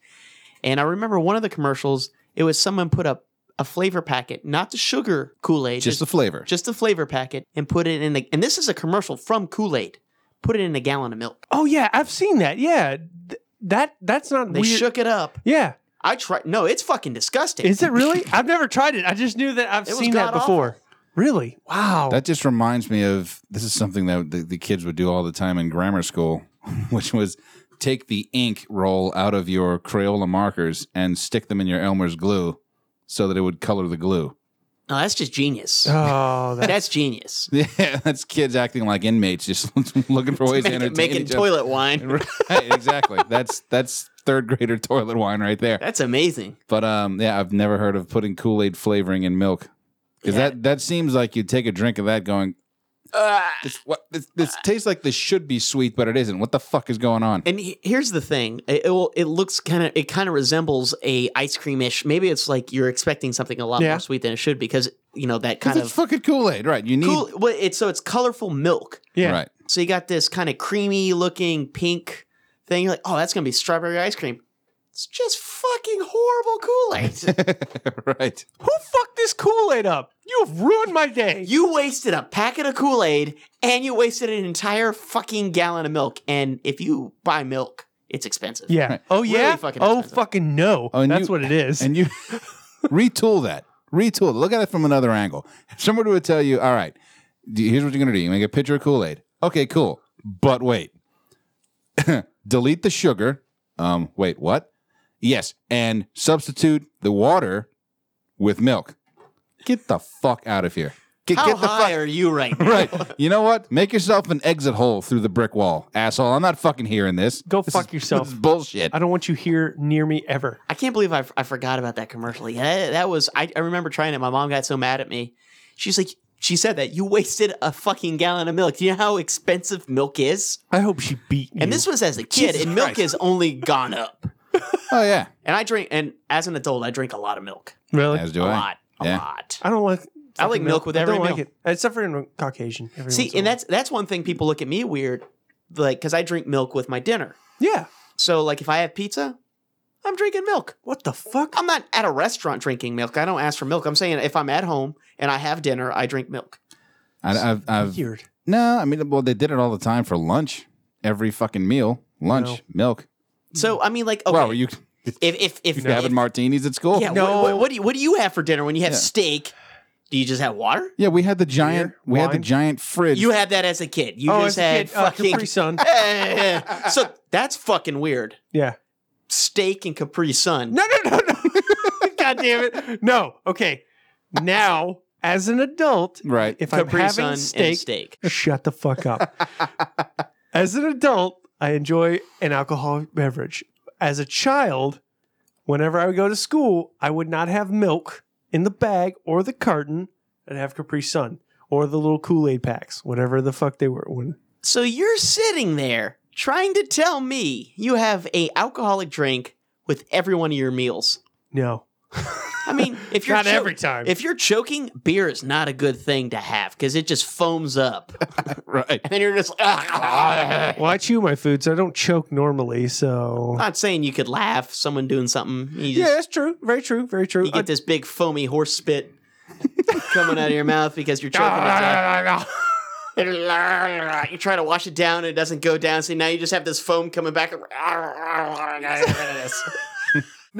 Speaker 5: And I remember one of the commercials. It was someone put up a flavor packet, not the sugar Kool Aid,
Speaker 4: Just the flavor.
Speaker 5: just the flavor packet, and put it in the. And this is a commercial from Kool Aid. Put it in a gallon of milk.
Speaker 3: oh yeah, I've seen that. Yeah, Th- that that's not
Speaker 5: They
Speaker 3: weird.
Speaker 5: shook it up.
Speaker 3: yeah,
Speaker 5: I tried. No, it's fucking disgusting.
Speaker 3: is it really? I've never tried it. I just knew that I've
Speaker 5: It was
Speaker 3: seen that
Speaker 5: god-awful.
Speaker 3: before. Really?
Speaker 5: Oh.
Speaker 3: Wow.
Speaker 4: That just reminds me of this is something that the, the kids would do all the time in grammar school, [LAUGHS] which was take the ink roll out of your Crayola markers and stick them in your Elmer's glue so that it would color the glue. [LAUGHS]
Speaker 5: No, that's just genius.
Speaker 3: oh, that,
Speaker 5: that's
Speaker 4: [LAUGHS]
Speaker 5: genius.
Speaker 4: Yeah, that's kids acting like inmates, just [LAUGHS] looking for ways to
Speaker 5: Making,
Speaker 4: entertain
Speaker 5: making
Speaker 4: each other.
Speaker 5: toilet wine.
Speaker 4: [LAUGHS] Right, exactly. that's that's third grader toilet wine right there.
Speaker 5: That's amazing.
Speaker 4: But um, yeah, I've never heard of putting Kool Aid flavoring in milk because
Speaker 5: Yeah.
Speaker 4: that that seems like you take a drink of that going. This, what this, this tastes like this should be sweet, but it isn't. What the fuck is going on?
Speaker 5: And he- here's the thing: it it, will, it looks kind of it kind of resembles a ice cream ish. Maybe it's like you're expecting something a lot
Speaker 3: Yeah.
Speaker 5: more sweet than it should because you know that
Speaker 4: 'Cause
Speaker 5: kind
Speaker 4: it's
Speaker 5: of
Speaker 4: fucking Kool Aid, right? You need
Speaker 5: cool. Well, it's so it's colorful milk.
Speaker 3: yeah.
Speaker 4: right.
Speaker 5: So you got this kind of creamy looking pink thing. You're like, oh, that's gonna be strawberry ice cream. It's just fucking horrible Kool Aid.
Speaker 4: [LAUGHS] right.
Speaker 3: Who fucked this Kool Aid up? You have ruined my day.
Speaker 5: you wasted a packet of Kool Aid and you wasted an entire fucking gallon of milk. And if you buy milk, it's expensive.
Speaker 3: yeah.
Speaker 4: Right.
Speaker 3: Oh yeah.
Speaker 5: fucking
Speaker 3: oh
Speaker 5: expensive.
Speaker 3: fucking no.
Speaker 4: Oh, and
Speaker 3: That's
Speaker 4: you-
Speaker 3: what it is.
Speaker 4: And you [LAUGHS] retool that. Retool. it. Look at it from another angle. Somebody would tell you, all right, d- here's what you're going to do. You make a pitcher of Kool Aid. Okay, cool. But wait. [LAUGHS] Delete the sugar. Um, wait, what? Yes. And substitute the water with milk. Get the fuck out of here. Get,
Speaker 5: How
Speaker 4: get the
Speaker 5: high
Speaker 4: fuck.
Speaker 5: are you right now?
Speaker 4: [LAUGHS] Right. You know what? Make yourself an exit hole through the brick wall, asshole. I'm not fucking hearing this.
Speaker 3: Go
Speaker 4: This
Speaker 3: fuck
Speaker 4: is-
Speaker 3: yourself.
Speaker 4: This is bullshit.
Speaker 3: I don't want you here near me ever.
Speaker 5: I can't believe I, I forgot about that commercial. Yeah, that, that was I, I remember trying it. My mom got so mad at me. She's like, she said that you wasted a fucking gallon of milk. Do you know how expensive milk is?
Speaker 3: I hope she beat you.
Speaker 5: And this was as a kid, and milk has only gone up.
Speaker 4: Oh yeah.
Speaker 5: And I drink, and as an adult, I drink a lot of milk,
Speaker 3: really.
Speaker 4: As do
Speaker 5: a
Speaker 4: I.
Speaker 5: lot, a
Speaker 4: Yeah.
Speaker 5: lot.
Speaker 3: I don't like.
Speaker 5: I like
Speaker 3: fucking
Speaker 5: milk with
Speaker 3: I
Speaker 5: every
Speaker 3: don't like
Speaker 5: meal.
Speaker 3: it, except for in Caucasian. every
Speaker 5: See,
Speaker 3: once in
Speaker 5: and
Speaker 3: a
Speaker 5: that's that's one thing people look at me weird, like because I drink milk with my dinner.
Speaker 3: while. yeah.
Speaker 5: So like if I have pizza, I'm drinking milk.
Speaker 3: What the fuck?
Speaker 5: I'm not at a restaurant drinking milk. I don't ask for milk. I'm saying if I'm at home and I have dinner, I drink milk.
Speaker 4: I, I've, I've
Speaker 3: Weird.
Speaker 4: No, I mean, well, they did it all the time for lunch. Every fucking meal, lunch,
Speaker 3: No.
Speaker 4: milk.
Speaker 3: Hmm.
Speaker 5: So I mean, like, okay,
Speaker 4: Well, you
Speaker 5: if if if,
Speaker 4: you
Speaker 5: if
Speaker 4: having martinis at school?
Speaker 5: yeah,
Speaker 3: No.
Speaker 5: what, what, what do you what do you have for dinner when you have
Speaker 4: Yeah.
Speaker 5: steak? Do you just have water?
Speaker 4: Yeah, we had the giant.
Speaker 3: Beer,
Speaker 4: we had the
Speaker 3: wine.
Speaker 4: giant fridge.
Speaker 5: You had that as a kid. You
Speaker 3: oh,
Speaker 5: just
Speaker 3: as a
Speaker 5: had
Speaker 3: kid, uh,
Speaker 5: fucking. [LAUGHS]
Speaker 3: Capri Sun.
Speaker 5: so that's fucking weird.
Speaker 3: yeah.
Speaker 5: Steak and Capri Sun.
Speaker 3: No, no, no, no. [LAUGHS] God damn it. No. Okay. Now, as an adult, [LAUGHS]
Speaker 4: right.
Speaker 3: if
Speaker 5: Capri
Speaker 3: I'm
Speaker 5: Sun
Speaker 3: having
Speaker 5: and
Speaker 3: steak,
Speaker 5: steak.
Speaker 3: shut the
Speaker 5: [LAUGHS]
Speaker 3: fuck up. as an adult, I enjoy an alcoholic beverage. As a child, whenever I would go to school, I would not have milk in the bag or the carton. I'd have Capri Sun or the little Kool Aid packs, whatever the fuck they were. When
Speaker 5: So you're sitting there trying to tell me you have a alcoholic drink with every one of your meals.
Speaker 3: no,
Speaker 5: I
Speaker 3: [LAUGHS]
Speaker 5: mean, if you're
Speaker 3: not
Speaker 5: cho-
Speaker 3: every time.
Speaker 5: If you're choking, beer is not a good thing to have because it just foams up.
Speaker 3: [LAUGHS]
Speaker 4: right.
Speaker 5: And you're just "Ah."
Speaker 3: well, I chew my food, so I don't choke normally. So
Speaker 5: not saying you could laugh, someone doing something. You
Speaker 3: yeah,
Speaker 5: just
Speaker 3: that's true. Very true. Very true. Uh,
Speaker 5: you get this big foamy horse
Speaker 3: [LAUGHS]
Speaker 5: spit coming out of your mouth because you're choking it down. You try to wash it down and it [LAUGHS] doesn't go down, so now you just have this foam coming back.
Speaker 3: No,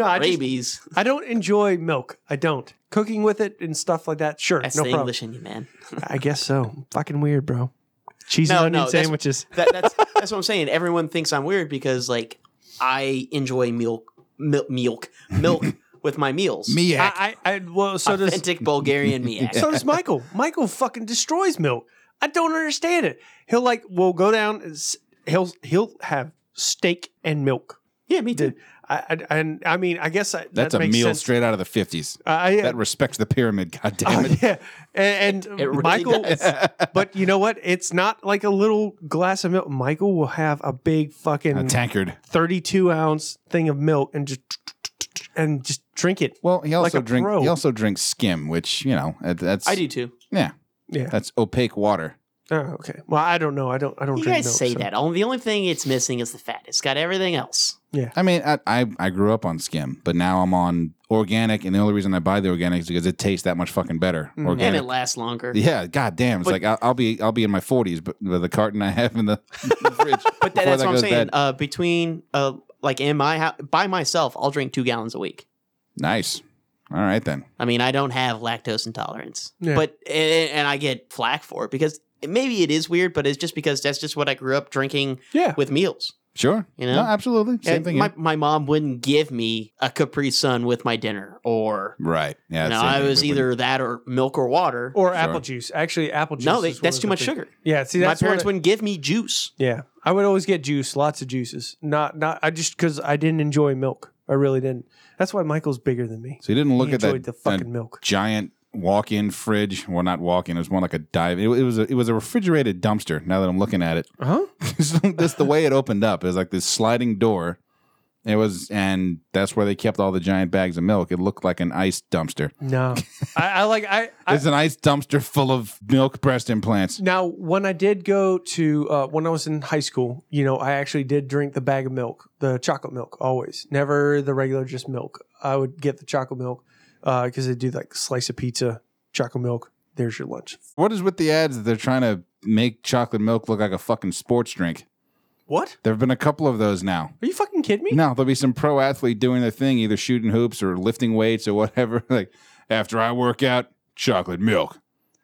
Speaker 3: I just,
Speaker 5: rabies.
Speaker 3: I don't enjoy milk. I don't. Cooking with it and stuff like that. Sure,
Speaker 5: That's
Speaker 3: no
Speaker 5: the
Speaker 3: problem.
Speaker 5: English in you, man.
Speaker 3: I guess so. Fucking weird, bro. Cheese
Speaker 5: No,
Speaker 3: and onion
Speaker 5: no, that's-
Speaker 3: sandwiches.
Speaker 5: That, that's that's what I'm saying. Everyone thinks I'm weird because like I enjoy milk, milk, milk, milk
Speaker 3: [LAUGHS]
Speaker 5: with my meals.
Speaker 4: Miak.
Speaker 3: I, I, I well, so does
Speaker 5: Authentic Bulgarian
Speaker 3: [LAUGHS]
Speaker 5: miak.
Speaker 3: so
Speaker 5: [LAUGHS]
Speaker 3: does Michael. Michael fucking destroys milk. I don't understand it. He'll like, we'll go down. and s- He'll he'll have steak and milk.
Speaker 5: yeah, me too.
Speaker 3: I, I and I mean, I guess I,
Speaker 4: That's
Speaker 3: that
Speaker 4: a
Speaker 3: makes
Speaker 4: meal
Speaker 3: sense. Uh,
Speaker 4: straight out of the 50s.
Speaker 3: I- I-
Speaker 4: that respects the pyramid, God
Speaker 3: [LAUGHS] Oh,
Speaker 4: damn it.
Speaker 3: yeah, and,
Speaker 5: [LAUGHS]
Speaker 3: and
Speaker 5: it really
Speaker 4: [LAUGHS]
Speaker 3: Michael.
Speaker 5: does.
Speaker 3: but you know what? It's not like a little glass of milk. Michael will have a big fucking
Speaker 4: A tankard.
Speaker 3: thirty-two ounce thing of milk and just and just drink it.
Speaker 4: Well, he
Speaker 3: Like
Speaker 4: also
Speaker 3: a
Speaker 4: drink.
Speaker 3: pro.
Speaker 4: He also drinks skim, which you know that- that's.
Speaker 5: I do too.
Speaker 4: Yeah,
Speaker 3: Yeah.
Speaker 4: that's opaque water.
Speaker 3: Oh, okay. Well, I don't know. I don't. I don't.
Speaker 5: You
Speaker 3: drink
Speaker 5: guys
Speaker 3: milk,
Speaker 5: say
Speaker 3: so-
Speaker 5: that. Only the only thing it's missing is the fat. It's got everything else.
Speaker 4: I mean, I, I I grew up on skim, but now I'm on organic, and the only reason I buy the organic is because it tastes that much fucking better.
Speaker 5: Mm. And
Speaker 4: Organic.
Speaker 5: it lasts longer.
Speaker 4: yeah, god damn. It's like I'll, I'll be I'll be in my 40s, but the the carton I have in the, [LAUGHS] the fridge.
Speaker 5: [LAUGHS] But that, that's
Speaker 4: before that
Speaker 5: what I'm
Speaker 4: goes
Speaker 5: saying.
Speaker 4: bad.
Speaker 5: Uh, between uh, like in my house, by myself, I'll drink two gallons a week.
Speaker 4: Nice. All right then.
Speaker 5: I mean, I don't have lactose intolerance,
Speaker 3: Yeah.
Speaker 5: but and, and I get flack for it because maybe it is weird, but it's just because that's just what I grew up drinking
Speaker 3: Yeah.
Speaker 5: with meals.
Speaker 4: Sure.
Speaker 5: You know?
Speaker 4: No, absolutely. Same
Speaker 5: And
Speaker 4: thing.
Speaker 5: my,
Speaker 4: here.
Speaker 5: my mom wouldn't give me a Capri Sun with my dinner, or
Speaker 4: right. Yeah.
Speaker 5: you know,
Speaker 4: same
Speaker 5: I
Speaker 4: thing.
Speaker 5: was
Speaker 4: We
Speaker 5: either
Speaker 4: wouldn't-
Speaker 5: that or milk or water.
Speaker 3: Or
Speaker 4: Sorry.
Speaker 3: apple juice. Actually, apple juice.
Speaker 5: no, they,
Speaker 3: is one
Speaker 5: that's
Speaker 3: of
Speaker 5: too
Speaker 3: the
Speaker 5: much
Speaker 3: thing-
Speaker 5: sugar.
Speaker 3: Yeah. See,
Speaker 5: my
Speaker 3: that's what
Speaker 5: parents
Speaker 3: I-
Speaker 5: wouldn't give me juice.
Speaker 3: Yeah, I would always get juice, lots of juices. Not not. I just because I didn't enjoy milk. I really didn't. That's why Michael's bigger than me.
Speaker 4: So you didn't look
Speaker 3: he
Speaker 4: at that,
Speaker 3: enjoyed the fucking
Speaker 4: that
Speaker 3: milk.
Speaker 4: giant walk-in fridge. Well, not walk-in. It was more like a dive. It, it was a, it was a refrigerated dumpster. Now that I'm looking at it,
Speaker 3: [LAUGHS] Huh?
Speaker 4: So just the way it opened up. It was like this sliding door. It was, and that's where they kept all the giant bags of milk. It looked like an ice dumpster.
Speaker 3: No, [LAUGHS] I, I like I. I
Speaker 4: It's an ice dumpster full of milk breast implants.
Speaker 3: now when I did go to uh, when I was in high school, you know, I actually did drink the bag of milk, the chocolate milk, always. Never the regular, just milk. I would get the chocolate milk because they do like slice of pizza, chocolate milk. There's your lunch.
Speaker 4: What is with the ads that they're trying to make chocolate milk look like a fucking sports drink?
Speaker 3: What?
Speaker 4: There have been a couple of those now.
Speaker 3: Are you fucking kidding me?
Speaker 4: No, there'll be some pro athlete doing their thing, either shooting hoops or lifting weights or whatever. [LAUGHS] Like after I work out, chocolate milk.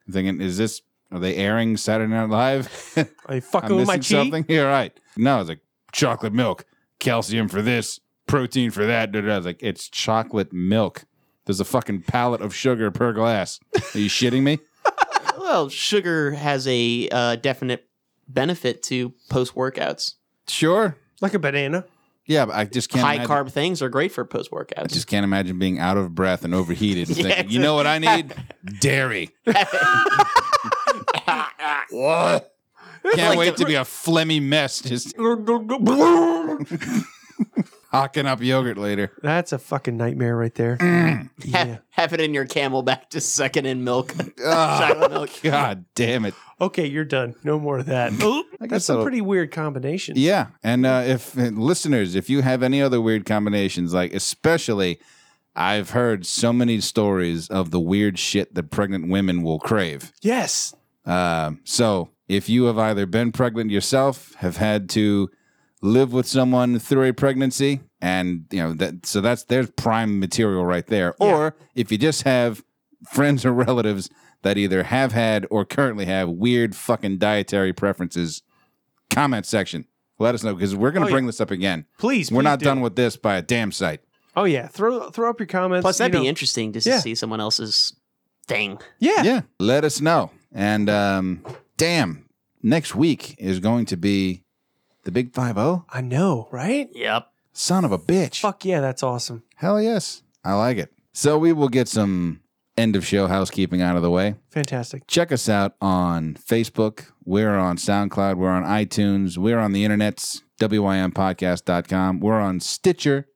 Speaker 4: I'm thinking, is this are they airing Saturday Night Live? [LAUGHS]
Speaker 3: Are you fucking
Speaker 4: I'm
Speaker 3: with
Speaker 4: missing
Speaker 3: my cheek?
Speaker 4: something. Yeah, right. No, it's like chocolate milk, calcium for this, protein for that. da, da, da. I was like, it's chocolate milk. There's a fucking pallet of sugar per glass. Are you shitting
Speaker 3: [LAUGHS]
Speaker 4: me?
Speaker 5: Well, sugar has a uh, definite benefit to post workouts.
Speaker 4: Sure.
Speaker 3: Like a banana.
Speaker 4: Yeah, but I just can't.
Speaker 5: High
Speaker 4: imagine-
Speaker 5: carb things are great for post
Speaker 4: I
Speaker 5: workouts.
Speaker 4: just can't imagine being out of breath and overheated.
Speaker 5: [LAUGHS]
Speaker 4: And
Speaker 5: Yeah.
Speaker 4: thinking, you know what I need?
Speaker 5: [LAUGHS]
Speaker 4: Dairy. what? Can't
Speaker 5: Like
Speaker 4: wait
Speaker 5: the-
Speaker 4: to be a phlegmy mess
Speaker 5: [LAUGHS]
Speaker 4: just hocking up
Speaker 5: [LAUGHS]
Speaker 4: yogurt later.
Speaker 3: That's a fucking nightmare right there.
Speaker 4: Mm.
Speaker 5: Ha-
Speaker 3: Yeah.
Speaker 5: Have it in your camelback, just sucking in milk.
Speaker 4: Ah,
Speaker 5: Chocolate milk.
Speaker 4: God damn it.
Speaker 3: Okay, you're done. No more of
Speaker 4: I
Speaker 3: that.
Speaker 4: guess
Speaker 3: That's a
Speaker 4: that'll-
Speaker 3: pretty weird combination.
Speaker 4: Yeah, and uh, if and listeners, if you have any other weird combinations, like especially, I've heard so many stories of the weird shit that pregnant women will crave.
Speaker 3: Yes.
Speaker 4: Um, so if you have either been pregnant yourself, have had to live with someone through a pregnancy, and you know that, so that's there's prime material right there. Or if you just have friends or [LAUGHS] relatives that either have had or currently have weird fucking dietary preferences, comment section. Let us know because we're going
Speaker 3: Oh,
Speaker 4: to
Speaker 3: yeah.
Speaker 4: bring this up again.
Speaker 3: Please.
Speaker 4: We're
Speaker 3: please
Speaker 4: not
Speaker 3: do.
Speaker 4: done with this by a damn sight.
Speaker 3: Oh yeah. Throw throw up your comments.
Speaker 5: Plus, that'd
Speaker 3: you
Speaker 5: be
Speaker 3: know.
Speaker 5: interesting just
Speaker 3: Yeah.
Speaker 5: to see someone else's thing.
Speaker 3: Yeah.
Speaker 4: yeah let us know and um damn next week is going to be the big 50
Speaker 3: I know, right?
Speaker 5: Yep.
Speaker 4: son of a bitch
Speaker 3: Fuck yeah, that's awesome.
Speaker 4: hell yes i like it so we will get some end of show housekeeping out of the way
Speaker 3: Fantastic.
Speaker 4: check us out on facebook we're on soundcloud we're on itunes we're on the internets wympodcast.com we're on stitcher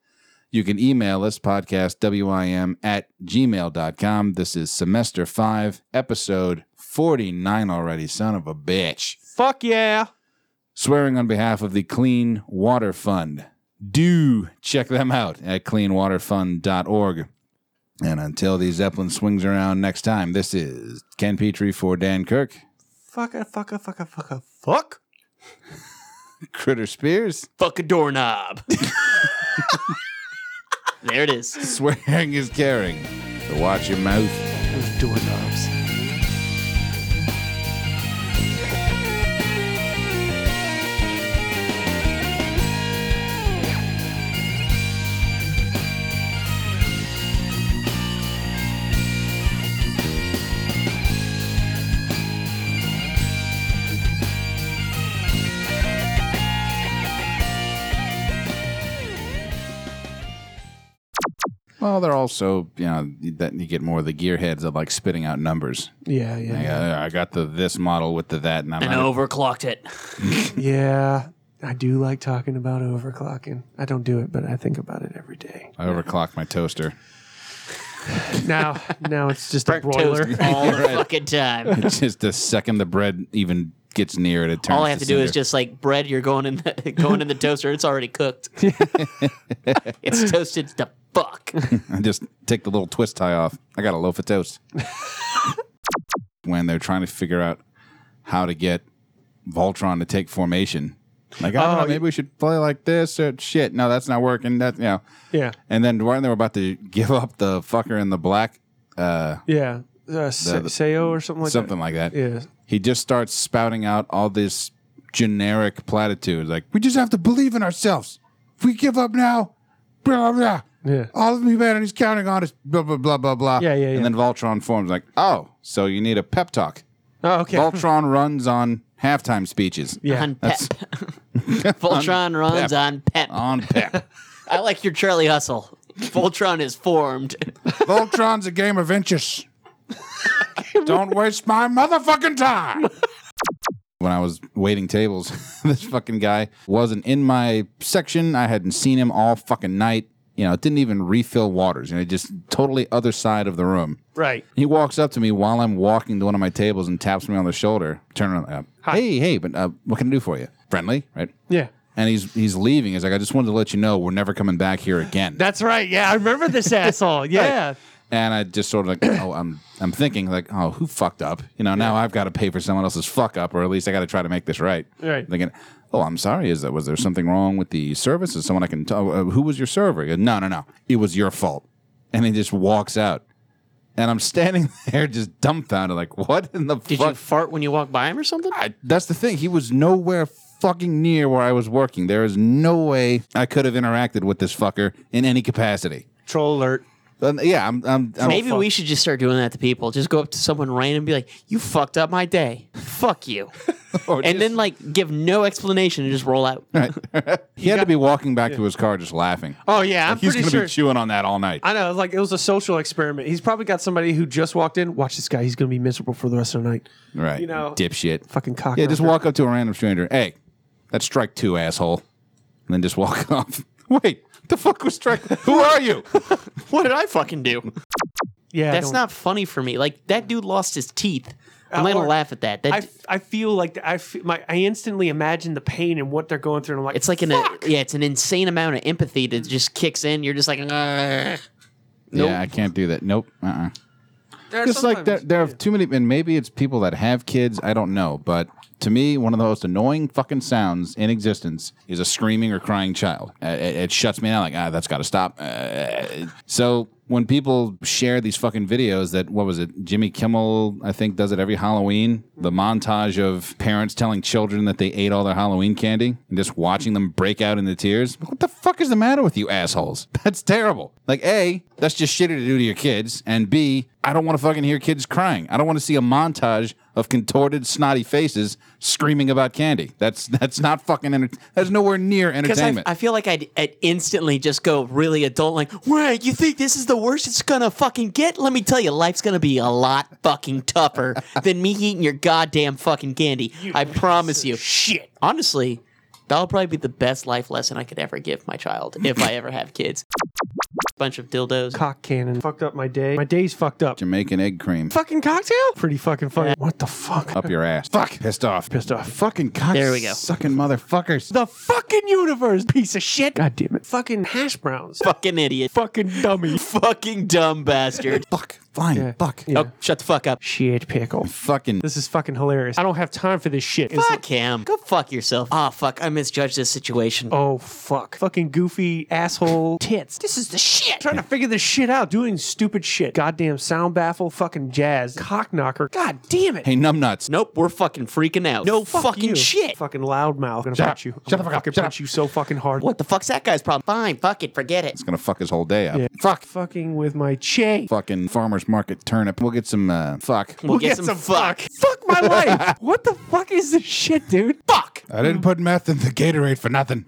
Speaker 4: you can email us podcast wim at gmail.com this is semester 5 episode 49 already son of a bitch
Speaker 3: Fuck yeah.
Speaker 4: swearing on behalf of the Clean Water Fund. Do check them out at cleanwaterfund.org. And until the Zeppelin swings around next time, this is Ken Petrie for Dan Kirk,
Speaker 3: Fuck a fuck a fuck a fuck a fuck.
Speaker 4: Critter Spears, [LAUGHS]
Speaker 5: Fuck a doorknob. There it is.
Speaker 4: Swearing is caring. So watch your mouth.
Speaker 5: Those doorknobs.
Speaker 4: Well, they're also, you know, that you get more of the gearheads of like spitting out numbers.
Speaker 3: Yeah, yeah, yeah.
Speaker 4: Yeah, I got the this model with the that, and I'm
Speaker 5: And
Speaker 4: not-
Speaker 5: overclocked it.
Speaker 3: Yeah, I do like talking about overclocking. I don't do it, but I think about it every day.
Speaker 4: I overclocked my toaster. [LAUGHS]
Speaker 3: [LAUGHS] Now, now it's just a broiler.
Speaker 5: Toast all the fucking time.
Speaker 4: just the second the bread even gets near it, it turns.
Speaker 5: All I have to do is
Speaker 4: cinder.
Speaker 5: just like bread. You're going in the [LAUGHS] going in the toaster. It's already cooked. it's toasted to fuck.
Speaker 4: I just take the little twist tie off. I got a loaf of
Speaker 3: [LAUGHS]
Speaker 4: toast. when they're trying to figure out how to get Voltron to take formation, like, oh,
Speaker 3: Oh,
Speaker 4: maybe we should play like this or shit. No, that's not working. That you know.
Speaker 3: [LAUGHS] Yeah,
Speaker 4: And then when they were about to give up the fucker in the black, uh,
Speaker 3: yeah. Uh, Se-
Speaker 4: the-
Speaker 3: Seo or something like
Speaker 4: something like that.
Speaker 3: that. Yeah.
Speaker 4: He just starts spouting out all this generic platitudes like, we just have to believe in ourselves. If we give up now, blah, blah, blah.
Speaker 3: Yeah.
Speaker 4: All of humanity's counting on us, blah, blah, blah, blah, blah.
Speaker 3: Yeah, yeah, yeah.
Speaker 4: And then Voltron forms like, oh, so you need a pep talk.
Speaker 3: Oh, okay.
Speaker 4: Voltron runs on halftime speeches.
Speaker 3: yeah.
Speaker 5: On pep. [LAUGHS] Voltron runs
Speaker 4: pep.
Speaker 5: on pep.
Speaker 4: On
Speaker 3: [LAUGHS]
Speaker 4: pep.
Speaker 5: I like your Charlie Hustle. Voltron is formed.
Speaker 4: Voltron's a game of
Speaker 3: [LAUGHS]
Speaker 4: inches. Don't waste my motherfucking time. When I was waiting tables, [LAUGHS] this fucking guy wasn't in my section. I hadn't seen him all fucking night. You know, it didn't even refill waters. You know, just totally other side of the room.
Speaker 3: Right.
Speaker 4: He walks up to me while I'm walking to one of my tables and taps me on the shoulder. Turn around. Uh, hey, hey, but uh, what can I do for you? Friendly, right?
Speaker 3: Yeah.
Speaker 4: And he's he's leaving. He's like, I just wanted to let you know we're never coming back here again.
Speaker 3: That's right. Yeah, I remember [LAUGHS] this asshole. Yeah.
Speaker 4: And I just sort of like, oh, I'm I'm thinking like, oh, who fucked up? You know, now I've got to pay for someone else's fuck up, or at least I got to try to make this right.
Speaker 3: Right.
Speaker 4: Thinking, oh, I'm sorry. Is that was there something wrong with the service? Is someone I can tell? Uh, who was your server? He goes, no, no, no. It was your fault. And he just walks out. And I'm standing [LAUGHS] there just dumbfounded, like, what in the
Speaker 5: Did
Speaker 4: fuck?
Speaker 5: you fart when you walked by him or something?
Speaker 4: I, that's the thing. He was nowhere fucking near where I was working. There is no way I could have interacted with this fucker in any capacity.
Speaker 3: Troll alert.
Speaker 4: And yeah, I'm. I'm, I'm
Speaker 5: Maybe we should just start doing that to people. Just go up to someone random and be like, "You fucked up my day. Fuck
Speaker 3: [LAUGHS]
Speaker 5: you,"
Speaker 3: Oh,
Speaker 4: or
Speaker 5: and
Speaker 4: just-
Speaker 5: then like give no explanation and just roll out.
Speaker 4: He had to be walking back to his car just laughing.
Speaker 3: Oh yeah, I'm
Speaker 4: He's
Speaker 3: pretty
Speaker 4: gonna
Speaker 3: sure.
Speaker 4: be chewing on that all night.
Speaker 3: I know, like it was a social experiment. He's probably got somebody who just walked in. Watch this guy; he's going to be miserable for the rest of the night.
Speaker 4: right.
Speaker 3: you know-
Speaker 4: Dipshit.
Speaker 3: Fucking cock.
Speaker 4: Yeah, just
Speaker 3: knocker.
Speaker 4: walk up to a random stranger. Hey, that's strike two, asshole. And then just walk [LAUGHS] off. Wait, the fuck was strike? Who are
Speaker 3: [LAUGHS]
Speaker 4: you?
Speaker 5: What did I fucking do?
Speaker 3: Yeah, [LAUGHS] I
Speaker 5: That's
Speaker 3: don't-
Speaker 5: not funny for me. Like that dude lost his teeth. I'm not
Speaker 3: or-
Speaker 5: gonna laugh at that. That
Speaker 3: I, f- I feel like I f- my I instantly imagine the pain and what they're going through. And I'm like,
Speaker 5: it's like an yeah, it's an insane amount of empathy that just kicks in. You're just like, "Ugh."
Speaker 4: Yeah, I can't do that. Nope. Uh. uh
Speaker 3: There are
Speaker 4: It's like there,
Speaker 3: sometimes-
Speaker 4: there are too many, and maybe it's people that have kids. I don't know, but to me, one of the most annoying fucking sounds in existence is a screaming or crying child. Uh, It, it shuts me down. Like ah, that's got to stop. Uh, so when people share these fucking videos, that what was it? Jimmy Kimmel, I think, does it every Halloween. The montage of parents telling children that they ate all their Halloween candy and just watching them break out into tears. What the fuck is the matter with you assholes? [LAUGHS] That's terrible. Like, A, that's just shitty to do to your kids. And B, I don't want to fucking hear kids crying. I don't want to see a montage of contorted, snotty faces screaming about candy. That's that's not fucking enter- That's nowhere near
Speaker 5: Because I,
Speaker 4: entertainment.
Speaker 5: I feel like I'd, I'd instantly just go really adult, like, wait, you think this is the worst it's gonna fucking get? Let me tell you, life's gonna be a lot fucking tougher than me eating your goddamn fucking candy. I promise you. Shit. Honestly, that'll probably be the best life lesson I could ever give my child if I ever have kids. Bunch of dildos.
Speaker 3: cock cannon fucked up my day. My day's fucked up.
Speaker 4: Jamaican egg cream.
Speaker 3: Fucking cocktail. Pretty fucking funny. What the fuck?
Speaker 4: Up your ass. Fuck. Pissed off.
Speaker 3: Pissed off.
Speaker 4: Fucking cock.
Speaker 5: There we go.
Speaker 4: Sucking motherfuckers.
Speaker 3: The fucking universe, piece of shit. God damn it. Fucking hash browns.
Speaker 5: Fucking idiot.
Speaker 3: fucking
Speaker 4: [LAUGHS]
Speaker 3: dummy.
Speaker 5: Fucking dumb bastard.
Speaker 4: Fuck. flying
Speaker 3: Yeah.
Speaker 4: fuck.
Speaker 3: Yeah.
Speaker 5: Oh, shut the fuck up.
Speaker 3: Shit, pickle.
Speaker 4: Fucking
Speaker 3: This is fucking hilarious. I don't have time for this shit. It's
Speaker 5: Fuck him. Go fuck yourself. Ah, fuck. I misjudged this situation.
Speaker 3: Oh fuck! Fucking goofy asshole tits. This is the shit. Trying to figure this shit out, doing stupid shit. Goddamn sound baffle, fucking jazz, cock knocker. God damn it!
Speaker 4: hey numbnuts.
Speaker 5: Nope, we're fucking freaking out. No
Speaker 3: Fuck
Speaker 5: fucking
Speaker 3: you.
Speaker 5: shit.
Speaker 3: Fucking loudmouth. I'm gonna
Speaker 4: Shut
Speaker 3: punch
Speaker 4: up.
Speaker 3: you. I'm
Speaker 4: Shut the
Speaker 3: gonna
Speaker 4: fuck up.
Speaker 3: fucking
Speaker 4: Shut
Speaker 3: punch
Speaker 4: up.
Speaker 3: you so fucking hard.
Speaker 5: What the fuck? that guy's problem? Fine, fuck it, forget it.
Speaker 4: It's gonna fuck his whole day up.
Speaker 3: Yeah. Fuck. Fucking with my chain.
Speaker 4: Fucking farmers market turnip. We'll get some uh, fuck.
Speaker 5: We'll, get, some, fuck.
Speaker 3: Fuck my life. what the fuck is this shit, dude?
Speaker 5: Fuck.
Speaker 4: I didn't put meth in the Gatorade for nothing.